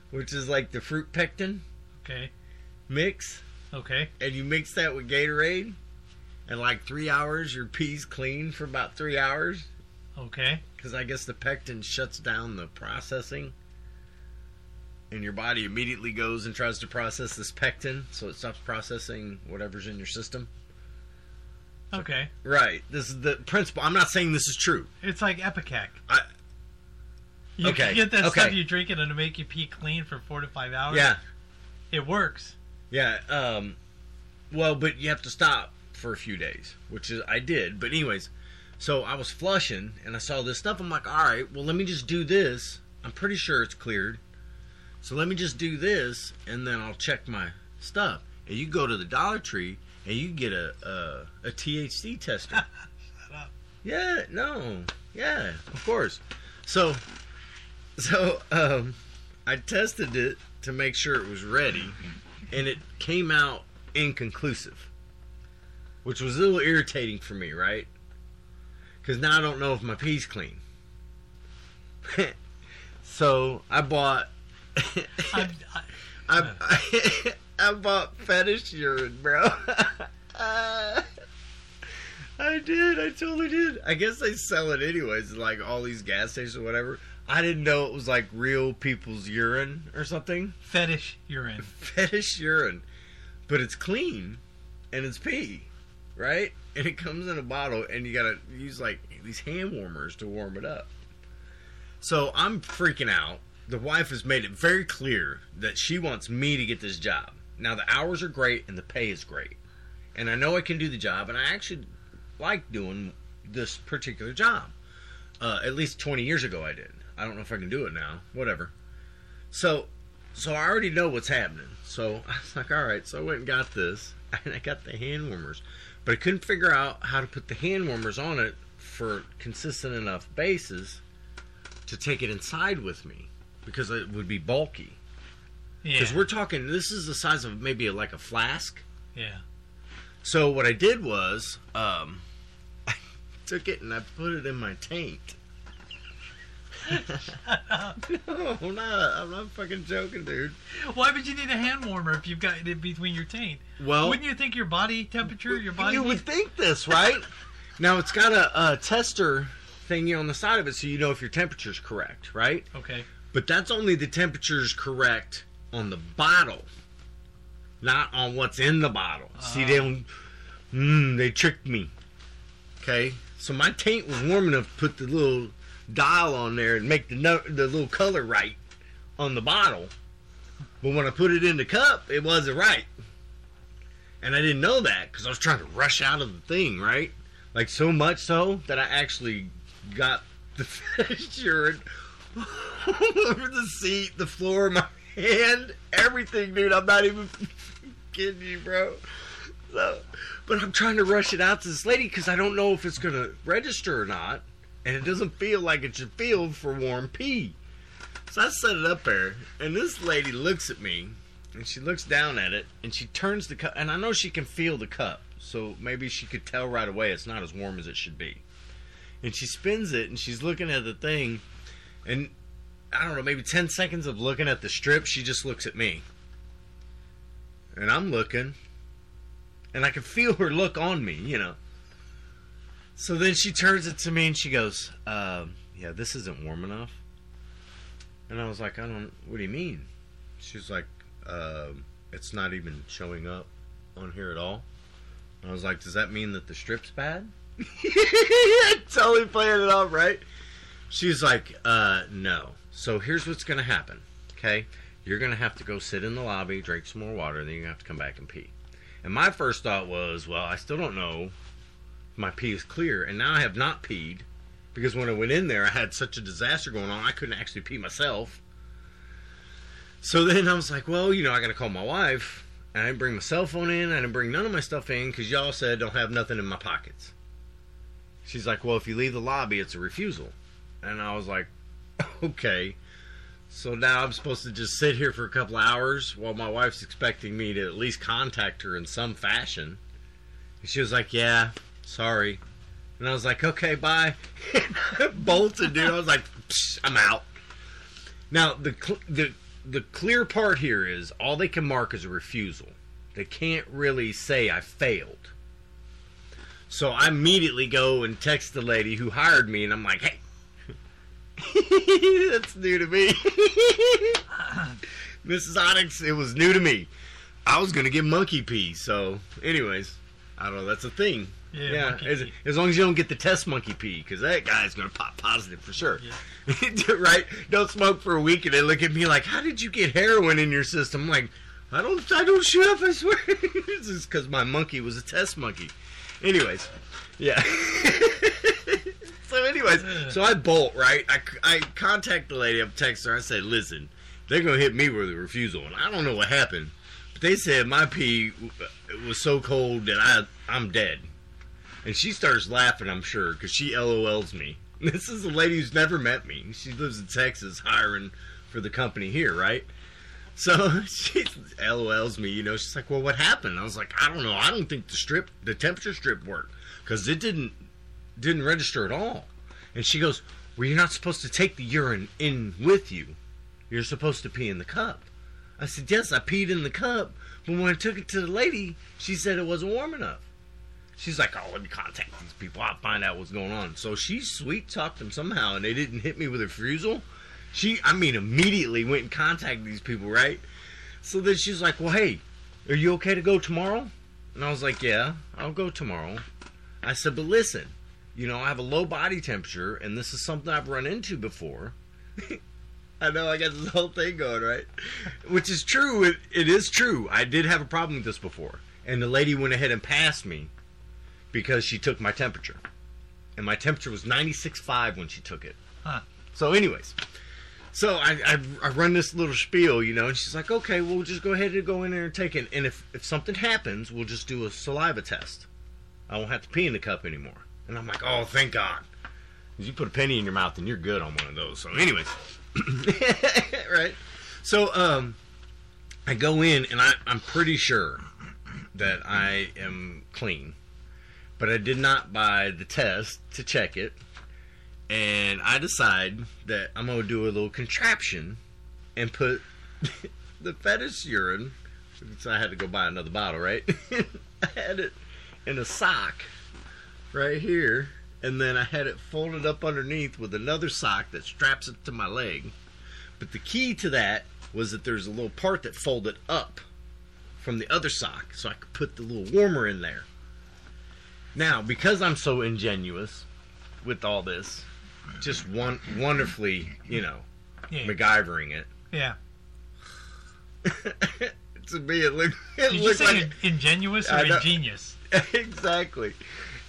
[SPEAKER 1] which is like the fruit pectin
[SPEAKER 2] Okay.
[SPEAKER 1] mix,
[SPEAKER 2] Okay.
[SPEAKER 1] and you mix that with Gatorade, and like three hours, your pee's clean for about three hours,
[SPEAKER 2] Okay.
[SPEAKER 1] because I guess the pectin shuts down the processing, and your body immediately goes and tries to process this pectin, so it stops processing whatever's in your system.
[SPEAKER 2] Okay.
[SPEAKER 1] Right. This is the principle. I'm not saying this is true.
[SPEAKER 2] It's like Epicac.
[SPEAKER 1] I-
[SPEAKER 2] You
[SPEAKER 1] Okay,
[SPEAKER 2] get that stuff
[SPEAKER 1] okay.
[SPEAKER 2] you drink it and it'll make you pee clean for four to five hours.
[SPEAKER 1] Yeah.
[SPEAKER 2] It works.
[SPEAKER 1] Yeah. Um, well, but you have to stop for a few days, which is I did. But anyways, so I was flushing and I saw this stuff. I'm like, all right, well, let me just do this. I'm pretty sure it's cleared. So let me just do this, and then I'll check my stuff. And you go to the Dollar Tree and you get a a, a THC tester.
[SPEAKER 2] up.
[SPEAKER 1] Yeah. No. Yeah. Of course. So, so um, I tested it to make sure it was ready and it came out inconclusive, which was a little irritating for me, right? Because now I don't know if my pee's clean. [LAUGHS] so I bought, I,
[SPEAKER 2] I'm, I,
[SPEAKER 1] [LAUGHS] I, bought fetish urine, bro. [LAUGHS] I did. I totally did. I guess they sell it anyways, like all these gas stations or whatever. I didn't know it was like real people's urine or something
[SPEAKER 2] fetish urine.
[SPEAKER 1] fetish urine, but it's clean and it's pee, right? And it comes in a bottle, and you gotta use like these hand warmers to warm it up. So I'm freaking out. The wife has made it very clear that she wants me to get this job. Now the hours are great and the pay is great, and I know I can do the job, and I actually like doing this particular job. Uh, at least 20 years ago, I did. I don't know if I can do it now. Whatever. So so I already know what's happening. So [LAUGHS] I was like, all right. So I went and got this, [LAUGHS] and I got the hand warmers, but I couldn't figure out how to put the hand warmers on it for consistent enough bases to take it inside with me because it would be bulky.
[SPEAKER 2] Yeah.
[SPEAKER 1] Because we're talking, this is the size of maybe like a flask.
[SPEAKER 2] yeah.
[SPEAKER 1] So what I did was, um, [LAUGHS] I took it and I put it in my taint. [LAUGHS] no, I'm not. I'm not fucking joking, dude.
[SPEAKER 2] Why would you need a hand warmer if you've got it between your taint?
[SPEAKER 1] Well,
[SPEAKER 2] Wouldn't you think your body temperature, your body?
[SPEAKER 1] You would think this, right? now it's got a, a tester thingy on the side of it, so you know if your temperature's correct, right?
[SPEAKER 2] Okay.
[SPEAKER 1] But that's only the temperature's correct on the bottle, not on what's in the bottle. See, they don't. Mm, they tricked me. Okay, so my taint was warm enough to put the little dial on there and make the no- the little color right on the bottle. But when I put it in the cup, it wasn't right. And I didn't know that because I was trying to rush out of the thing, right? Like so much so that I actually got [LAUGHS] the fetish urine all over the seat, the floor, my hand, everything, dude. I'm not even [LAUGHS] kidding you, bro. So, but I'm trying to rush it out to this lady because I don't know if it's gonna register or not, and it doesn't feel like it should feel for warm pee. So I set it up there, and this lady looks at me, and she looks down at it, and she turns the cup, and I know she can feel the cup, so maybe she could tell right away it's not as warm as it should be. And she spins it, and she's looking at the thing, and I don't know, maybe 10 seconds of looking at the strip, she just looks at me. And I'm looking. And I can feel her look on me, you know. So then she turns it to me and she goes, um, Yeah, this isn't warm enough. And I was like, I don't, what do you mean? She's like, um, It's not even showing up on here at all. And I was like, Does that mean that the strip's bad? [LAUGHS] totally playing it off, right? She's like, uh, no. So here's what's gonna happen. Okay? You're gonna have to go sit in the lobby, drink some more water, then you're gonna have to come back and pee. And my first thought was, well, I still don't know if my pee is clear, and now I have not peed because when I went in there I had such a disaster going on I couldn't actually pee myself. So then I was like, well, you know, I gotta call my wife. And I didn't bring my cell phone in. I didn't bring none of my stuff in because y'all said don't have nothing in my pockets. She's like, well, if you leave the lobby, it's a refusal. And I was like, [LAUGHS] okay. So now I'm supposed to just sit here for a couple hours while my wife's expecting me to at least contact her in some fashion. And she was like, yeah, sorry. And I was like, okay, bye. [LAUGHS] And I bolted, dude. I was like, Psh, I'm out. Now, the, cl- the, the clear part here is all they can mark is a refusal. They can't really say I failed. So I immediately go and text the lady who hired me, and I'm like, hey, [LAUGHS] that's new to me. Mrs. Onyx, it was new to me. I was going to get monkey pee, so, anyways, I don't know, that's a thing.
[SPEAKER 2] Yeah,
[SPEAKER 1] Yeah,
[SPEAKER 2] monkey
[SPEAKER 1] as,
[SPEAKER 2] pee.
[SPEAKER 1] as long as you don't get the test monkey pee, because that guy's going to pop positive for sure.
[SPEAKER 2] Yeah.
[SPEAKER 1] [LAUGHS] right? Don't smoke for a week, and they look at me like, "How did you get heroin in your system?" I'm like, I don't, I don't sniff. I swear, [LAUGHS] this is because my monkey was a test monkey. Anyways, yeah. [LAUGHS] so, anyways, so I bolt right. I, I contact the lady. I text her. I say, "Listen, they're gonna hit me with a refusal," and I don't know what happened. But they said my pee w- was so cold that I, I'm dead. And she starts laughing, I'm sure, because she LOLs me. [LAUGHS] This is a lady who's never met me. She lives in Texas, hiring for the company here, right? So [LAUGHS] she LOLs me, you know. She's like, "Well, what happened?" I was like, "I don't know. I don't think the strip, the temperature strip, worked because it didn't didn't register at all." And she goes, "Well, you're not supposed to take the urine in with you. You're supposed to pee in the cup." I said, "Yes, I peed in the cup, but when I took it to the lady, she said it wasn't warm enough." She's like, oh, let me contact these people. I'll find out what's going on. So she sweet talked them somehow, and they didn't hit me with a refusal. She, I mean, immediately went and contacted these people, right? So then she's like, well, hey, are you okay to go tomorrow? And I was like, yeah, I'll go tomorrow. I said, but listen, you know, I have a low body temperature, and this is something I've run into before. [LAUGHS] I know I got this whole thing going, right? Which is true. It, it is true. I did have a problem with this before. And the lady went ahead and passed me because she took my temperature. And my temperature was 96.5 when she took it.
[SPEAKER 2] Huh.
[SPEAKER 1] So, anyways, so I, I, I run this little spiel, you know, and she's like, okay, we'll just go ahead and go in there and take it. And if, if something happens, we'll just do a saliva test. I won't have to pee in the cup anymore. And I'm like, oh, thank God. 'Cause You put a penny in your mouth and you're good on one of those. So, [LAUGHS] anyways, right? So, um, I go in and I, I'm pretty sure that I am clean but I did not buy the test to check it. And I decide that I'm gonna do a little contraption and put [LAUGHS] the fetish urine. So I had to go buy another bottle, right? [LAUGHS] I had it in a sock right here, and then I had it folded up underneath with another sock that straps it to my leg. But the key to that was that there's a little part that folded up from the other sock, so I could put the little warmer in there. Now, because I'm so ingenuous with all this, just one wonderfully, you know, Oh
[SPEAKER 2] Yeah.
[SPEAKER 1] MacGyvering it. [LAUGHS]
[SPEAKER 2] yeah.
[SPEAKER 1] to me, it looked it
[SPEAKER 2] Did you
[SPEAKER 1] looked
[SPEAKER 2] say
[SPEAKER 1] like
[SPEAKER 2] ingenuous or
[SPEAKER 1] I know.
[SPEAKER 2] ingenious?
[SPEAKER 1] [LAUGHS] exactly.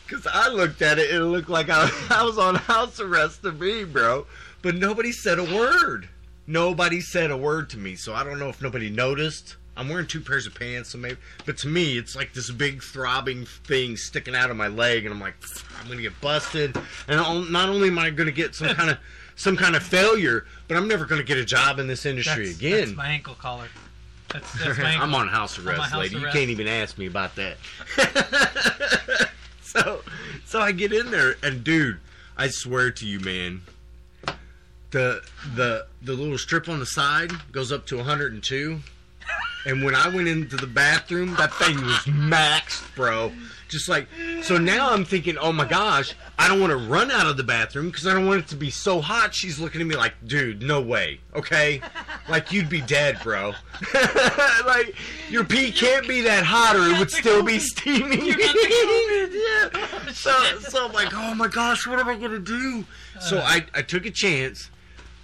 [SPEAKER 1] Cause I looked at it, it looked like I, [LAUGHS] I was on house arrest to me, bro. But nobody said a word. Nobody said a word to me, so I don't know if nobody noticed. I'm wearing two pairs of pants, so maybe. But to me, it's like this big throbbing thing sticking out of my leg, and I'm like, I'm gonna get busted, and I'll- not only am I gonna get
[SPEAKER 2] [LAUGHS]
[SPEAKER 1] some kind of some kind of failure, but I'm never gonna get a job in this industry
[SPEAKER 2] That's,
[SPEAKER 1] again.
[SPEAKER 2] that's my ankle collar. That's,
[SPEAKER 1] [LAUGHS]
[SPEAKER 2] that's my ankle.
[SPEAKER 1] I'm on house arrest,
[SPEAKER 2] house
[SPEAKER 1] lady.
[SPEAKER 2] arrest.
[SPEAKER 1] You can't even ask me about that. [LAUGHS] so, so I get in there, and dude, I swear to you, man, the the the little strip on the side goes up to 102, and when I went into the bathroom, that thing was maxed, bro. Just like so now, I'm thinking, oh my gosh, I don't want to run out of the bathroom because I don't want it to be so hot. She's looking at me like, dude, no way, okay, like you'd be dead, bro. [LAUGHS] like your pee can't be that hot, or it would still be steaming. [LAUGHS] yeah. So, so I'm like, oh my gosh, what am I gonna do? So I, I took a chance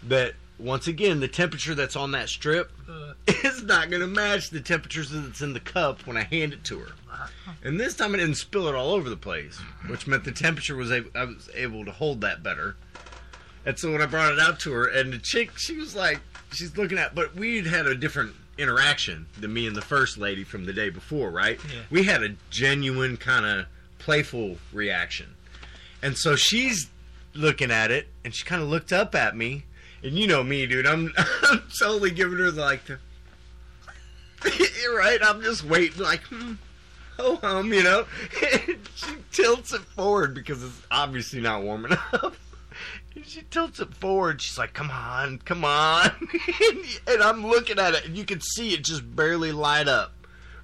[SPEAKER 1] that once again the temperature that's on that strip [LAUGHS]
[SPEAKER 2] Uh,
[SPEAKER 1] it's not going to match the temperatures that's in the cup when I hand it to her.
[SPEAKER 2] Uh-huh.
[SPEAKER 1] And this time I didn't spill it all over the place, which meant the temperature was able, I was able to hold that better. And so when I brought it out to her, and the chick, she was like, she's looking at, but we'd had a different interaction than me and the first lady from the day before, right?
[SPEAKER 2] Yeah.
[SPEAKER 1] We had a genuine kind of playful reaction. And so she's looking at it, and she kind of looked up at me. And you know me, dude. I'm, [LAUGHS] I'm totally giving her the, like the, [LAUGHS] you're right. I'm just waiting, like, hmm, ho hum, you know. [LAUGHS] she tilts it forward because it's obviously not warm [LAUGHS] enough. And she tilts it forward. She's like, "Come on, come on!" [LAUGHS] and, and I'm looking at it, and you can see it [LAUGHS] just barely light up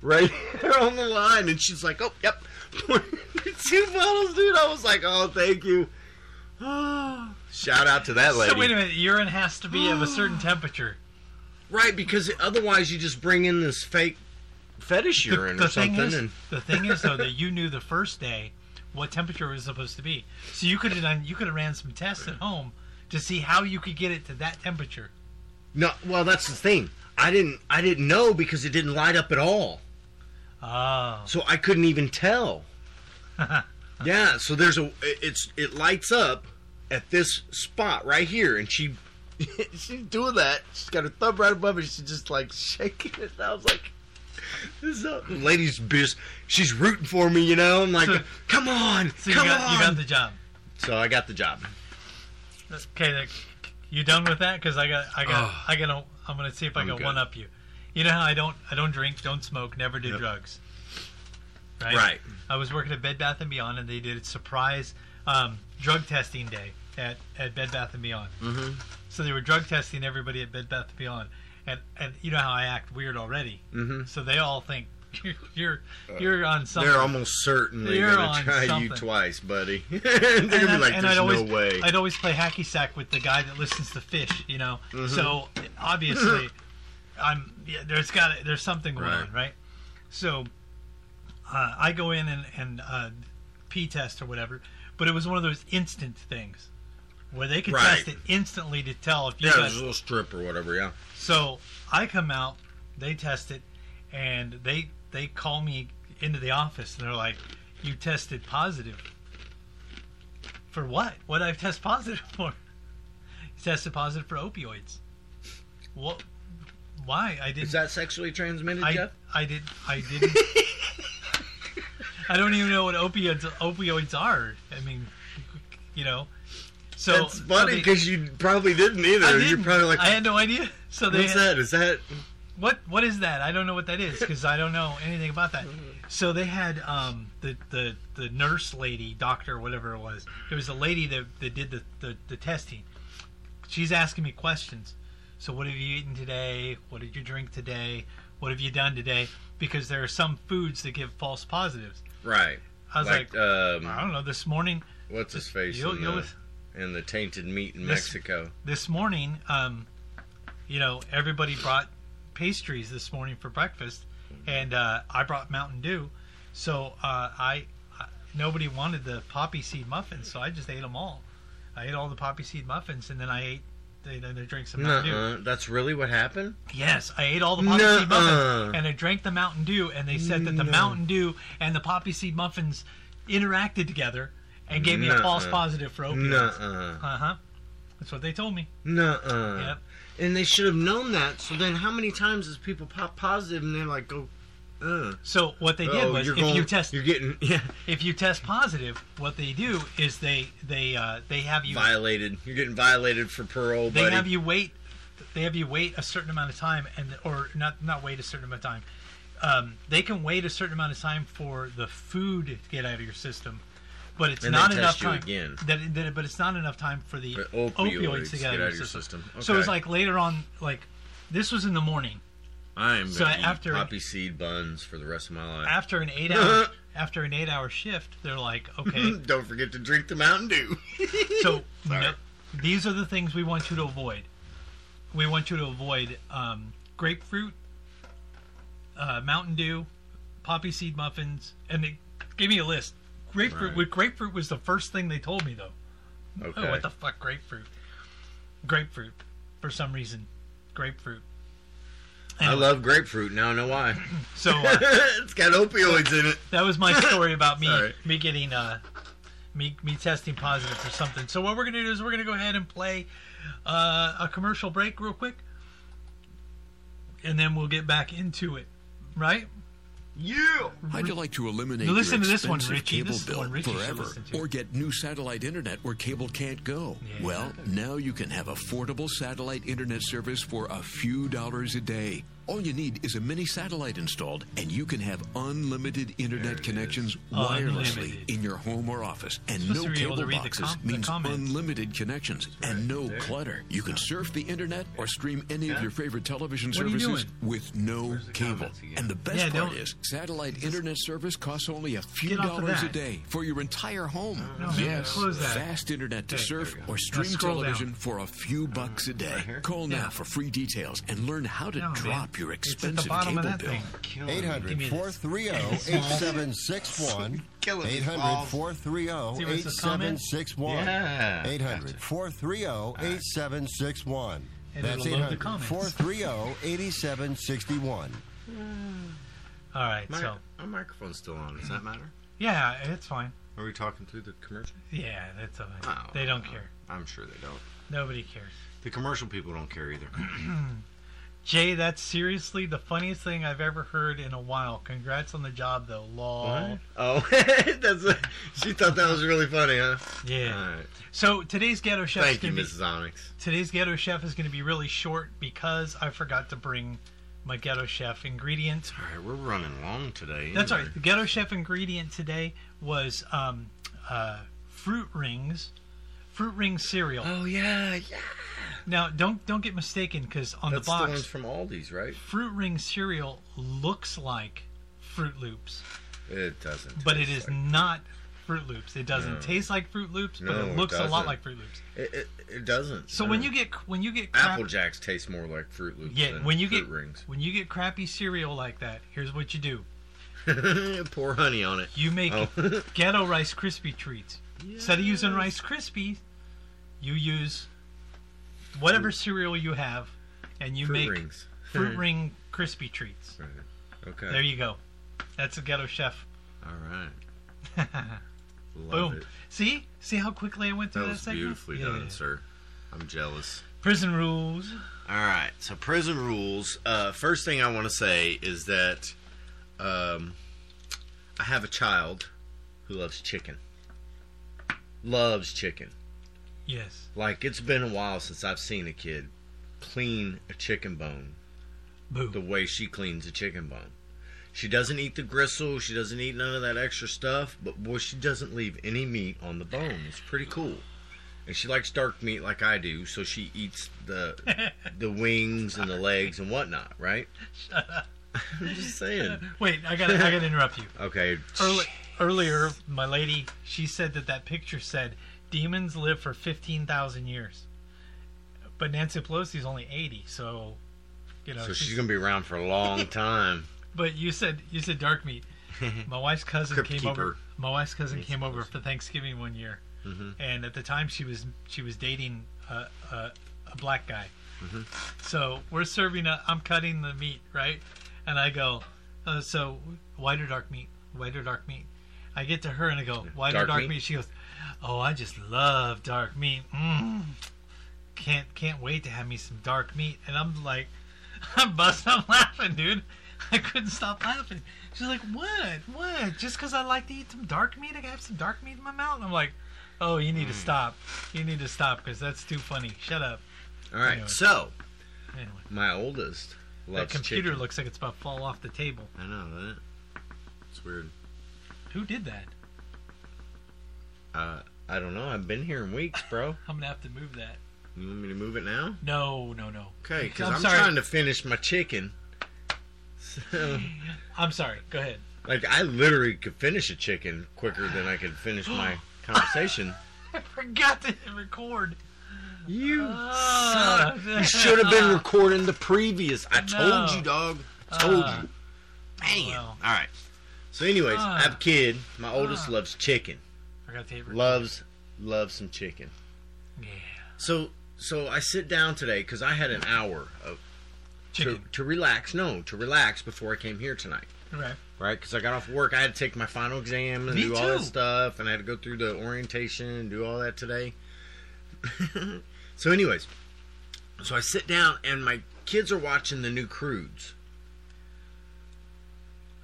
[SPEAKER 1] right there on the line. And she's like, "Oh, yep." [LAUGHS] two bottles, dude. I was like, oh, thank you.
[SPEAKER 2] [GASPS]
[SPEAKER 1] Shout out to that lady.
[SPEAKER 2] So wait a minute, urine has to be of
[SPEAKER 1] [GASPS]
[SPEAKER 2] a certain temperature.
[SPEAKER 1] Right, because otherwise you just bring in this fake fetish urine or something.
[SPEAKER 2] is,
[SPEAKER 1] and
[SPEAKER 2] the thing is though that you knew the first day what temperature it was supposed to be, so you could have done you could have ran some tests at home to see how you could get it to that temperature.
[SPEAKER 1] no, well, that's the thing. I didn't, I didn't know because it didn't light up at all,
[SPEAKER 2] Oh, [LAUGHS]
[SPEAKER 1] so I couldn't even tell. yeah, so there's a, it's, it lights up at this spot right here, and she, [LAUGHS] she's doing that. She's got her thumb right above it. She's just like shaking it. And I was like. This is up. The lady's bitch. She's rooting for me, you know. I'm like,
[SPEAKER 2] So-
[SPEAKER 1] come on,
[SPEAKER 2] so you
[SPEAKER 1] come
[SPEAKER 2] got
[SPEAKER 1] on.
[SPEAKER 2] you got the job.
[SPEAKER 1] so I got the job.
[SPEAKER 2] Okay, like, you done with that? Because I got I got
[SPEAKER 1] Oh.
[SPEAKER 2] I gonna I'm gonna see if I
[SPEAKER 1] I'm
[SPEAKER 2] can
[SPEAKER 1] good.
[SPEAKER 2] one up you. You know how I don't I don't drink, don't smoke, never do
[SPEAKER 1] Yep.
[SPEAKER 2] drugs.
[SPEAKER 1] Right.
[SPEAKER 2] I was working at Bed Bath and Beyond, and they did a surprise um, drug testing day at, at Bed Bath and Beyond. Mm-hmm. So they were drug testing everybody at Bed Bath and Beyond, and and you know how I act weird already. Mm-hmm. So they all think [LAUGHS] you're you're, you're on something.
[SPEAKER 1] They're almost certainly
[SPEAKER 2] You're
[SPEAKER 1] going
[SPEAKER 2] on
[SPEAKER 1] to try you
[SPEAKER 2] something.
[SPEAKER 1] twice, buddy. [LAUGHS] They're going to be
[SPEAKER 2] I-
[SPEAKER 1] like, there's
[SPEAKER 2] I'd always,
[SPEAKER 1] no way.
[SPEAKER 2] I'd always play hacky sack with the guy that listens to Fish, you know.
[SPEAKER 1] Mm-hmm.
[SPEAKER 2] So
[SPEAKER 1] [LAUGHS]
[SPEAKER 2] obviously, I'm yeah, there's got there's something going
[SPEAKER 1] Right.
[SPEAKER 2] on, right? So uh, I go in and and uh, P test or whatever, but it was one of those instant things where they could
[SPEAKER 1] Right.
[SPEAKER 2] test it instantly to tell if you
[SPEAKER 1] yeah,
[SPEAKER 2] got
[SPEAKER 1] there's a little strip or whatever, yeah.
[SPEAKER 2] so I come out, they test it, and they they call me into the office and they're like, "You tested positive for what? What I've tested positive [LAUGHS] for? You tested positive for opioids. What? Why? I didn't.
[SPEAKER 1] Is that sexually transmitted,
[SPEAKER 2] I,
[SPEAKER 1] Jeff?
[SPEAKER 2] I did. I
[SPEAKER 1] [LAUGHS]
[SPEAKER 2] didn't. I don't even know what opioids opioids are. I mean, you know. So
[SPEAKER 1] That's
[SPEAKER 2] so
[SPEAKER 1] funny
[SPEAKER 2] they-
[SPEAKER 1] because you probably didn't either.
[SPEAKER 2] I
[SPEAKER 1] You're
[SPEAKER 2] didn't.
[SPEAKER 1] probably like,
[SPEAKER 2] I had no idea. So they
[SPEAKER 1] what's that? Is that?
[SPEAKER 2] what what is that? I don't know what that is because I don't know anything about that. So they had um, the, the the nurse lady, doctor, whatever it was. There was a lady that, that did the, the, the testing. She's asking me questions. So what have you eaten today? What did you drink today? What have you done today? Because there are some foods that give false positives.
[SPEAKER 1] Right.
[SPEAKER 2] I was like,
[SPEAKER 1] like, um,
[SPEAKER 2] I don't know. This morning,
[SPEAKER 1] what's his face?
[SPEAKER 2] you'll-
[SPEAKER 1] in,
[SPEAKER 2] you'll-
[SPEAKER 1] the, in the tainted meat in
[SPEAKER 2] This-
[SPEAKER 1] Mexico.
[SPEAKER 2] this morning, um, you know, everybody brought pastries this morning for breakfast, and uh, I brought Mountain Dew. So uh, I, I nobody wanted the poppy seed muffins, so I just ate them all. I ate all the poppy seed muffins, and then I ate. Then I drank some Mountain Dew.
[SPEAKER 1] Nuh-uh. That's really what happened?
[SPEAKER 2] Yes, I ate all the poppy seed
[SPEAKER 1] Nuh-uh.
[SPEAKER 2] muffins, and I drank the Mountain Dew. And they said that the Mountain Dew and the poppy seed muffins interacted together and gave me a false
[SPEAKER 1] Nuh-uh.
[SPEAKER 2] positive for opioids.
[SPEAKER 1] Nuh-uh.
[SPEAKER 2] Uh huh. That's what they told me.
[SPEAKER 1] Nuh-uh.
[SPEAKER 2] Yep.
[SPEAKER 1] And they should have known that. So then how many times does people pop positive and they're like, go, uh.
[SPEAKER 2] So what they did
[SPEAKER 1] Oh,
[SPEAKER 2] was,
[SPEAKER 1] you're
[SPEAKER 2] if
[SPEAKER 1] going-
[SPEAKER 2] you test
[SPEAKER 1] You're getting, [LAUGHS] yeah.
[SPEAKER 2] if you test positive, what they do is they they uh, they have you
[SPEAKER 1] violated. You're getting violated for parole,
[SPEAKER 2] they
[SPEAKER 1] buddy.
[SPEAKER 2] have you wait they have you wait a certain amount of time and or not not wait a certain amount of time. Um, they can wait a certain amount of time for the food to get out of your system, but it's
[SPEAKER 1] And
[SPEAKER 2] not
[SPEAKER 1] then
[SPEAKER 2] enough
[SPEAKER 1] test you
[SPEAKER 2] time.
[SPEAKER 1] again.
[SPEAKER 2] That, that- but it's not enough time for the
[SPEAKER 1] But
[SPEAKER 2] opioids, to get, out of your system. So it was
[SPEAKER 1] Okay.
[SPEAKER 2] like later on, like this was in the morning
[SPEAKER 1] I am
[SPEAKER 2] so
[SPEAKER 1] gonna eat
[SPEAKER 2] after-
[SPEAKER 1] poppy seed buns for the rest of my life.
[SPEAKER 2] after an
[SPEAKER 1] [LAUGHS]
[SPEAKER 2] eight hour after an eight hour shift. They're like, okay,
[SPEAKER 1] Don't forget to drink the Mountain Dew.
[SPEAKER 2] So
[SPEAKER 1] Sorry.
[SPEAKER 2] no- these are the things we want you to avoid. We want you to avoid um, grapefruit, uh, Mountain Dew, poppy seed muffins, and they gave me a list. Grapefruit.
[SPEAKER 1] Right.
[SPEAKER 2] with Grapefruit was the first thing they told me though.
[SPEAKER 1] Okay.
[SPEAKER 2] [LAUGHS] Oh, what the fuck, grapefruit? Grapefruit, for some reason, grapefruit.
[SPEAKER 1] [LAUGHS] I love grapefruit. Now I know why. [LAUGHS]
[SPEAKER 2] So uh,
[SPEAKER 1] it's got opioids in it.
[SPEAKER 2] that was my story about me
[SPEAKER 1] Sorry.
[SPEAKER 2] me getting uh me me testing positive for something. So what we're gonna do is we're gonna go ahead and play uh, a commercial break real quick, and then we'll get back into it. Right?
[SPEAKER 1] Yeah.
[SPEAKER 5] How'd you like to eliminate
[SPEAKER 2] Now listen
[SPEAKER 5] your
[SPEAKER 2] to this one,
[SPEAKER 5] expensive
[SPEAKER 2] Richie.
[SPEAKER 5] cable
[SPEAKER 2] This is the
[SPEAKER 5] bill
[SPEAKER 2] one Richie should
[SPEAKER 5] forever,
[SPEAKER 2] listen to.
[SPEAKER 5] or get new satellite internet where cable can't go?
[SPEAKER 2] Yeah.
[SPEAKER 5] Well, now you can have affordable satellite internet service for a few dollars a day. All you need is a mini satellite installed, and you can have unlimited internet connections wirelessly
[SPEAKER 2] Unlimited.
[SPEAKER 5] in your home or office. And
[SPEAKER 2] Supposed
[SPEAKER 5] no
[SPEAKER 2] to be able to
[SPEAKER 5] cable
[SPEAKER 2] read the
[SPEAKER 5] boxes
[SPEAKER 2] com- the
[SPEAKER 5] means
[SPEAKER 2] comments.
[SPEAKER 5] unlimited connections and no clutter. You can surf the internet or stream any of your favorite television
[SPEAKER 2] What are you
[SPEAKER 5] services
[SPEAKER 2] doing?
[SPEAKER 5] with no cable.
[SPEAKER 1] comments again?
[SPEAKER 5] And the best
[SPEAKER 2] Yeah,
[SPEAKER 5] part
[SPEAKER 2] don't-
[SPEAKER 5] is, satellite internet service costs only a few
[SPEAKER 2] Get off of
[SPEAKER 5] dollars a
[SPEAKER 2] that.
[SPEAKER 5] day for your entire home.
[SPEAKER 2] No, man,
[SPEAKER 5] yes,
[SPEAKER 2] close that.
[SPEAKER 5] fast internet to surf or stream
[SPEAKER 2] scroll down.
[SPEAKER 5] television for a few bucks a day. Call now
[SPEAKER 2] Yeah.
[SPEAKER 5] for free details and learn how to
[SPEAKER 2] No, man.
[SPEAKER 5] drop your
[SPEAKER 2] It's at
[SPEAKER 5] expensive
[SPEAKER 2] the bottom
[SPEAKER 5] cable
[SPEAKER 2] of that
[SPEAKER 5] bill.
[SPEAKER 2] thing. Give me
[SPEAKER 6] 800
[SPEAKER 2] this.
[SPEAKER 6] 430
[SPEAKER 2] [LAUGHS]
[SPEAKER 6] 8761. 800 430
[SPEAKER 2] See what's the comment?
[SPEAKER 6] 8761.
[SPEAKER 1] Yeah.
[SPEAKER 6] 800 430 8761.
[SPEAKER 2] And it'll
[SPEAKER 6] That's
[SPEAKER 2] load the
[SPEAKER 6] 800
[SPEAKER 2] comments.
[SPEAKER 6] 430 8761.
[SPEAKER 2] All right,
[SPEAKER 1] My,
[SPEAKER 2] so
[SPEAKER 1] Our microphone's still on. Does that matter?
[SPEAKER 2] yeah, it's fine.
[SPEAKER 1] Are we talking through the commercial?
[SPEAKER 2] Yeah, that's all right.
[SPEAKER 1] Oh,
[SPEAKER 2] they don't
[SPEAKER 1] oh,
[SPEAKER 2] care.
[SPEAKER 1] I'm sure they don't.
[SPEAKER 2] Nobody cares.
[SPEAKER 1] The commercial people don't care either. [LAUGHS]
[SPEAKER 2] Jay, that's seriously the funniest thing I've ever heard in a while. Congrats on the job, though. Lol.
[SPEAKER 1] Oh, [LAUGHS] that's a, she thought that was really funny, huh?
[SPEAKER 2] Yeah.
[SPEAKER 1] All right.
[SPEAKER 2] So today's ghetto chef is
[SPEAKER 1] Thank you,
[SPEAKER 2] going to be
[SPEAKER 1] Mrs. Onyx.
[SPEAKER 2] today's ghetto chef is going to be really short because I forgot to bring my ghetto chef ingredient.
[SPEAKER 1] All right, we're running long today.
[SPEAKER 2] That's all
[SPEAKER 1] anyway.
[SPEAKER 2] right. The ghetto chef ingredient today was um, uh, fruit rings, fruit ring cereal.
[SPEAKER 1] Oh yeah, yeah.
[SPEAKER 2] Now don't don't get mistaken because on
[SPEAKER 1] That's
[SPEAKER 2] the
[SPEAKER 1] the,
[SPEAKER 2] box
[SPEAKER 1] ones from Aldi's, right?
[SPEAKER 2] fruit ring cereal looks like Fruit Loops,
[SPEAKER 1] It doesn't.
[SPEAKER 2] but it
[SPEAKER 1] taste
[SPEAKER 2] is
[SPEAKER 1] like-
[SPEAKER 2] not Fruit Loops. It doesn't taste like Fruit Loops, but
[SPEAKER 1] No,
[SPEAKER 2] it
[SPEAKER 1] it
[SPEAKER 2] looks a lot
[SPEAKER 1] doesn't.
[SPEAKER 2] like Fruit Loops.
[SPEAKER 1] It, it, it doesn't.
[SPEAKER 2] So
[SPEAKER 1] I
[SPEAKER 2] when
[SPEAKER 1] don't-
[SPEAKER 2] you get when you get crap,
[SPEAKER 1] Apple Jacks taste more like Fruit Loops.
[SPEAKER 2] yeah,
[SPEAKER 1] than
[SPEAKER 2] when you
[SPEAKER 1] Fruit
[SPEAKER 2] get
[SPEAKER 1] rings,
[SPEAKER 2] when you get crappy cereal like that, here's what you
[SPEAKER 1] [LAUGHS]
[SPEAKER 2] do:
[SPEAKER 1] pour honey on it.
[SPEAKER 2] you make
[SPEAKER 1] Oh. [LAUGHS]
[SPEAKER 2] ghetto Rice Krispie treats. Instead of using Rice Krispies, you use whatever cereal you have, and you
[SPEAKER 1] Fruit
[SPEAKER 2] make
[SPEAKER 1] rings. Hmm.
[SPEAKER 2] fruit ring crispy treats.
[SPEAKER 1] Okay.
[SPEAKER 2] There you go. That's a ghetto chef.
[SPEAKER 1] All right.
[SPEAKER 2] [LAUGHS]
[SPEAKER 1] Love
[SPEAKER 2] Boom.
[SPEAKER 1] it.
[SPEAKER 2] See, see how quickly I went through
[SPEAKER 1] That
[SPEAKER 2] that,
[SPEAKER 1] was
[SPEAKER 2] segment.
[SPEAKER 1] beautifully
[SPEAKER 2] Yeah.
[SPEAKER 1] done, sir. I'm jealous.
[SPEAKER 2] Prison rules.
[SPEAKER 1] All right. So prison rules. Uh, first thing I want to say is that um, I have a child who loves chicken. Loves chicken.
[SPEAKER 2] Yes.
[SPEAKER 1] Like it's been a while since I've seen a kid clean a chicken bone
[SPEAKER 2] Boo.
[SPEAKER 1] the way she cleans a chicken bone. She doesn't eat the gristle. She doesn't eat none of that extra stuff. But boy, she doesn't leave any meat on the bone. It's pretty cool. And she likes dark meat like I do, so she eats
[SPEAKER 2] [LAUGHS]
[SPEAKER 1] the the wings and the legs and whatnot, right? [LAUGHS] I'm just saying.
[SPEAKER 2] Wait, I got to I
[SPEAKER 1] [LAUGHS]
[SPEAKER 2] got to interrupt you.
[SPEAKER 1] Okay.
[SPEAKER 2] Early, earlier, my lady, she said that that picture said demons live for fifteen thousand years, but Nancy Pelosi's only eighty, so you know.
[SPEAKER 1] So she's
[SPEAKER 2] she's-
[SPEAKER 1] gonna be around for a
[SPEAKER 2] [LAUGHS]
[SPEAKER 1] long time.
[SPEAKER 2] But you said you said
[SPEAKER 1] [LAUGHS]
[SPEAKER 2] dark meat. My wife's cousin
[SPEAKER 1] Crypt
[SPEAKER 2] came over.
[SPEAKER 1] keeper.
[SPEAKER 2] My wife's cousin came over for Thanksgiving one year,
[SPEAKER 1] Mm-hmm.
[SPEAKER 2] and at the time she was she was dating a, a, a black guy. So we're serving. A, I'm cutting the meat right, and I go, uh, so white or dark meat? White or dark meat? I get to her and I go, white or
[SPEAKER 1] Dark
[SPEAKER 2] dark meat?
[SPEAKER 1] meat?
[SPEAKER 2] She goes, oh, I just love dark meat. Mm. Can't can't wait to have me some dark meat. And I'm like, [LAUGHS] I'm busting up laughing, dude. I couldn't stop laughing. She's like, "What? What? Just because I like to eat some dark meat, I gotta have some dark meat in my mouth." And I'm like, "Oh, you need to stop. You need to stop because that's too funny. Shut up."
[SPEAKER 1] All right. So
[SPEAKER 2] Anyway,
[SPEAKER 1] my oldest
[SPEAKER 2] that
[SPEAKER 1] loves
[SPEAKER 2] computer
[SPEAKER 1] chicken.
[SPEAKER 2] looks like it's about to fall off the table.
[SPEAKER 1] I know that. It's weird.
[SPEAKER 2] Who did that?
[SPEAKER 1] Uh, I don't know. I've been here in weeks, bro.
[SPEAKER 2] I'm gonna have to move that.
[SPEAKER 1] You want me to move it now?
[SPEAKER 2] No, no, no.
[SPEAKER 1] Okay, because
[SPEAKER 2] [LAUGHS] I'm
[SPEAKER 1] I'm,
[SPEAKER 2] sorry.
[SPEAKER 1] trying to finish my chicken. So,
[SPEAKER 2] I'm sorry. Go ahead.
[SPEAKER 1] like, I literally could finish a chicken quicker than I could finish
[SPEAKER 2] [GASPS]
[SPEAKER 1] my conversation.
[SPEAKER 2] I [LAUGHS] forgot to hit [LAUGHS] record.
[SPEAKER 1] You
[SPEAKER 2] Ah.
[SPEAKER 1] suck. You should have
[SPEAKER 2] [LAUGHS]
[SPEAKER 1] been recording the previous. I
[SPEAKER 2] No. Uh.
[SPEAKER 1] told you, dog. Told you. Damn.
[SPEAKER 2] well.
[SPEAKER 1] All right. So, anyways,
[SPEAKER 2] Ah.
[SPEAKER 1] I have a kid. My
[SPEAKER 2] Uh.
[SPEAKER 1] oldest loves chicken.
[SPEAKER 2] Forgot to hit record.
[SPEAKER 1] Loves, loves some chicken.
[SPEAKER 2] Yeah.
[SPEAKER 1] So, so I sit down today because I had an hour of, to,
[SPEAKER 2] Chicken.
[SPEAKER 1] to relax. No, to relax before I came here tonight.
[SPEAKER 2] Right.
[SPEAKER 1] right? Because I got off work, I had to take my final exam and
[SPEAKER 2] Me
[SPEAKER 1] do all that
[SPEAKER 2] too.
[SPEAKER 1] stuff, and I had to go through the orientation and do all that today. [LAUGHS] so, anyways, so I sit down and my kids are watching the new Crudes.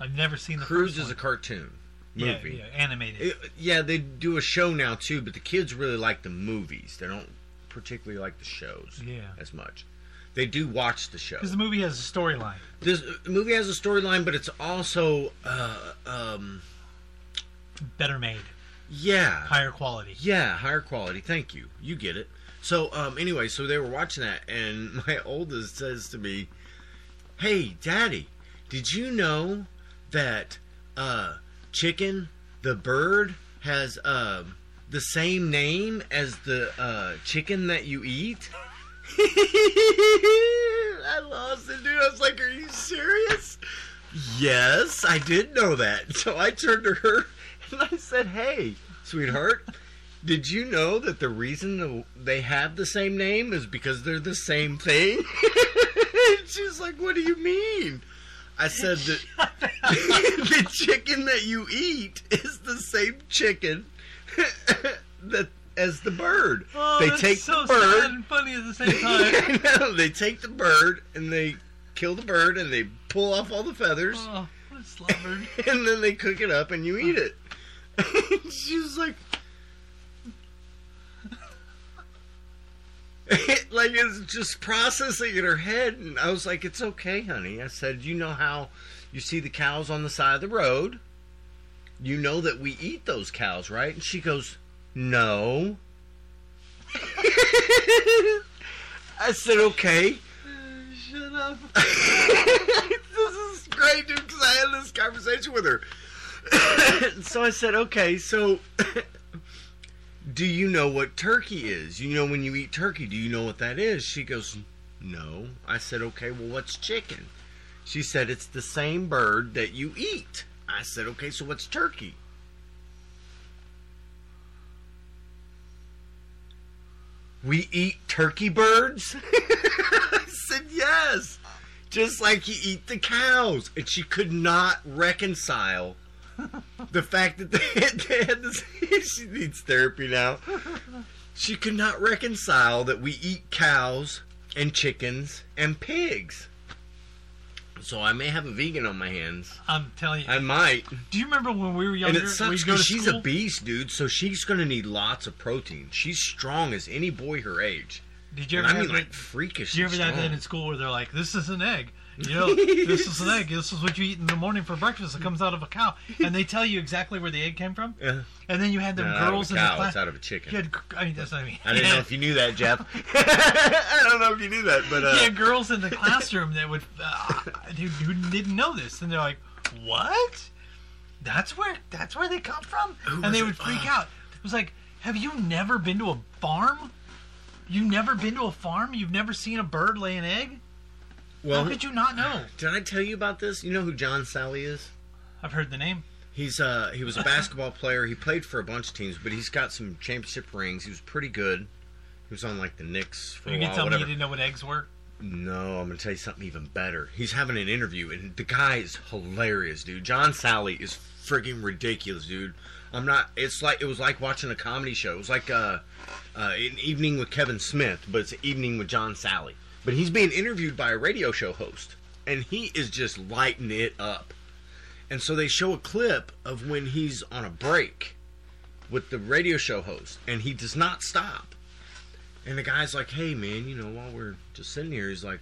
[SPEAKER 2] I've never seen the
[SPEAKER 1] Crudes
[SPEAKER 2] first
[SPEAKER 1] is a
[SPEAKER 2] one.
[SPEAKER 1] cartoon
[SPEAKER 2] Yeah,
[SPEAKER 1] movie.
[SPEAKER 2] Yeah, animated.
[SPEAKER 1] It- yeah, they do a show now too, but the kids really like the movies. They don't particularly like the shows
[SPEAKER 2] Yeah.
[SPEAKER 1] as much. They do watch the show.
[SPEAKER 2] Because the movie has a storyline.
[SPEAKER 1] This movie has a storyline, but it's also, uh, um,
[SPEAKER 2] Better made,
[SPEAKER 1] yeah,
[SPEAKER 2] higher quality.
[SPEAKER 1] Yeah, higher quality. Thank you. You get it. So, um, anyway, so they were watching that, and [LAUGHS] my oldest says to me, "Hey, Daddy, did you know that uh, chicken, the bird, has um the same name as the uh, chicken that you eat?" [LAUGHS] I lost it, dude. I was like, "Are you serious?" Yes, I did know that. So I turned to her and I said, "Hey, sweetheart, did you know that the reason the- they have the same name is because they're the same thing?" [LAUGHS] And She's like, "What do you mean?" I said
[SPEAKER 2] [LAUGHS]
[SPEAKER 1] that [LAUGHS] the chicken that you eat is the same chicken [LAUGHS] that as the bird.
[SPEAKER 2] Oh,
[SPEAKER 1] they
[SPEAKER 2] that's
[SPEAKER 1] take
[SPEAKER 2] so
[SPEAKER 1] the bird [LAUGHS]
[SPEAKER 2] sad and funny at the same time.
[SPEAKER 1] no, they take the bird and they kill the bird and they pull off all the feathers
[SPEAKER 2] oh, what a slobber.
[SPEAKER 1] [LAUGHS] and then they cook it up and you eat it. [LAUGHS] she was like, [LAUGHS] like it's just processing in her head, and I was like, "It's okay, honey." I said, "You know how you see the cows on the side of the road? You know that we eat those cows, right?" And she goes, "No." [LAUGHS] I said, "Okay."
[SPEAKER 2] Shut up.
[SPEAKER 1] [LAUGHS] this is great, dude, because I had this conversation with her. [COUGHS] so I said, okay, so [COUGHS] do you know what turkey is? You know, when you eat turkey, do you know what that is? She goes, no. I said, okay, well, what's chicken? She said, it's the same bird that you eat. I said, okay, so what's turkey? We eat turkey birds? [LAUGHS] I said, yes just like you eat the cows. And she could not reconcile the fact that they had, they had this. [LAUGHS] she needs therapy now. She could not reconcile that we eat cows and chickens and pigs. So I may have a vegan on my hands.
[SPEAKER 2] I'm telling you.
[SPEAKER 1] I might,
[SPEAKER 2] Do you remember when we were
[SPEAKER 1] and
[SPEAKER 2] younger?
[SPEAKER 1] it
[SPEAKER 2] we'd
[SPEAKER 1] sucks
[SPEAKER 2] go to
[SPEAKER 1] because she's
[SPEAKER 2] school?
[SPEAKER 1] a beast, dude. So she's gonna need lots of protein. She's strong as any boy her age.
[SPEAKER 2] Did you
[SPEAKER 1] And
[SPEAKER 2] ever
[SPEAKER 1] I
[SPEAKER 2] have
[SPEAKER 1] mean,
[SPEAKER 2] that-
[SPEAKER 1] like freakish.
[SPEAKER 2] Did you ever
[SPEAKER 1] and
[SPEAKER 2] have that
[SPEAKER 1] strong.
[SPEAKER 2] in school where they're like, "This is
[SPEAKER 1] [LAUGHS]
[SPEAKER 2] an egg. You know, this is an egg. This is what you eat in the morning for breakfast. It comes out of a cow." And they tell you exactly where the egg came from.
[SPEAKER 1] Yeah.
[SPEAKER 2] And then you had them
[SPEAKER 1] No,
[SPEAKER 2] girls
[SPEAKER 1] out of a cow,
[SPEAKER 2] in the class.
[SPEAKER 1] it's out of a chicken.
[SPEAKER 2] You had, I mean, that's what I mean.
[SPEAKER 1] I didn't know if you knew that, Jeff. [LAUGHS] I don't know if you knew that, but uh,
[SPEAKER 2] You had girls in the classroom that would uh, [LAUGHS] who, who didn't know this, and they're like, "What? That's where that's where they come from?" and they would freak out. It was like, "Have you never been to a farm? You've never been to a farm? You've never seen a bird lay an egg?
[SPEAKER 1] well,
[SPEAKER 2] How could you not know?"
[SPEAKER 1] did I tell you about this? You know who John Sally is?
[SPEAKER 2] I've heard the name.
[SPEAKER 1] He's uh he was a basketball player. He played for a bunch of teams, but he's got some championship rings. He was pretty good. He was on like the Knicks for
[SPEAKER 2] You
[SPEAKER 1] a
[SPEAKER 2] can
[SPEAKER 1] while.
[SPEAKER 2] tell me
[SPEAKER 1] whatever.
[SPEAKER 2] you didn't know what eggs were.
[SPEAKER 1] No, I'm gonna tell you something even better. He's having an interview, and the guy is hilarious, dude. John Sally is friggin' ridiculous, dude. I'm not. It's like it was like watching a comedy show. It was like uh, uh, an evening with Kevin Smith, but it's an evening with John Sally. But he's being interviewed by a radio show host, and he is just lighting it up. And so they show a clip of when he's on a break with the radio show host, and he does not stop. And the guy's like, "Hey, man, you know, while we're just sitting here, he's like,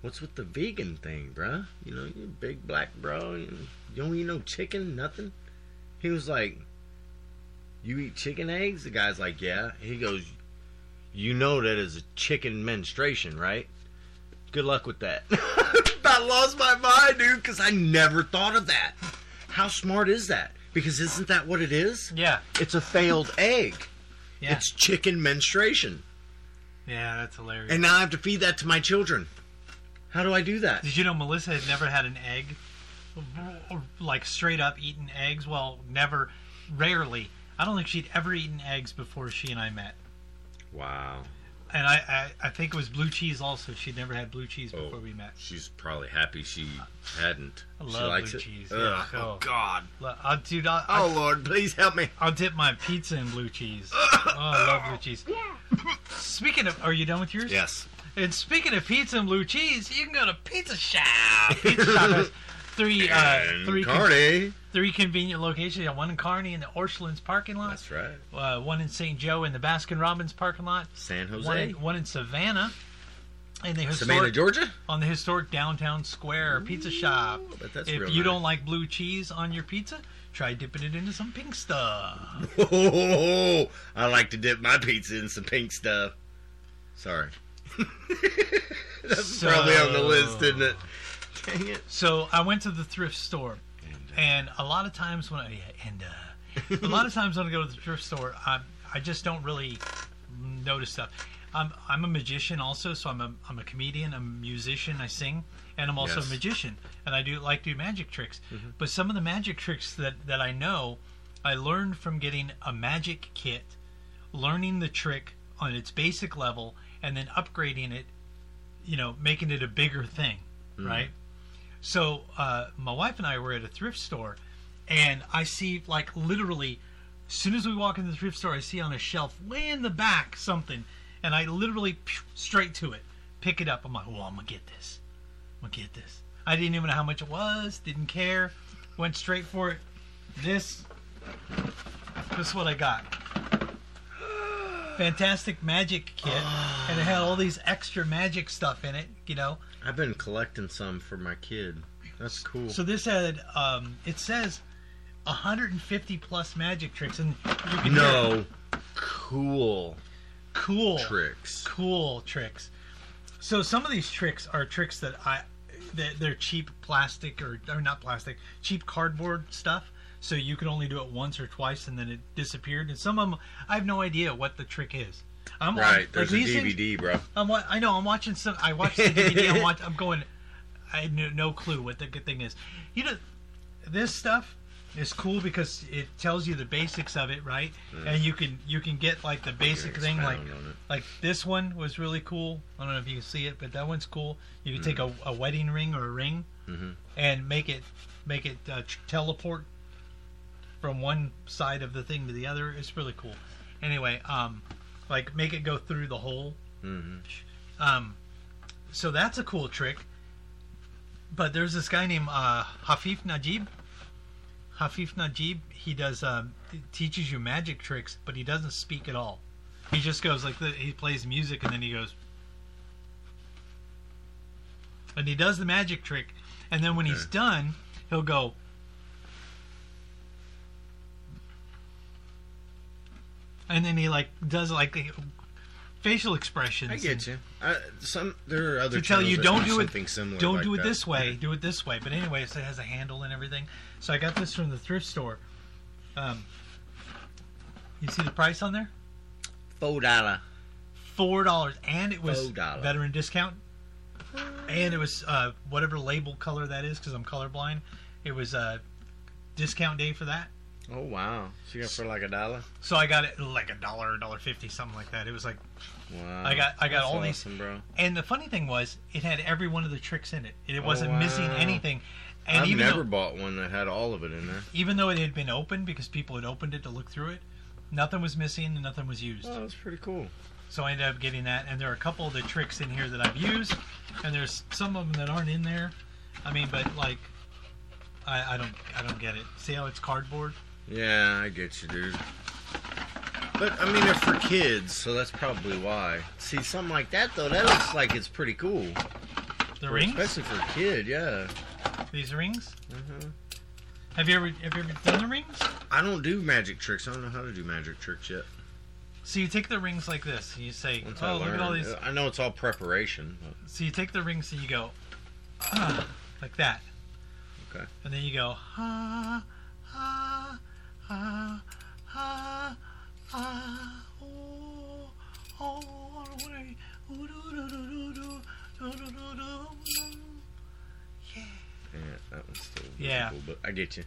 [SPEAKER 1] what's with the vegan thing, bruh? You know, you big black bro, you, you don't eat no chicken, nothing." He was like, "You eat chicken eggs?" The guy's like, "Yeah." He goes, "You know that is a chicken menstruation, right?" Good luck with that. [LAUGHS] I lost my mind, dude, because I never thought of that. How smart is that? Because isn't that what it is?
[SPEAKER 2] Yeah,
[SPEAKER 1] It's a failed egg.
[SPEAKER 2] yeah,
[SPEAKER 1] It's chicken menstruation.
[SPEAKER 2] yeah. That's hilarious.
[SPEAKER 1] And now I have to feed that to my children. How do I do that?
[SPEAKER 2] Did you know Melissa had never had an egg? Like straight up eaten eggs? Well, never, rarely. I don't think she'd ever eaten eggs before she and I met.
[SPEAKER 1] Wow.
[SPEAKER 2] And I, I, I think it was blue cheese also. She'd never had blue cheese
[SPEAKER 1] Oh.
[SPEAKER 2] before we met.
[SPEAKER 1] She's probably happy she hadn't.
[SPEAKER 2] I
[SPEAKER 1] she
[SPEAKER 2] love
[SPEAKER 1] likes
[SPEAKER 2] blue
[SPEAKER 1] it.
[SPEAKER 2] cheese.
[SPEAKER 1] Ugh,
[SPEAKER 2] Yeah.
[SPEAKER 1] Oh
[SPEAKER 2] Oh.
[SPEAKER 1] God.
[SPEAKER 2] Look, I'll, dude, I'll,
[SPEAKER 1] Oh
[SPEAKER 2] I'll,
[SPEAKER 1] Lord, please help me.
[SPEAKER 2] I'll dip my pizza in
[SPEAKER 1] [LAUGHS]
[SPEAKER 2] blue cheese. Oh, I love blue cheese. Speaking of, are you done with yours?
[SPEAKER 1] Yes.
[SPEAKER 2] And speaking of pizza and blue cheese, you can go to
[SPEAKER 1] [LAUGHS]
[SPEAKER 2] Pizza Shop. Pizza Shop has three, uh, three, con-
[SPEAKER 1] Cardi.
[SPEAKER 2] three convenient locations. Yeah, One in Kearney in the Orchlands parking lot.
[SPEAKER 1] That's right.
[SPEAKER 2] uh, one in St. Joe in the Baskin Robbins parking lot,
[SPEAKER 1] San Jose.
[SPEAKER 2] one in, one in Savannah, And the
[SPEAKER 1] Savannah,
[SPEAKER 2] historic,
[SPEAKER 1] Georgia. [LAUGHS]
[SPEAKER 2] on the historic downtown square pizza shop.
[SPEAKER 1] I bet that's
[SPEAKER 2] if
[SPEAKER 1] real
[SPEAKER 2] you
[SPEAKER 1] nice.
[SPEAKER 2] don't like blue cheese on your pizza, try dipping it into some pink stuff.
[SPEAKER 1] Oh, I like to dip my pizza in some pink stuff. Sorry. That's
[SPEAKER 2] So-
[SPEAKER 1] probably on the list,
[SPEAKER 2] Oh.
[SPEAKER 1] isn't it? Dang it.
[SPEAKER 2] So I went to the thrift store, and a lot of times when I and uh, a lot of times when I go to the thrift store, I I just don't really notice stuff. I'm I'm a magician also, so I'm a I'm a comedian, I'm a musician, I sing, and I'm also
[SPEAKER 1] Yes.
[SPEAKER 2] a magician, and I do like to do magic tricks. But some of the magic tricks that that I know, I learned from getting a magic kit, learning the trick on its basic level, and then upgrading it, you know, making it a bigger thing, right? So uh, my wife and I were at a thrift store, and I see like literally, as soon as we walk into the thrift store, I see on a shelf way in the back something, and I literally phew, straight to it, pick it up. I'm like, well, I'm gonna get this. I'm gonna get this. I didn't even know how much it was. Didn't care. Went straight for it. This. This is what I got. Fantastic magic kit, and it had all these extra magic stuff in it. You know,
[SPEAKER 1] I've been collecting some for my kid. That's cool.
[SPEAKER 2] so this had um, it says 150 plus magic tricks, and you can hear
[SPEAKER 1] no cool
[SPEAKER 2] cool
[SPEAKER 1] tricks.
[SPEAKER 2] cool tricks. So some of these tricks are tricks that I they're, they're cheap plastic or or not plastic, cheap cardboard stuff. So you can only do it once or twice, and then it disappeared. And some of them, I have no idea what the trick is. I'm like-
[SPEAKER 1] Right,
[SPEAKER 2] like
[SPEAKER 1] there's
[SPEAKER 2] these
[SPEAKER 1] a
[SPEAKER 2] things-
[SPEAKER 1] DVD, bro.
[SPEAKER 2] I'm wa- I know I'm watching some. I watched the DVD.
[SPEAKER 1] [LAUGHS]
[SPEAKER 2] I'm, watch, I'm going. I had no, no clue what the good thing is. You know, this stuff is cool because it tells you the basics of it, right? And you can you can get like the basic thing, like
[SPEAKER 1] Mm. expound on it.
[SPEAKER 2] like this one was really cool. I don't know if you can see it, but that one's cool. You can take
[SPEAKER 1] Mm.
[SPEAKER 2] a, a wedding ring or a ring
[SPEAKER 1] Mm-hmm.
[SPEAKER 2] and make it make it uh, tr- teleport from one side of the thing to the other. It's really cool. Anyway, um, like make it go through the hole. Um, so that's a cool trick. But there's this guy named uh, Hafif Najib. Hafif Najib, he does um, t- teaches you magic tricks, but he doesn't speak at all. He just goes like the, he plays music and then he goes, and he does the magic trick, and then when he's done, he'll go. And then he like does like facial expressions.
[SPEAKER 1] I
[SPEAKER 2] and-
[SPEAKER 1] get you. I, some there are other
[SPEAKER 2] to tell you
[SPEAKER 1] channels
[SPEAKER 2] don't
[SPEAKER 1] that
[SPEAKER 2] do it
[SPEAKER 1] something similar.
[SPEAKER 2] don't
[SPEAKER 1] like
[SPEAKER 2] do it
[SPEAKER 1] that.
[SPEAKER 2] this way do it this way but anyway so it has a handle and everything so i got this from the thrift store um, you see the price on there
[SPEAKER 1] Four dollar.
[SPEAKER 2] four dollars and it was
[SPEAKER 1] Four dollar.
[SPEAKER 2] veteran discount and it was uh, whatever label color that is because i'm colorblind it was uh, discount day for that
[SPEAKER 1] Oh wow, she got for like a dollar.
[SPEAKER 2] so i got it like a dollar dollar fifty something like that it was like
[SPEAKER 1] Wow.
[SPEAKER 2] I got- I got
[SPEAKER 1] That's
[SPEAKER 2] all these-
[SPEAKER 1] awesome, bro.
[SPEAKER 2] and the funny thing was it had every one of the tricks in it it wasn't
[SPEAKER 1] Oh, wow.
[SPEAKER 2] missing anything and
[SPEAKER 1] I've
[SPEAKER 2] even
[SPEAKER 1] never
[SPEAKER 2] though,
[SPEAKER 1] bought one that had all of it in there.
[SPEAKER 2] even though it had been opened because people had opened it to look through it, nothing was missing and nothing was used.
[SPEAKER 1] Oh, that's pretty cool.
[SPEAKER 2] So I ended up getting that. And there are a couple of the tricks in here that I've used, and there's some of them that aren't in there. I mean, but like, I, I don't I don't get it. See how it's cardboard?
[SPEAKER 1] Yeah, I get you, dude. But I mean, they're for kids, so that's probably why. See, something like that though, that looks like it's pretty cool,
[SPEAKER 2] The rings?
[SPEAKER 1] especially for a kid. Yeah,
[SPEAKER 2] These rings?
[SPEAKER 1] Mm-hmm.
[SPEAKER 2] Have you ever have you ever done the rings?
[SPEAKER 1] I don't do magic tricks. I don't know how to do magic tricks yet.
[SPEAKER 2] So you take the rings like this, and you say,
[SPEAKER 1] Once I
[SPEAKER 2] "Oh, look
[SPEAKER 1] learn,
[SPEAKER 2] at all these."
[SPEAKER 1] I know it's all preparation. But
[SPEAKER 2] So you take the rings and you go, "Ah," like that.
[SPEAKER 1] Okay.
[SPEAKER 2] And then you go, ha, ha, ha, ha, ha, oh, oh, all the way. Ooh, doo, doo, doo, doo, doo, doo, doo, doo, doo. Yeah.
[SPEAKER 1] yeah, that one's still visible,
[SPEAKER 2] Yeah.
[SPEAKER 1] But I get you.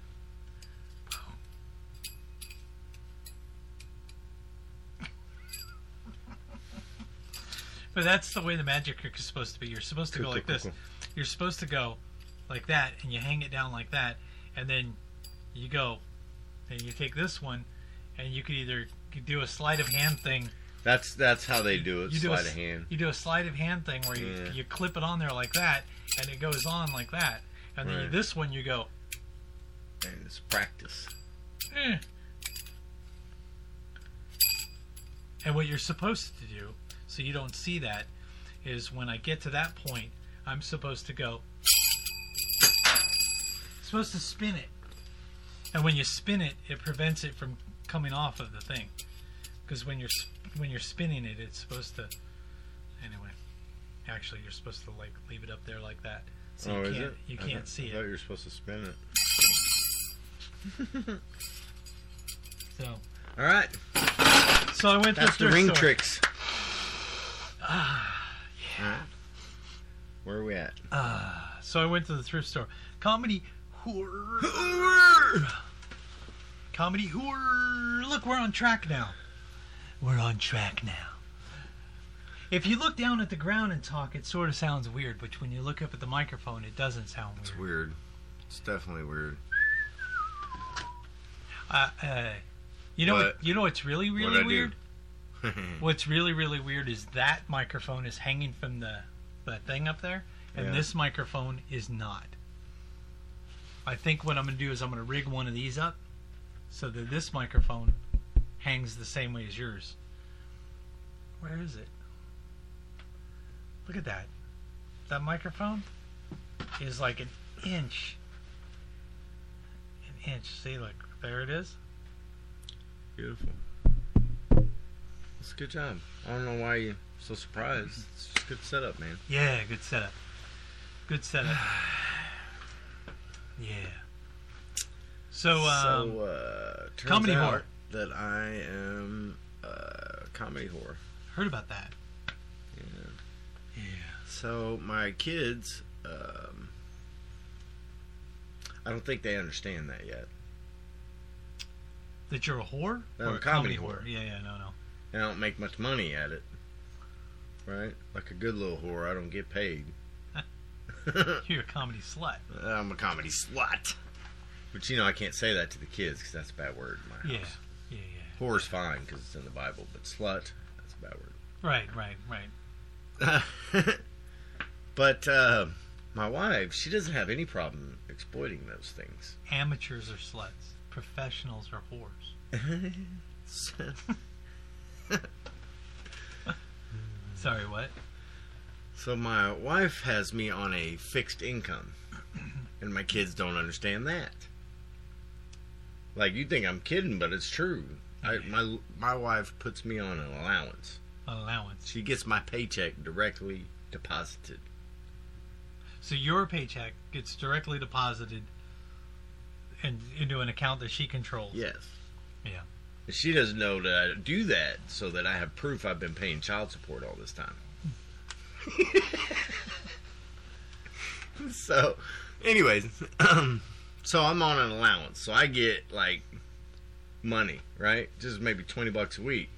[SPEAKER 2] But that's the way the magic trick is supposed to be. You're supposed to go
[SPEAKER 1] Cool,
[SPEAKER 2] like
[SPEAKER 1] cool,
[SPEAKER 2] this.
[SPEAKER 1] cool,
[SPEAKER 2] You're supposed to go like that, and you hang it down like that, and then you go, and you take this one, and you could either you do a sleight of hand thing
[SPEAKER 1] That's that's how they do it.
[SPEAKER 2] you do
[SPEAKER 1] sleight
[SPEAKER 2] a,
[SPEAKER 1] of hand.
[SPEAKER 2] You do a sleight of hand thing where you,
[SPEAKER 1] Yeah.
[SPEAKER 2] you clip it on there like that, and it goes on like that. And then you,
[SPEAKER 1] Right.
[SPEAKER 2] this one you go,
[SPEAKER 1] And it's practice.
[SPEAKER 2] eh. And what you're supposed to do, so you don't see that, is when I get to that point, I'm supposed to go. supposed to spin it, and when you spin it, it prevents it from coming off of the thing, because when you're s- when you're spinning it, it's supposed to. Anyway, actually, you're supposed to like leave it up there like that, so
[SPEAKER 1] oh,
[SPEAKER 2] you
[SPEAKER 1] is
[SPEAKER 2] can't
[SPEAKER 1] it?
[SPEAKER 2] you
[SPEAKER 1] I
[SPEAKER 2] can't
[SPEAKER 1] thought-
[SPEAKER 2] see
[SPEAKER 1] I thought
[SPEAKER 2] it.
[SPEAKER 1] you were supposed to spin it.
[SPEAKER 2] So,
[SPEAKER 1] All
[SPEAKER 2] [LAUGHS]
[SPEAKER 1] right,
[SPEAKER 2] so I went
[SPEAKER 1] that's
[SPEAKER 2] through
[SPEAKER 1] the
[SPEAKER 2] thrift
[SPEAKER 1] ring
[SPEAKER 2] store. Ah,
[SPEAKER 1] tricks. All right. Where are we at?
[SPEAKER 2] So I went to the thrift store. Comedy horror. Comedy horror. Look, we're on track now. We're on track now. If you look down at the ground and talk, it sort of sounds weird, but when you look up at the microphone, it doesn't sound weird.
[SPEAKER 1] It's weird. It's definitely weird.
[SPEAKER 2] Uh, uh, you know what?
[SPEAKER 1] What?
[SPEAKER 2] You know what's really really
[SPEAKER 1] I do?
[SPEAKER 2] weird.
[SPEAKER 1] [LAUGHS]
[SPEAKER 2] what's really really weird is that microphone is hanging from the the thing up there, and
[SPEAKER 1] Yeah.
[SPEAKER 2] this microphone is not. I think what I'm gonna do is I'm gonna rig one of these up, so that this microphone hangs the same way as yours. Where is it? Look at that. That microphone is like an inch. An inch. See, look, there it is.
[SPEAKER 1] Beautiful. It's a good job. I don't know why you're so surprised. It's just good setup, man.
[SPEAKER 2] Yeah, good setup. Good setup. yeah. So, um,
[SPEAKER 1] so, uh, turns
[SPEAKER 2] comedy
[SPEAKER 1] out
[SPEAKER 2] whore.
[SPEAKER 1] That I am a comedy whore.
[SPEAKER 2] heard about that.
[SPEAKER 1] So my kids, um, I don't think they understand that yet.
[SPEAKER 2] That you're a whore?
[SPEAKER 1] No,
[SPEAKER 2] a
[SPEAKER 1] comedy whore.
[SPEAKER 2] Yeah, yeah, no, no.
[SPEAKER 1] And I don't make much money at it, right? Like a good little whore, I don't get paid. Uh,
[SPEAKER 2] You're a comedy slut.
[SPEAKER 1] I'm a comedy slut. But you know, I can't say that to the kids because that's a bad word in my house.
[SPEAKER 2] Yeah, yeah, yeah.
[SPEAKER 1] Whore's fine because it's in the Bible, but slut, that's a bad word.
[SPEAKER 2] Right, right, right.
[SPEAKER 1] But uh, my wife, she doesn't have any problem exploiting those things.
[SPEAKER 2] Amateurs are sluts. Professionals are whores.
[SPEAKER 1] Mm.
[SPEAKER 2] Sorry, what?
[SPEAKER 1] so my wife has me on a fixed income, and my kids don't understand that. Like you think I'm kidding, but it's true. I, my my wife puts me on an allowance.
[SPEAKER 2] Allowance.
[SPEAKER 1] She gets my paycheck directly deposited.
[SPEAKER 2] So your paycheck gets directly deposited in, into an account that she controls.
[SPEAKER 1] Yes.
[SPEAKER 2] Yeah.
[SPEAKER 1] And She doesn't know that I do that, so that I have proof I've been paying child support all this time. [LAUGHS] so, anyways, [CLEARS THROAT] so I'm on an allowance, so I get like money, right? Just maybe twenty bucks a week,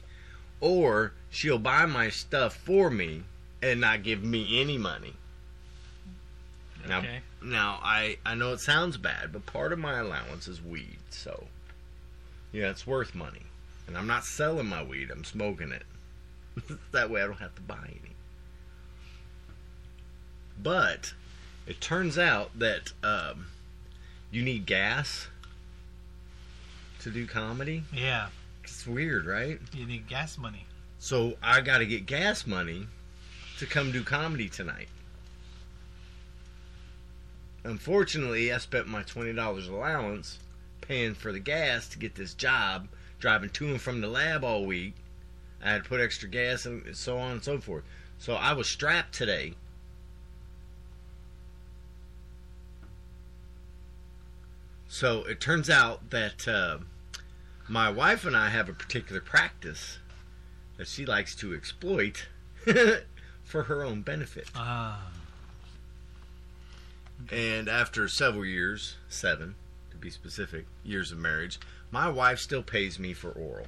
[SPEAKER 1] or she'll buy my stuff for me and not give me any money. Now,
[SPEAKER 2] Okay.
[SPEAKER 1] now I I know it sounds bad, but part of my allowance is weed, so yeah, it's worth money. And I'm not selling my weed; I'm smoking it. [LAUGHS] that way, I don't have to buy any. But it turns out that um, you need gas to do comedy.
[SPEAKER 2] Yeah.
[SPEAKER 1] It's weird, right?
[SPEAKER 2] You need gas money.
[SPEAKER 1] So I got to get gas money to come do comedy tonight. Unfortunately, I spent my $20 allowance paying for the gas to get this job, driving to and from the lab all week. I had to put extra gas and so on and so forth. So I was strapped today. So it turns out that uh, my wife and I have a particular practice that she likes to exploit [LAUGHS] for her own benefit.
[SPEAKER 2] Ah.
[SPEAKER 1] And after several years, seven to be specific, years of marriage, my wife still pays me for oral.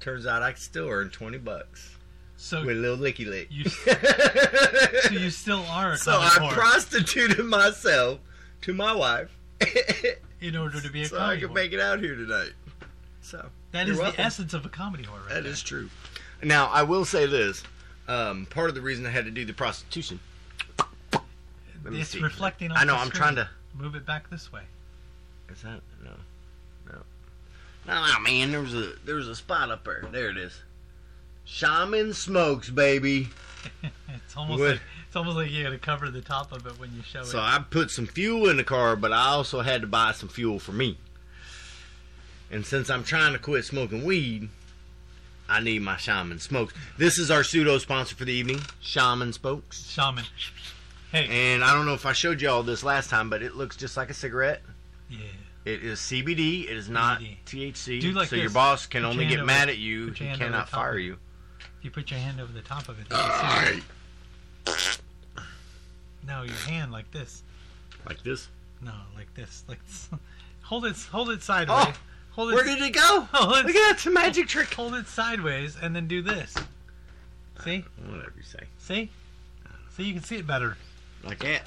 [SPEAKER 1] Turns out I can still earn 20 bucks
[SPEAKER 2] So
[SPEAKER 1] with a little licky lick. [LAUGHS]
[SPEAKER 2] you, so you still are a
[SPEAKER 1] So I
[SPEAKER 2] comic whore
[SPEAKER 1] prostituted myself to my wife [LAUGHS]
[SPEAKER 2] in order to be a
[SPEAKER 1] so I
[SPEAKER 2] comedy
[SPEAKER 1] could
[SPEAKER 2] whore.
[SPEAKER 1] make it out here tonight. So
[SPEAKER 2] that
[SPEAKER 1] you're
[SPEAKER 2] is the
[SPEAKER 1] welcome.
[SPEAKER 2] essence of a comedy whore, right?
[SPEAKER 1] That is true. Now, I will say this. Um, part of the reason I had to do the prostitution. Let me
[SPEAKER 2] It's
[SPEAKER 1] see.
[SPEAKER 2] reflecting. On
[SPEAKER 1] I know.
[SPEAKER 2] the
[SPEAKER 1] I'm
[SPEAKER 2] screen.
[SPEAKER 1] trying to.
[SPEAKER 2] move it back this way.
[SPEAKER 1] Is that no? No. No, no, man. There was a there was a spot up there. There it is. Shaman smokes, baby.
[SPEAKER 2] It's almost
[SPEAKER 1] Would-
[SPEAKER 2] like it's almost like you got to cover the top of it when you show
[SPEAKER 1] So
[SPEAKER 2] it.
[SPEAKER 1] I put some fuel in the car, but I also had to buy some fuel for me. And since I'm trying to quit smoking weed, I need my Shaman Smokes. This is our pseudo sponsor for the evening, Shaman Smokes.
[SPEAKER 2] Shaman. Hey.
[SPEAKER 1] And I don't know if I showed you all this last time, but it looks just like a cigarette.
[SPEAKER 2] Yeah.
[SPEAKER 1] It is CBD. It is not
[SPEAKER 2] CBD.
[SPEAKER 1] THC.
[SPEAKER 2] Do like
[SPEAKER 1] so your
[SPEAKER 2] this.
[SPEAKER 1] boss can
[SPEAKER 2] Put your
[SPEAKER 1] only
[SPEAKER 2] hand
[SPEAKER 1] get
[SPEAKER 2] over-
[SPEAKER 1] mad at you.
[SPEAKER 2] put
[SPEAKER 1] He
[SPEAKER 2] your hand over
[SPEAKER 1] cannot
[SPEAKER 2] the top
[SPEAKER 1] fire
[SPEAKER 2] of it.
[SPEAKER 1] you.
[SPEAKER 2] If you put your hand over the top of it. you can see it. No, your hand like this.
[SPEAKER 1] Like this.
[SPEAKER 2] No, like this. Like this. [LAUGHS] hold it. Hold it sideways.
[SPEAKER 1] Oh,
[SPEAKER 2] hold it.
[SPEAKER 1] Where did it
[SPEAKER 2] [LAUGHS]
[SPEAKER 1] go?
[SPEAKER 2] hold it-
[SPEAKER 1] Look at that magic trick.
[SPEAKER 2] Hold it sideways and then do this. See?
[SPEAKER 1] Whatever you say.
[SPEAKER 2] See? See, you can see it better.
[SPEAKER 1] Like that.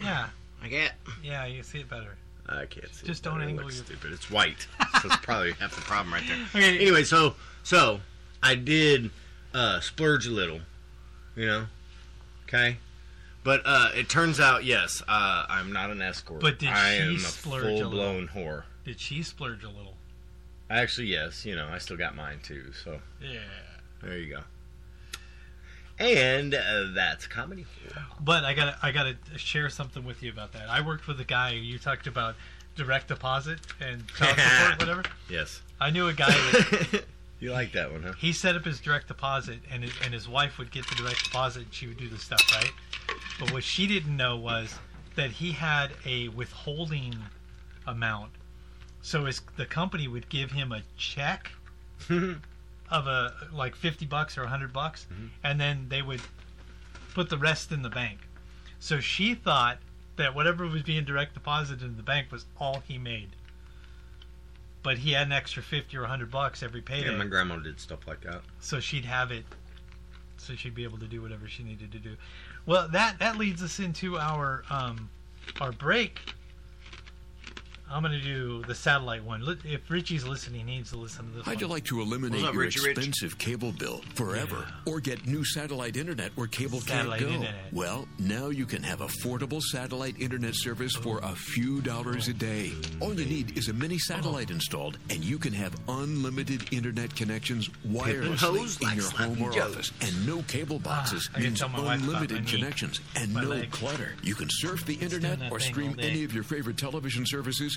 [SPEAKER 2] Yeah.
[SPEAKER 1] Like that.
[SPEAKER 2] Yeah, you can see it better.
[SPEAKER 1] I can't see.
[SPEAKER 2] Just
[SPEAKER 1] it,
[SPEAKER 2] don't
[SPEAKER 1] but it
[SPEAKER 2] angle
[SPEAKER 1] looks
[SPEAKER 2] your-
[SPEAKER 1] Stupid. It's white. so it's probably half the problem right
[SPEAKER 2] [LAUGHS]
[SPEAKER 1] there.
[SPEAKER 2] Okay.
[SPEAKER 1] Anyway, so so I did uh, splurge a little, you know. Okay. But uh, it turns out, yes, uh, I'm not an escort.
[SPEAKER 2] But did
[SPEAKER 1] I
[SPEAKER 2] she
[SPEAKER 1] am a
[SPEAKER 2] splurge a little?
[SPEAKER 1] full-blown whore.
[SPEAKER 2] Did she splurge a little?
[SPEAKER 1] Actually, yes. You know, I still got mine too. So
[SPEAKER 2] Yeah.
[SPEAKER 1] there you go. And uh, that's comedy.
[SPEAKER 2] But I gotta I gotta share something with you about that. I worked with a guy you talked about direct deposit and child support, whatever.
[SPEAKER 1] Yes.
[SPEAKER 2] I knew a guy that
[SPEAKER 1] You like that one, huh?
[SPEAKER 2] he set up his direct deposit and his, and his wife would get the direct deposit and she would do the stuff right but what she didn't know was that he had a withholding amount so his, the company would give him a check of a like 50 bucks or 100 bucks and then they would put the rest in the bank so she thought that whatever was being direct deposited in the bank was all he made but he had an extra 50 or 100 bucks every payday
[SPEAKER 1] Yeah, my grandma did stuff like that.
[SPEAKER 2] so she'd have it so she'd be able to do whatever she needed to do well that that leads us into our um our break i'm gonna do the satellite one Li- if richie's listening he needs to listen to this
[SPEAKER 5] How'd you
[SPEAKER 2] one.
[SPEAKER 5] like to eliminate
[SPEAKER 1] What's up,
[SPEAKER 5] your
[SPEAKER 1] Richie Rich?
[SPEAKER 5] expensive cable bill forever or get new satellite internet where cable
[SPEAKER 2] Satellite
[SPEAKER 5] can't go?
[SPEAKER 2] internet.
[SPEAKER 5] Well, now you can have affordable satellite internet service for a few dollars a day. All you need is a mini satellite installed, and you can have unlimited internet connections
[SPEAKER 1] hose
[SPEAKER 5] wirelessly in
[SPEAKER 1] like
[SPEAKER 5] your home or
[SPEAKER 1] Sloppy Joe.
[SPEAKER 5] office. And no cable boxes
[SPEAKER 2] Ah, I can
[SPEAKER 5] means
[SPEAKER 2] tell my wife about my
[SPEAKER 5] unlimited
[SPEAKER 2] knee,
[SPEAKER 5] connections and
[SPEAKER 2] my
[SPEAKER 5] no
[SPEAKER 2] leg.
[SPEAKER 5] clutter. You can surf the
[SPEAKER 2] doing
[SPEAKER 5] internet
[SPEAKER 2] that
[SPEAKER 5] or
[SPEAKER 2] thing
[SPEAKER 5] stream
[SPEAKER 2] all day.
[SPEAKER 5] any of your favorite television services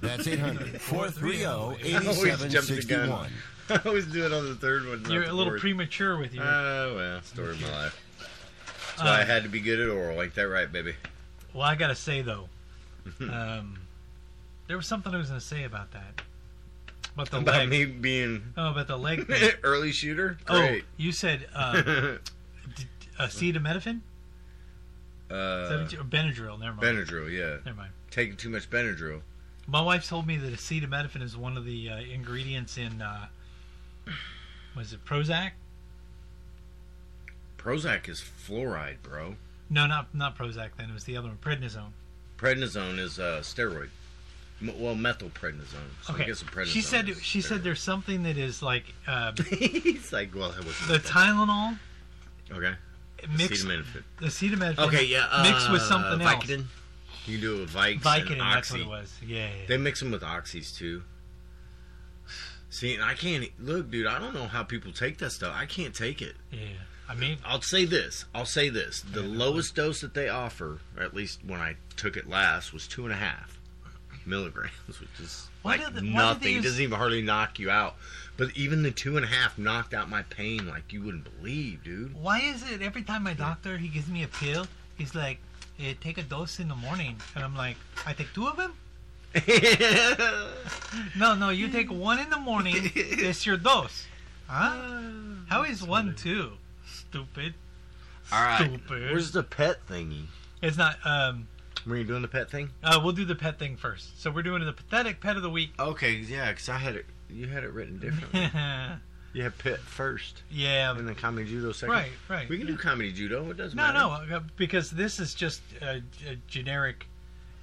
[SPEAKER 6] That's 800 430 8761.
[SPEAKER 1] I always do it on the third one. not
[SPEAKER 2] you're
[SPEAKER 1] the
[SPEAKER 2] a little
[SPEAKER 1] fourth.
[SPEAKER 2] premature with
[SPEAKER 1] Oh
[SPEAKER 2] your
[SPEAKER 1] well, story of my life. That's why I
[SPEAKER 2] Uh,
[SPEAKER 1] had to be good at oral. Ain't that right, baby?
[SPEAKER 2] well i gotta say
[SPEAKER 5] [LAUGHS]
[SPEAKER 2] though um there was something i was gonna say about that about the
[SPEAKER 1] About
[SPEAKER 2] leg
[SPEAKER 1] me being [LAUGHS]
[SPEAKER 2] oh about the leg thing.
[SPEAKER 1] early shooter.
[SPEAKER 2] oh
[SPEAKER 1] Great. [LAUGHS]
[SPEAKER 2] you said uh d- acetaminophen Is that
[SPEAKER 1] Uh,
[SPEAKER 2] what you- or benadryl never mind
[SPEAKER 1] Benadryl, yeah.
[SPEAKER 2] never mind
[SPEAKER 1] Taking too much Benadryl.
[SPEAKER 2] My wife told me that acetaminophen is one of the uh, ingredients in uh, was it Prozac?
[SPEAKER 1] Prozac is fluoride, bro.
[SPEAKER 2] No, not not Prozac. Then it was the other one, prednisone.
[SPEAKER 1] Prednisone is uh, steroid. M- well, methylprednisone. So I
[SPEAKER 2] Okay,
[SPEAKER 1] guess a prednisone.
[SPEAKER 2] she said
[SPEAKER 1] is
[SPEAKER 2] she said
[SPEAKER 1] steroid.
[SPEAKER 2] there's something that is like
[SPEAKER 1] [LAUGHS]
[SPEAKER 2] um,
[SPEAKER 1] He's like, well, I was
[SPEAKER 2] the Tylenol
[SPEAKER 1] okay.
[SPEAKER 2] mixed
[SPEAKER 1] Acetaminophen.
[SPEAKER 2] acetaminophen.
[SPEAKER 1] Okay, yeah. Uh,
[SPEAKER 2] mixed with something else.
[SPEAKER 1] Vicodin. You can do it with Vicks
[SPEAKER 2] Vicodin.
[SPEAKER 1] and
[SPEAKER 2] That's
[SPEAKER 1] Oxy.
[SPEAKER 2] what it was. Yeah. yeah,
[SPEAKER 1] They mix them with oxys too. See, and I can't e, look, dude. I don't know how people take that stuff. I can't take it.
[SPEAKER 2] yeah. I mean,
[SPEAKER 1] I'll say this. I'll say this. The lowest dose that they offer, or at least when I took it last, was two and a half milligrams, which is
[SPEAKER 2] Why
[SPEAKER 1] like
[SPEAKER 2] do the- why do
[SPEAKER 1] nothing.
[SPEAKER 2] these-
[SPEAKER 1] It doesn't even hardly knock you out. But even the two and a half knocked out my pain like you wouldn't believe, dude. [LAUGHS]
[SPEAKER 2] why is it every time my doctor he gives me a pill, he's like, eh, take a dose in the morning, and I'm like, I take two of them. No, no, you take one in
[SPEAKER 1] [LAUGHS]
[SPEAKER 2] the morning. it's your dose. Huh?
[SPEAKER 1] Uh,
[SPEAKER 2] How is one two? Stupid.
[SPEAKER 1] All right.
[SPEAKER 2] Stupid.
[SPEAKER 1] Where's the pet thingy?
[SPEAKER 2] It's not. Um.
[SPEAKER 1] Were you doing the pet thing?
[SPEAKER 2] Uh, we'll do the pet thing first. So we're doing the pathetic pet of the week. [LAUGHS]
[SPEAKER 1] Okay, yeah, because I had it. You had it written differently. Yeah, pit first,
[SPEAKER 2] Yeah.
[SPEAKER 1] and then comedy judo second.
[SPEAKER 2] Right, right.
[SPEAKER 1] We can do comedy judo. It doesn't
[SPEAKER 2] No,
[SPEAKER 1] matter.
[SPEAKER 2] no, uh, because this is just a, a generic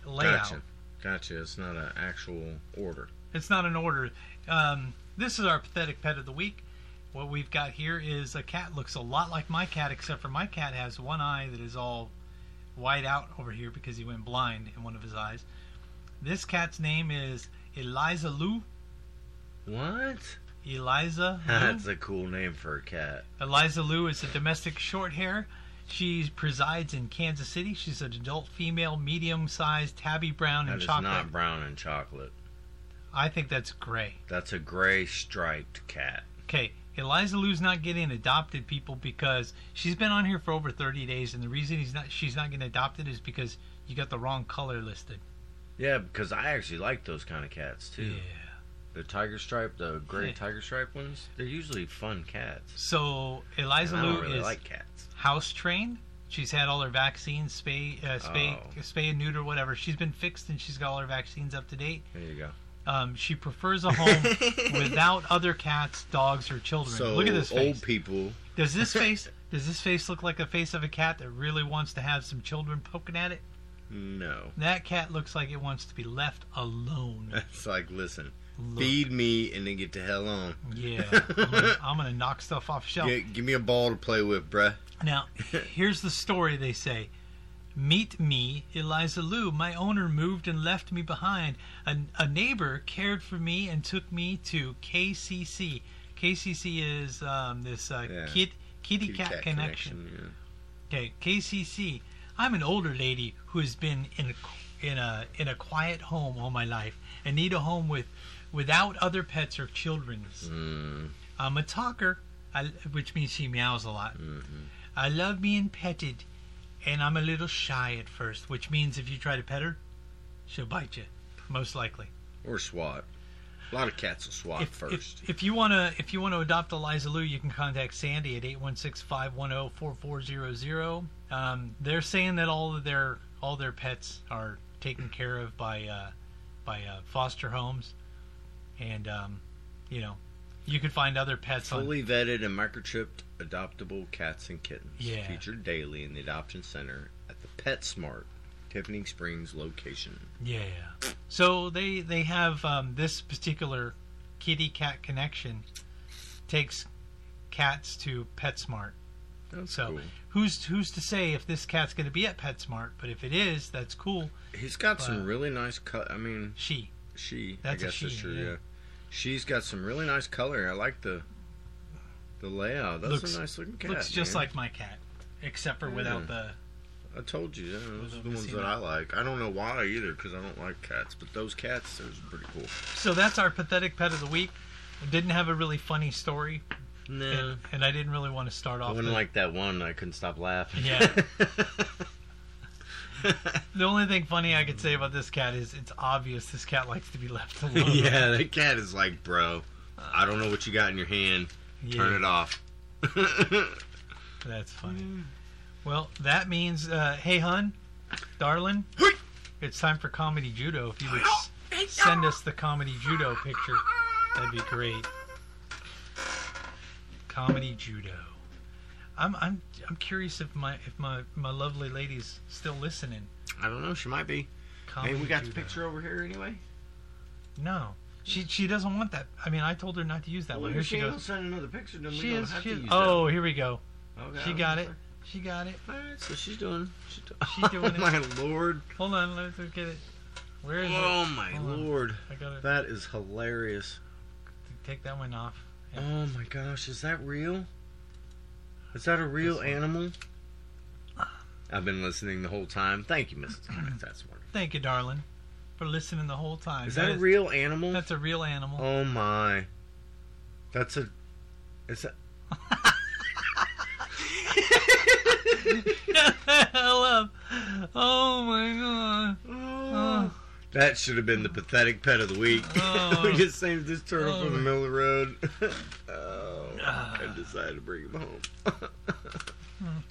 [SPEAKER 2] layout.
[SPEAKER 1] Gotcha. Gotcha. It's not an actual order.
[SPEAKER 2] It's not an order. Um, this is our pathetic pet of the week. What we've got here is a cat looks a lot like my cat, except for my cat has one eye that is all white out over here because he went blind in one of his eyes. This cat's name is Eliza Lou.
[SPEAKER 1] What? [LAUGHS]
[SPEAKER 2] Eliza Lou.
[SPEAKER 1] That's a cool name for a cat.
[SPEAKER 2] Eliza Lou is a domestic short hair. She presides in Kansas City. She's an adult female, medium sized, tabby brown
[SPEAKER 1] That
[SPEAKER 2] and
[SPEAKER 1] is
[SPEAKER 2] chocolate.
[SPEAKER 1] not brown and chocolate.
[SPEAKER 2] I think that's gray.
[SPEAKER 1] That's a gray striped cat.
[SPEAKER 2] Okay, Eliza Lou's not getting adopted, people, because she's been on here for over 30 days, and the reason he's not she's not getting adopted is because you got the wrong color listed.
[SPEAKER 1] Yeah, because I actually like those kind of cats too. The tiger stripe, the gray
[SPEAKER 2] Yeah.
[SPEAKER 1] tiger stripe ones, they're usually fun cats.
[SPEAKER 2] So Eliza
[SPEAKER 1] And I
[SPEAKER 2] Lou
[SPEAKER 1] don't really
[SPEAKER 2] is
[SPEAKER 1] like cats.
[SPEAKER 2] house trained. She's had all her vaccines, spay, uh, spay,
[SPEAKER 1] Oh.
[SPEAKER 2] spay and neuter, whatever. She's been fixed, and she's got all her vaccines up to date.
[SPEAKER 1] There you go.
[SPEAKER 2] Um, she prefers a
[SPEAKER 1] [LAUGHS]
[SPEAKER 2] home without other cats, dogs, or children.
[SPEAKER 1] So
[SPEAKER 2] Look at this face.
[SPEAKER 1] old people. [LAUGHS]
[SPEAKER 2] does this face does this face look like a face of a cat that really wants to have some children poking at it?
[SPEAKER 1] No, [LAUGHS]
[SPEAKER 2] That cat looks like it wants to be left alone. [LAUGHS]
[SPEAKER 1] it's like listen,
[SPEAKER 2] Look.
[SPEAKER 1] feed me and then get the hell on.
[SPEAKER 2] Yeah, I'm gonna, I'm gonna knock stuff off shelf.
[SPEAKER 1] Yeah, give me a ball to play with, bruh.
[SPEAKER 2] [LAUGHS] Now, here's the story they say. Meet me, Eliza Lou. My owner moved and left me behind. A, a neighbor cared for me and took me to KCC. KCC is um, this uh,
[SPEAKER 1] Yeah.
[SPEAKER 2] kid,
[SPEAKER 1] Kitty
[SPEAKER 2] kitty cat, connection. Okay, KCC. I'm an older lady who has been in a in a in a quiet home all my life and need a home with without other pets or children. I'm a talker, I, which means she meows a lot. I love being petted, and I'm a little shy at first, which means if you try to pet her, she'll bite you, most likely.
[SPEAKER 1] yeah. Or SWAT. A lot of cats will SWAT
[SPEAKER 2] If,
[SPEAKER 1] first.
[SPEAKER 2] if, if you want to if you want to adopt Eliza Lou, you can contact Sandy at oh, 816-510-4400. Um, they're saying that all of their all their pets are taken care of by uh, by uh, foster homes, and um, you know you could find other pets on.
[SPEAKER 1] Fully vetted and microchipped adoptable cats and kittens.
[SPEAKER 2] Yeah.
[SPEAKER 1] Featured daily in the adoption center at the PetSmart Tiffany Springs location.
[SPEAKER 2] Yeah. So they they have um, this particular kitty cat connection takes cats to PetSmart.
[SPEAKER 1] That's
[SPEAKER 2] So
[SPEAKER 1] cool.
[SPEAKER 2] who's who's to say if this cat's going to be at PetSmart? But if it is, that's cool.
[SPEAKER 1] He's got
[SPEAKER 2] Wow.
[SPEAKER 1] some really nice cut. I mean,
[SPEAKER 2] She.
[SPEAKER 1] she.
[SPEAKER 2] That's a
[SPEAKER 1] I guess
[SPEAKER 2] she,
[SPEAKER 1] that's true.
[SPEAKER 2] yeah.
[SPEAKER 1] Yeah. She's got some really nice color. I like the the layout. That's
[SPEAKER 2] Looks-
[SPEAKER 1] a nice looking cat.
[SPEAKER 2] Looks just
[SPEAKER 1] man.
[SPEAKER 2] like my cat, except for
[SPEAKER 1] Hmm.
[SPEAKER 2] without the.
[SPEAKER 1] I told you. Yeah, those
[SPEAKER 2] Little
[SPEAKER 1] are the ones
[SPEAKER 2] casino.
[SPEAKER 1] that I like. I don't know why either, because I don't like cats. But those cats, those are pretty cool.
[SPEAKER 2] So that's our pathetic pet of the week. I didn't have a really funny story, and, and I didn't really want to start
[SPEAKER 1] I
[SPEAKER 2] off.
[SPEAKER 1] wouldn't
[SPEAKER 2] the-
[SPEAKER 1] like that one. I couldn't stop laughing.
[SPEAKER 2] [LAUGHS] Yeah. the only thing funny I could say about this cat is it's obvious this cat likes to be left alone.
[SPEAKER 1] [LAUGHS] [LAUGHS] yeah, that cat is like, bro, I don't know what you got in your hand. Turn
[SPEAKER 2] Yeah.
[SPEAKER 1] it off. [LAUGHS]
[SPEAKER 2] That's funny. Well, that means, uh, hey, hun, darling, it's time for comedy judo. If you would s- send us the comedy judo picture, that'd be great. Comedy judo. I'm I'm I'm curious if my if my my lovely lady's still listening.
[SPEAKER 1] I don't know. She might be.
[SPEAKER 2] Comedy
[SPEAKER 1] Hey, we got the
[SPEAKER 2] judo.
[SPEAKER 1] picture over here anyway.
[SPEAKER 2] No, she she doesn't want that. I mean, I told her not to use that
[SPEAKER 1] Well, if
[SPEAKER 2] one. Here
[SPEAKER 1] she,
[SPEAKER 2] she
[SPEAKER 1] don't
[SPEAKER 2] goes.
[SPEAKER 1] send another picture, then we
[SPEAKER 2] She
[SPEAKER 1] don't
[SPEAKER 2] is.
[SPEAKER 1] have
[SPEAKER 2] She
[SPEAKER 1] to
[SPEAKER 2] is.
[SPEAKER 1] use
[SPEAKER 2] Oh, here we go.
[SPEAKER 1] that. Okay,
[SPEAKER 2] She
[SPEAKER 1] I'm
[SPEAKER 2] got it.
[SPEAKER 1] sorry.
[SPEAKER 2] She got it.
[SPEAKER 1] All right, so she's doing. She's doing.
[SPEAKER 2] She's doing
[SPEAKER 1] [LAUGHS] oh
[SPEAKER 2] it.
[SPEAKER 1] my lord!
[SPEAKER 2] Hold on, let's get it. Where is it?
[SPEAKER 1] Oh my
[SPEAKER 2] Hold on.
[SPEAKER 1] lord!
[SPEAKER 2] I gotta
[SPEAKER 1] That is hilarious.
[SPEAKER 2] take that one off.
[SPEAKER 1] Oh my gosh, is that real? Is that a real animal? I've been listening the whole time. Thank you, Mrs. Clements. That's wonderful.
[SPEAKER 2] Thank you, darling, for listening the whole time.
[SPEAKER 1] Is that a real animal?
[SPEAKER 2] That's a real animal.
[SPEAKER 1] Oh my. That's a. It's a.
[SPEAKER 2] [LAUGHS] Hello. Oh my god.
[SPEAKER 1] oh. That should have been the pathetic pet of the week.
[SPEAKER 2] Oh.
[SPEAKER 1] [LAUGHS] we just saved this turtle
[SPEAKER 2] Oh. Ah.
[SPEAKER 1] from the middle of the road. [LAUGHS] oh, I decided to bring him home.
[SPEAKER 2] [LAUGHS]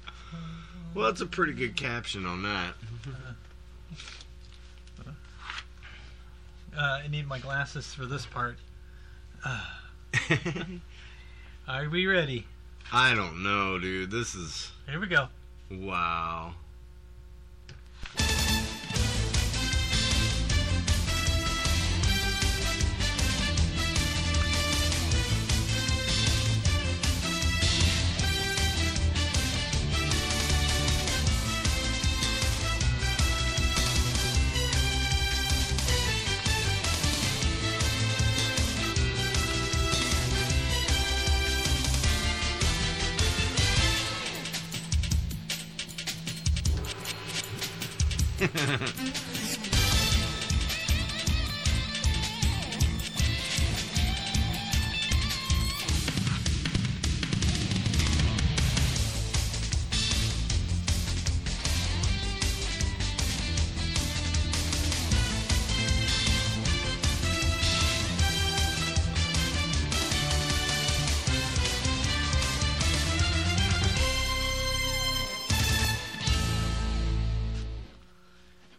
[SPEAKER 1] well, that's a pretty good caption on that. [LAUGHS]
[SPEAKER 2] Uh, I need my glasses for this part. Are we ready?
[SPEAKER 1] I don't know, dude. This is
[SPEAKER 2] Here we go.
[SPEAKER 1] wow.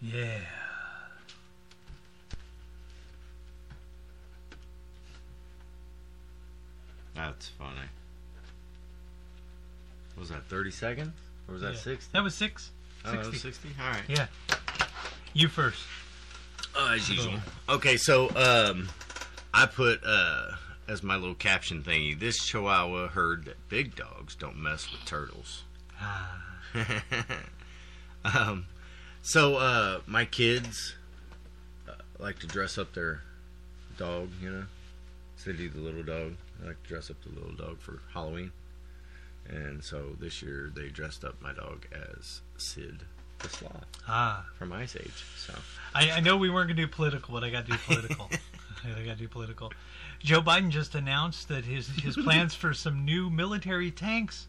[SPEAKER 2] Yeah.
[SPEAKER 1] That's funny. What was that 30 seconds? Or was that
[SPEAKER 2] Yeah.
[SPEAKER 1] 60?
[SPEAKER 2] That was six.
[SPEAKER 1] Oh, that was
[SPEAKER 2] 60.
[SPEAKER 1] 60? All right.
[SPEAKER 2] Yeah. You first.
[SPEAKER 1] Uh, as usual. Okay, so um, I put uh, as my little caption thingy. This Chihuahua heard that big dogs don't mess with turtles. [LAUGHS] um, so uh, my kids uh, like to dress up their dog, you know. So they do the little dog. I like to dress up the little dog for Halloween. And so this year they dressed up my dog as Sid the Sloth
[SPEAKER 2] Ah.
[SPEAKER 1] from Ice Age. So
[SPEAKER 2] I, I know we weren't going to do political, but I got to do political. I got to do political. Joe Biden just announced that his, his plans for some new military tanks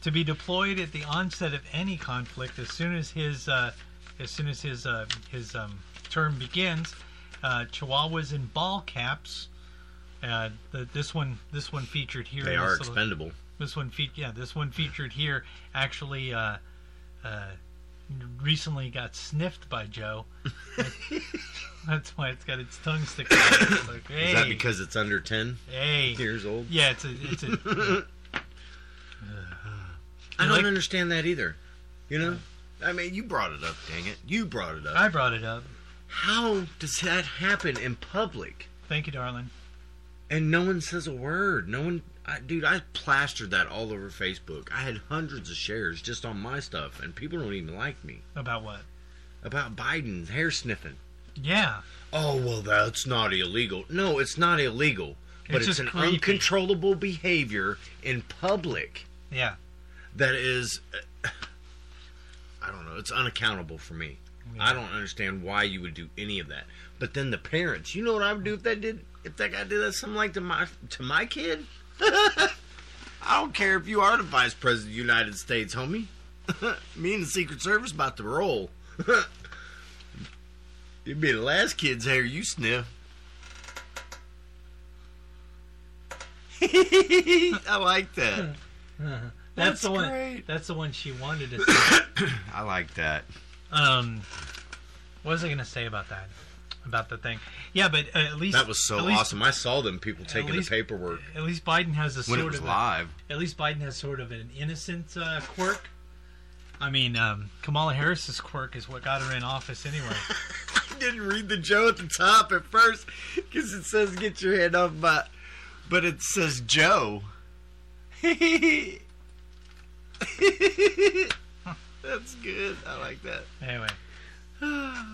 [SPEAKER 2] to be deployed at the onset of any conflict as soon as his uh, as soon as his uh, his um, term begins. Uh, Chihuahuas in ball caps. Uh, the, this one this one featured here.
[SPEAKER 1] they
[SPEAKER 2] in
[SPEAKER 1] are
[SPEAKER 2] this little-
[SPEAKER 1] expendable.
[SPEAKER 2] this one feat yeah this one featured here actually uh, uh, recently got sniffed
[SPEAKER 1] [LAUGHS]
[SPEAKER 2] by Joe. That's why it's got its tongue sticking. out. It's like, hey,
[SPEAKER 1] Is that because it's under 10
[SPEAKER 2] hey,
[SPEAKER 1] years old?
[SPEAKER 2] yeah, it's a, it's a.
[SPEAKER 1] I don't
[SPEAKER 2] like-
[SPEAKER 1] understand that either. You know? I mean, you brought it up, dang it. You brought it up.
[SPEAKER 2] I brought it up.
[SPEAKER 1] How does that happen in public?
[SPEAKER 2] Thank you, darling.
[SPEAKER 1] And no one says a word. No one. I, dude, I plastered that all over Facebook. I had hundreds of shares just on my stuff, and people don't even like me.
[SPEAKER 2] About what?
[SPEAKER 1] About Biden's hair sniffing.
[SPEAKER 2] Yeah,
[SPEAKER 1] Oh, well, that's not illegal. No, it's not illegal, but
[SPEAKER 2] It's
[SPEAKER 1] it's, an
[SPEAKER 2] just creepy.
[SPEAKER 1] uncontrollable behavior in public.
[SPEAKER 2] yeah.
[SPEAKER 1] that is [SIGHS] i don't know it's unaccountable for me i don't understand why you would do any of that but then the parents you know what i would do if that did if that guy did that something like to my to my kid [LAUGHS] i don't care if you are the vice president of the united states homie [LAUGHS] me and the secret service about to roll [LAUGHS] you'd be the last kid's hair you sniff [LAUGHS] i like that
[SPEAKER 2] That's, the one.
[SPEAKER 1] great.
[SPEAKER 2] That's the one she wanted to see.
[SPEAKER 1] i like that
[SPEAKER 2] um, what was I going to say about that? About the thing? Yeah, but uh, at least
[SPEAKER 1] That was so
[SPEAKER 2] at least-
[SPEAKER 1] awesome. I saw them people taking
[SPEAKER 2] least-
[SPEAKER 1] the paperwork
[SPEAKER 2] At least Biden has a
[SPEAKER 1] when
[SPEAKER 2] sort
[SPEAKER 1] it was
[SPEAKER 2] of a-
[SPEAKER 1] live.
[SPEAKER 2] at least Biden has sort of an innocent uh, quirk. I mean, um, Kamala Harris's quirk is what got her in office anyway.
[SPEAKER 1] I didn't read the Joe at the top at first because it says "Get your hand off my," but it says Joe. [LAUGHS] That's good. I like that.
[SPEAKER 2] anyway,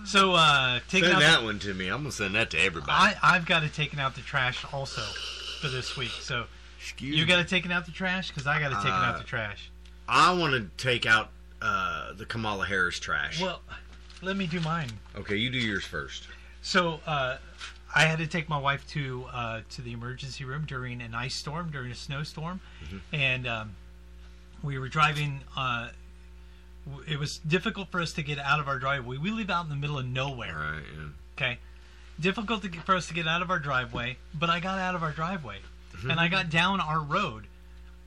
[SPEAKER 2] so uh, taking
[SPEAKER 1] Send
[SPEAKER 2] out,
[SPEAKER 1] that one to me. I'm gonna send that to everybody.
[SPEAKER 2] I, I've got to taking out the trash also for this week. So
[SPEAKER 1] Excuse
[SPEAKER 2] you
[SPEAKER 1] me.
[SPEAKER 2] got to taking out the trash because I got to taking out the trash.
[SPEAKER 1] I want to take out uh, the Kamala Harris trash.
[SPEAKER 2] Well, let me do mine.
[SPEAKER 1] okay, you do yours first.
[SPEAKER 2] So uh, I had to take my wife to uh, to the emergency room during an ice storm, during a snowstorm, and um, we were driving. Uh, w- it was difficult for us to get out of our driveway. We live out in the middle of
[SPEAKER 1] All
[SPEAKER 2] nowhere.
[SPEAKER 1] right. Yeah.
[SPEAKER 2] Okay, difficult to get, for us to get out of our driveway, but I got out of our driveway, and I got down our road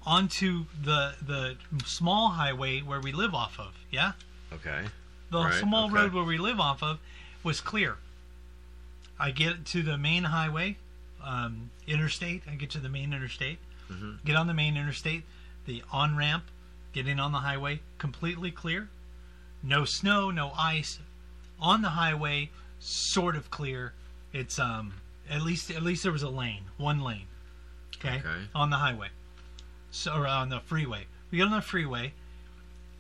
[SPEAKER 2] onto the the small highway where we live off of. Yeah
[SPEAKER 1] Okay.
[SPEAKER 2] the
[SPEAKER 1] Right,
[SPEAKER 2] small
[SPEAKER 1] okay.
[SPEAKER 2] road where we live off of was clear. I get to the main highway, um, interstate. I get to the main interstate.
[SPEAKER 1] Mm-hmm.
[SPEAKER 2] Get on the main interstate, the on ramp, get in on the highway, completely clear. No snow, no ice. On the highway, sort of clear. It's um at least at least there was a lane, one lane. Okay.
[SPEAKER 7] Okay.
[SPEAKER 2] On the highway. So or on the freeway. We get on the freeway.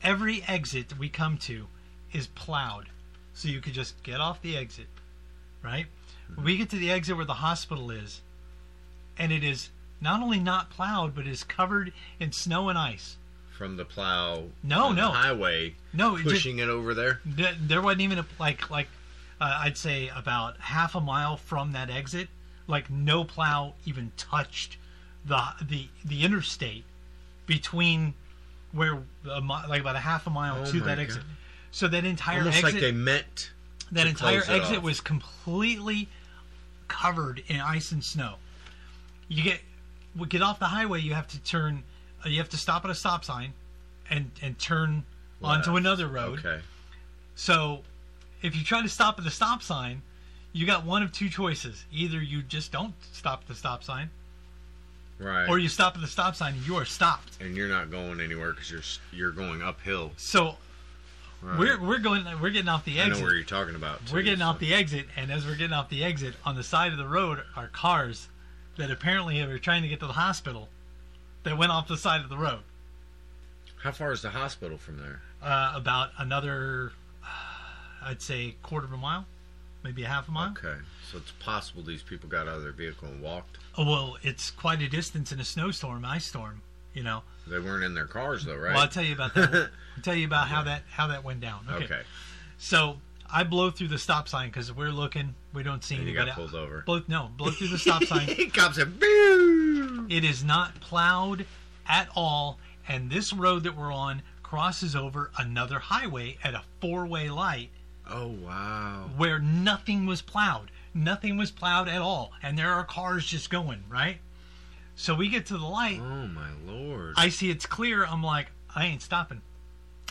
[SPEAKER 2] Every exit that we come to is plowed. So you could just get off the exit, right?
[SPEAKER 7] Hmm.
[SPEAKER 2] We get to the exit where the hospital is, and it is not only not plowed, but is covered in snow and ice.
[SPEAKER 7] from the plow.
[SPEAKER 2] No,
[SPEAKER 7] on the
[SPEAKER 2] no.
[SPEAKER 7] highway,
[SPEAKER 2] No, it just,
[SPEAKER 7] pushing it over there.
[SPEAKER 2] Th- there wasn't even a, like like uh, I'd say about half a mile from that exit, like no plow even touched the the the interstate between where a mi- like about a half a mile
[SPEAKER 7] Oh
[SPEAKER 2] to
[SPEAKER 7] my
[SPEAKER 2] that
[SPEAKER 7] God.
[SPEAKER 2] exit. So that entire
[SPEAKER 7] Almost
[SPEAKER 2] exit,
[SPEAKER 7] like they meant.
[SPEAKER 2] that
[SPEAKER 7] to
[SPEAKER 2] entire
[SPEAKER 7] close it
[SPEAKER 2] exit
[SPEAKER 7] off.
[SPEAKER 2] was completely covered in ice and snow. You get we get off the highway, you have to turn, uh, you have to stop at a stop sign, and and turn onto
[SPEAKER 7] Left.
[SPEAKER 2] another road.
[SPEAKER 7] Okay.
[SPEAKER 2] So, if you try to stop at the stop sign, you got one of two choices. Either you just don't stop at the stop sign,
[SPEAKER 7] Right.
[SPEAKER 2] or you stop at the stop sign and you are stopped.
[SPEAKER 7] and you're not going anywhere because you're s- you're going uphill.
[SPEAKER 2] So
[SPEAKER 7] Right.
[SPEAKER 2] we're we're going we're getting off the
[SPEAKER 7] I know
[SPEAKER 2] exit.
[SPEAKER 7] where you're talking about.
[SPEAKER 2] We're
[SPEAKER 7] too,
[SPEAKER 2] getting
[SPEAKER 7] so-
[SPEAKER 2] off the exit, and as we're getting off the exit, on the side of the road are cars that apparently were trying to get to the hospital that went off the side of the road.
[SPEAKER 7] How far is the hospital from there?
[SPEAKER 2] Uh, about another, uh, I'd say, quarter of a mile, maybe a half a mile.
[SPEAKER 7] Okay, so it's possible these people got out of their vehicle and walked.
[SPEAKER 2] Oh, well, it's quite a distance in a snowstorm, ice storm. You know.
[SPEAKER 7] They weren't in their cars though, right?
[SPEAKER 2] Well, I'll tell you
[SPEAKER 7] [LAUGHS]
[SPEAKER 2] about that. I'll tell you about how that how that went down. Okay.
[SPEAKER 7] okay. [LAUGHS]
[SPEAKER 2] So I blow through the stop sign because we're looking, we don't see
[SPEAKER 7] And you
[SPEAKER 2] anybody.
[SPEAKER 7] got pulled over.
[SPEAKER 2] Blow, no, blow through the stop sign.
[SPEAKER 7] [LAUGHS] Cops said, "Boo!"
[SPEAKER 2] It is not plowed at all, and this road that we're on crosses over another highway at a four-way light
[SPEAKER 7] Oh wow!
[SPEAKER 2] where nothing was plowed. Nothing was plowed at all, and there are cars just going right. So we get to the light.
[SPEAKER 7] Oh my lord!
[SPEAKER 2] I see it's clear. I'm like, I ain't stopping.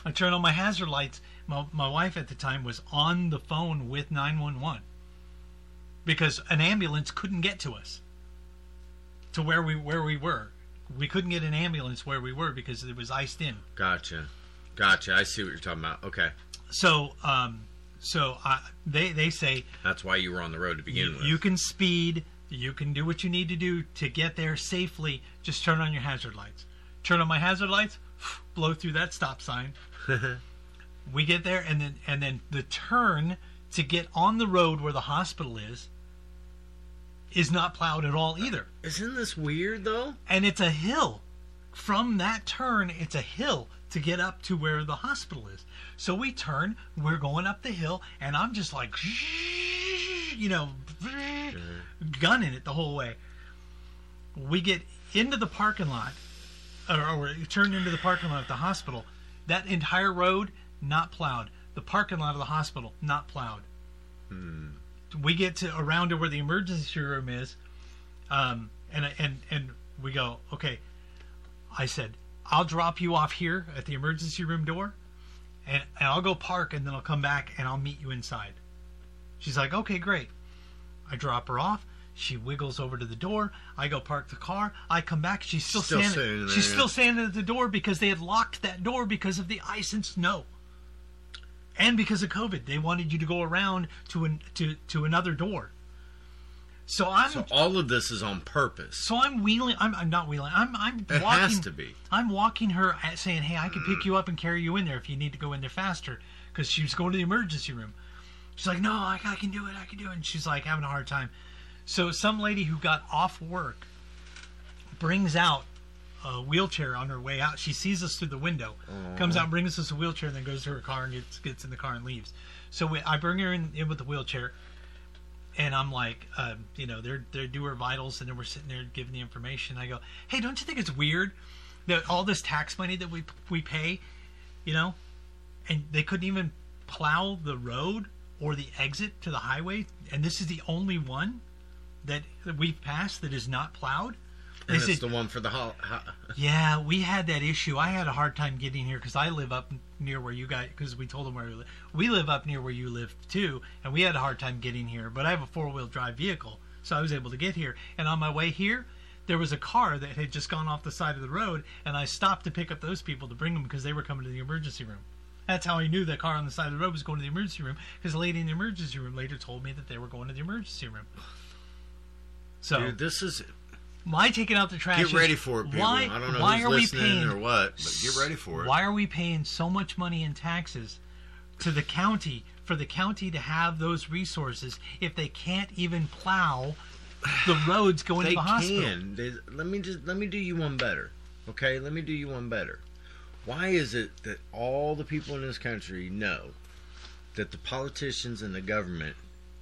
[SPEAKER 2] I turn on my hazard lights. My, my wife at the time was on the phone with 911 because an ambulance couldn't get to us to where we where we were. We couldn't get an ambulance where we were because it was iced in.
[SPEAKER 7] Gotcha, gotcha. I see what you're talking about. Okay,
[SPEAKER 2] So um so I, they they say
[SPEAKER 7] that's why you were on the road to begin
[SPEAKER 2] you,
[SPEAKER 7] with.
[SPEAKER 2] you can speed, you can do what you need to do to get there safely. Just turn on your hazard lights. Turn on my hazard lights, [SIGHS] blow through that stop sign. we get there and then and then the turn to get on the road where the hospital is is not plowed at all either.
[SPEAKER 7] Isn't this weird though?
[SPEAKER 2] And it's a hill. From that turn, it's a hill to get up to where the hospital is. So we turn, we're going up the hill, and I'm just like, you know, gunning it the whole way. We get into the parking lot, or, or we turn into the parking lot at the hospital. That entire road, not plowed. The parking lot of the hospital, not plowed. We get to around to where the emergency room is, um, and and and we go, okay. I said, I'll drop you off here at the emergency room door, and, and I'll go park, and then I'll come back and I'll meet you inside. She's like, okay, great. I drop her off. She wiggles over to the door. I go park the car. I come back. She's still,
[SPEAKER 7] Still
[SPEAKER 2] standing.
[SPEAKER 7] standing there,
[SPEAKER 2] she's
[SPEAKER 7] yeah.
[SPEAKER 2] still standing at the door because they had locked that door because of the ice and snow, and because of COVID. They wanted you to go around to an, to to another door. So I'm
[SPEAKER 7] So all of this is on purpose.
[SPEAKER 2] so I'm wheeling. I'm, I'm not wheeling. I'm I'm
[SPEAKER 7] It
[SPEAKER 2] walking.
[SPEAKER 7] has to be.
[SPEAKER 2] I'm walking her, at- saying, "Hey, I can pick you up and carry you in there if you need to go in there faster," because she was going to the emergency room. She's like, "No, I, I can do it. I can do it." And she's like having a hard time. So some lady who got off work brings out a wheelchair on her way out. She sees us through the window, comes out, brings us a wheelchair, and then goes to her car and gets gets in the car and leaves. So we, I bring her in, in with the wheelchair and I'm like, um, you know, they're they do her vitals, and then we're sitting there giving the information. I go, hey, don't you think it's weird that all this tax money that we we pay, you know, and they couldn't even plow the road or the exit to the highway, and this is the only one that that we've passed that is not plowed. They
[SPEAKER 7] And it's
[SPEAKER 2] said,
[SPEAKER 7] the one for the hol- ho-
[SPEAKER 2] yeah, we had that issue. I had a hard time getting here because I live up near where you guys. Because we told them where we live. We live up near where you live too, and we had a hard time getting here. But I have a four wheel drive vehicle, so I was able to get here. And on my way here, there was a car that had just gone off the side of the road, and I stopped to pick up those people to bring them because they were coming to the emergency room. That's how I knew that car on the side of the road was going to the emergency room because the lady in the emergency room later told me that they were going to the emergency room. So
[SPEAKER 1] Dude, this is
[SPEAKER 2] why taking out the trash?
[SPEAKER 1] get
[SPEAKER 2] is-
[SPEAKER 1] ready for it, people.
[SPEAKER 2] Why,
[SPEAKER 1] I don't know
[SPEAKER 2] why
[SPEAKER 1] who's
[SPEAKER 2] are we
[SPEAKER 1] listening
[SPEAKER 2] paying
[SPEAKER 1] or what, but get ready for it.
[SPEAKER 2] Why are we paying so much money in taxes to the county for the county to have those resources if they can't even plow
[SPEAKER 1] [SIGHS]
[SPEAKER 2] the roads going
[SPEAKER 1] they
[SPEAKER 2] to the hospital?
[SPEAKER 1] can. They, let me just let me do you one better. Okay, let me do you one better. Why is it that all the people in this country know that the politicians and the government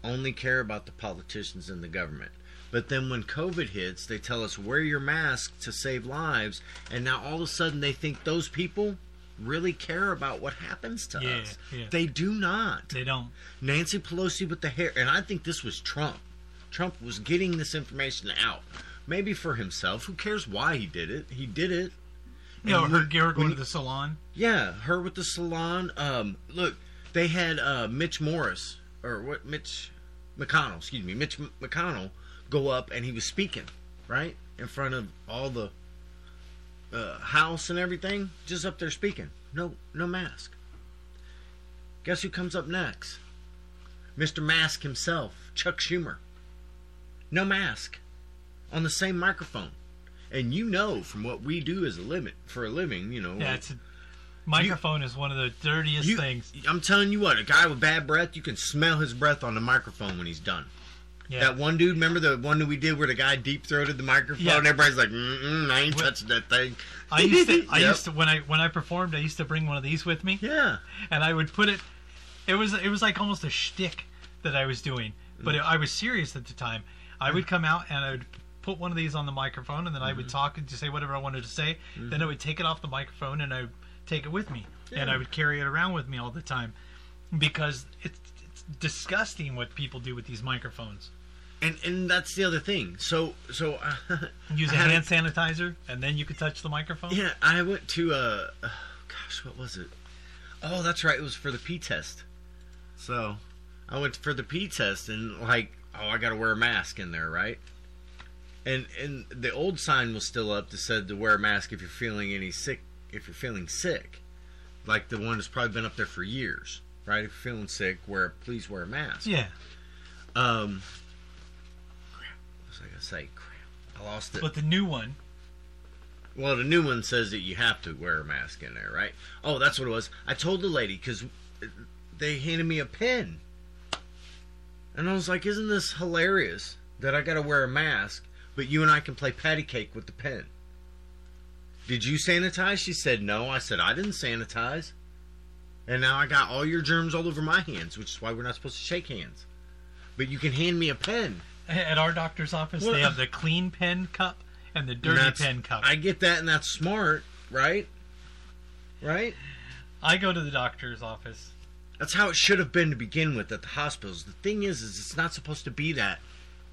[SPEAKER 1] only care about the politicians and the government? But then when COVID hits, they tell us wear your mask to save lives, and now all of a sudden they think those people really care about what happens to
[SPEAKER 2] Yeah,
[SPEAKER 1] us.
[SPEAKER 2] yeah.
[SPEAKER 1] They do not.
[SPEAKER 2] They don't.
[SPEAKER 1] Nancy Pelosi with the hair, and I think this was Trump. Trump was getting this information out, maybe for himself. Who cares why he did it? He did it.
[SPEAKER 2] You know,
[SPEAKER 1] And
[SPEAKER 2] her
[SPEAKER 1] when-
[SPEAKER 2] Garrett going
[SPEAKER 1] when
[SPEAKER 2] to the salon.
[SPEAKER 1] Yeah, her with the salon. Um, look, they had uh, Mitch Morris or what? Mitch McConnell. Excuse me, Mitch M- McConnell go up and he was speaking right in front of all the uh, house and everything, just up there speaking. No, no mask. Guess who comes up next? Mr. Mask himself, Chuck Schumer. No mask on the same microphone. And you know from what we do as a limit for a living, you know,
[SPEAKER 2] Yeah, it's a, microphone is one of the dirtiest
[SPEAKER 1] you-
[SPEAKER 2] things.
[SPEAKER 1] I'm telling you what, a guy with bad breath, you can smell his breath on the microphone when he's done.
[SPEAKER 2] Yeah.
[SPEAKER 1] That one dude, remember the one that we did where the guy deep throated the microphone?
[SPEAKER 2] Yeah.
[SPEAKER 1] and Everybody's like, Mm-mm, I ain't
[SPEAKER 2] What-
[SPEAKER 1] touching that thing.
[SPEAKER 2] I used to,
[SPEAKER 1] [LAUGHS]
[SPEAKER 2] I
[SPEAKER 1] Yep.
[SPEAKER 2] used to when I when I performed, I used to bring one of these with me,
[SPEAKER 1] Yeah.
[SPEAKER 2] and I would put it. It was it was like almost a shtick that I was doing, but I was serious at the time. I would come out and I would put one of these on the microphone, and then I would
[SPEAKER 1] Mm-hmm.
[SPEAKER 2] talk and just say whatever I wanted to say. Then I would take it off the microphone and I would take it with me, and I would carry it around with me all the time because it's, it's disgusting what people do with these microphones.
[SPEAKER 1] And and that's the other thing. So so uh, [LAUGHS]
[SPEAKER 2] Use
[SPEAKER 1] I
[SPEAKER 2] a
[SPEAKER 1] had a-
[SPEAKER 2] hand sanitizer, and then you could touch the microphone.
[SPEAKER 1] yeah, I went to uh, uh, gosh, what was it? Oh, that's right. It was for the P test. So I went for the P test and like, oh, I got to wear a mask in there, right? And and the old sign was still up that said to wear a mask if you're feeling any sick, if you're feeling sick, like the one that's probably been up there for years, right? If you're feeling sick, wear please wear a mask.
[SPEAKER 2] yeah.
[SPEAKER 1] Um. Crap. What was I gonna say? Crap. I lost it.
[SPEAKER 2] But the new one,
[SPEAKER 1] Well, the new one says that you have to wear a mask in there, right? Oh, that's what it was. I told the lady because they handed me a pen, and I was like, "Isn't this hilarious that I got to wear a mask, but you and I can play patty cake with the pen?" Did you sanitize? She said no. I said I didn't sanitize, and now I got all your germs all over my hands, which is why we're not supposed to shake hands. But you can hand me a pen.
[SPEAKER 2] At our doctor's office,
[SPEAKER 1] Well,
[SPEAKER 2] they have the clean pen cup and the dirty
[SPEAKER 1] That's-
[SPEAKER 2] pen cup.
[SPEAKER 1] I
[SPEAKER 2] I,
[SPEAKER 1] get that, and that's smart, right? Right.
[SPEAKER 2] go to the doctor's office.
[SPEAKER 1] That's how it should have been to begin with at the hospitals. The thing is, is it's not supposed to be that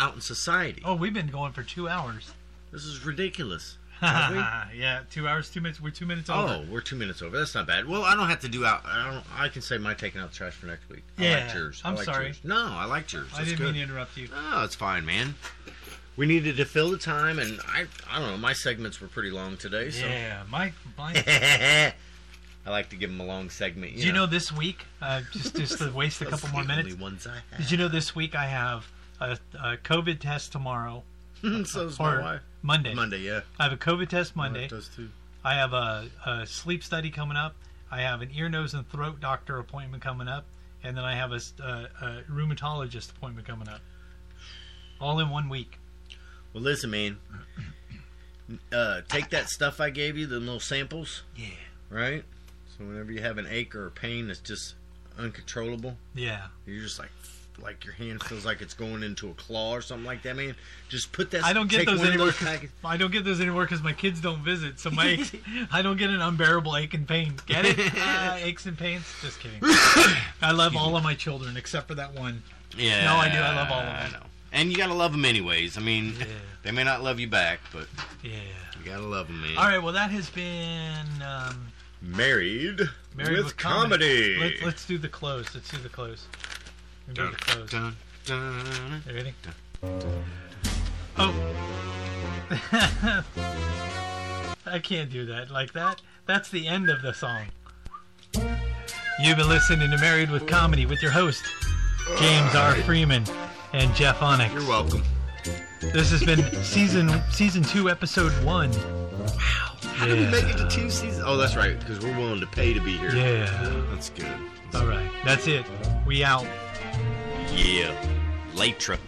[SPEAKER 1] out in society.
[SPEAKER 2] Oh, we've been going for two hours. [LAUGHS]
[SPEAKER 1] This is ridiculous. Have we?
[SPEAKER 2] yeah, two hours, two minutes. We're two minutes
[SPEAKER 1] Oh,
[SPEAKER 2] over.
[SPEAKER 1] we're two minutes over. That's not bad. Well, I don't have to do out. I don't. I can say my taking out the trash for next week. I
[SPEAKER 2] Yeah,
[SPEAKER 1] like yours.
[SPEAKER 2] I'm
[SPEAKER 1] like
[SPEAKER 2] sorry.
[SPEAKER 1] yours. No, I like yours.
[SPEAKER 2] I
[SPEAKER 1] That's
[SPEAKER 2] didn't
[SPEAKER 1] good.
[SPEAKER 2] mean to interrupt you.
[SPEAKER 1] Oh, it's fine, man. We needed to fill the time, and I. I don't know. My segments were pretty long today, so.
[SPEAKER 2] Yeah, my my.
[SPEAKER 1] [LAUGHS] I like to give them a long segment. You
[SPEAKER 2] Did you know this week? Uh, just just to waste a
[SPEAKER 1] That's
[SPEAKER 2] couple more
[SPEAKER 1] the only
[SPEAKER 2] minutes.
[SPEAKER 1] ones I have.
[SPEAKER 2] Did you know this week I have a, a COVID test tomorrow
[SPEAKER 1] [LAUGHS] So's my
[SPEAKER 2] or
[SPEAKER 1] wife.
[SPEAKER 2] Monday?
[SPEAKER 1] Oh, Monday, yeah.
[SPEAKER 2] I have a COVID test
[SPEAKER 1] My
[SPEAKER 2] Monday.
[SPEAKER 1] wife does too.
[SPEAKER 2] I have a, a sleep study coming up. I have an ear, nose, and throat doctor appointment coming up, and then I have a, s- a- a rheumatologist appointment coming up. All in one week.
[SPEAKER 1] Well, listen, man. Uh, take that stuff I gave you, the little samples,
[SPEAKER 2] Yeah.
[SPEAKER 1] right? So whenever you have an ache or a pain that's just uncontrollable,
[SPEAKER 2] Yeah.
[SPEAKER 1] you're just like, like your hand feels like it's going into a claw or something like that, man. Just put that.
[SPEAKER 2] I don't get
[SPEAKER 1] take
[SPEAKER 2] those
[SPEAKER 1] one of
[SPEAKER 2] anywhere.
[SPEAKER 1] those
[SPEAKER 2] 'cause-
[SPEAKER 1] packets-
[SPEAKER 2] I don't get those anywhere because my kids don't visit.
[SPEAKER 1] [LAUGHS]
[SPEAKER 2] So my, I don't get an unbearable ache and pain. Get it? Ah, aches and pains.
[SPEAKER 1] [LAUGHS]
[SPEAKER 2] Just kidding. I love all of my children except for that one.
[SPEAKER 1] Yeah.
[SPEAKER 2] No, I do. I love all of
[SPEAKER 1] I
[SPEAKER 2] them.
[SPEAKER 1] know. And you gotta love them anyways. I mean,
[SPEAKER 2] Yeah.
[SPEAKER 1] [LAUGHS] they may not love you back, but
[SPEAKER 2] Yeah.
[SPEAKER 1] you gotta love them, man.
[SPEAKER 2] All right. Well, that has been um,
[SPEAKER 1] Married,
[SPEAKER 2] Married
[SPEAKER 1] with,
[SPEAKER 2] with
[SPEAKER 1] comedy.
[SPEAKER 2] Let's, let's do the close. Let's do the close. We're gonna do the close.
[SPEAKER 1] Dun, dun, dun.
[SPEAKER 2] You ready? Oh. [LAUGHS] I can't do that like that. That's the end of the song. You've been listening to Married with Comedy with your host, James R. Freeman and Jeff Onyx.
[SPEAKER 1] You're welcome.
[SPEAKER 2] This has been season season two, episode one.
[SPEAKER 1] How did we make it to two seasons? Oh, that's right, because we're willing to pay to be here.
[SPEAKER 2] Yeah.
[SPEAKER 1] That's good.
[SPEAKER 2] All right. That's it. We out.
[SPEAKER 1] Yeah. Later.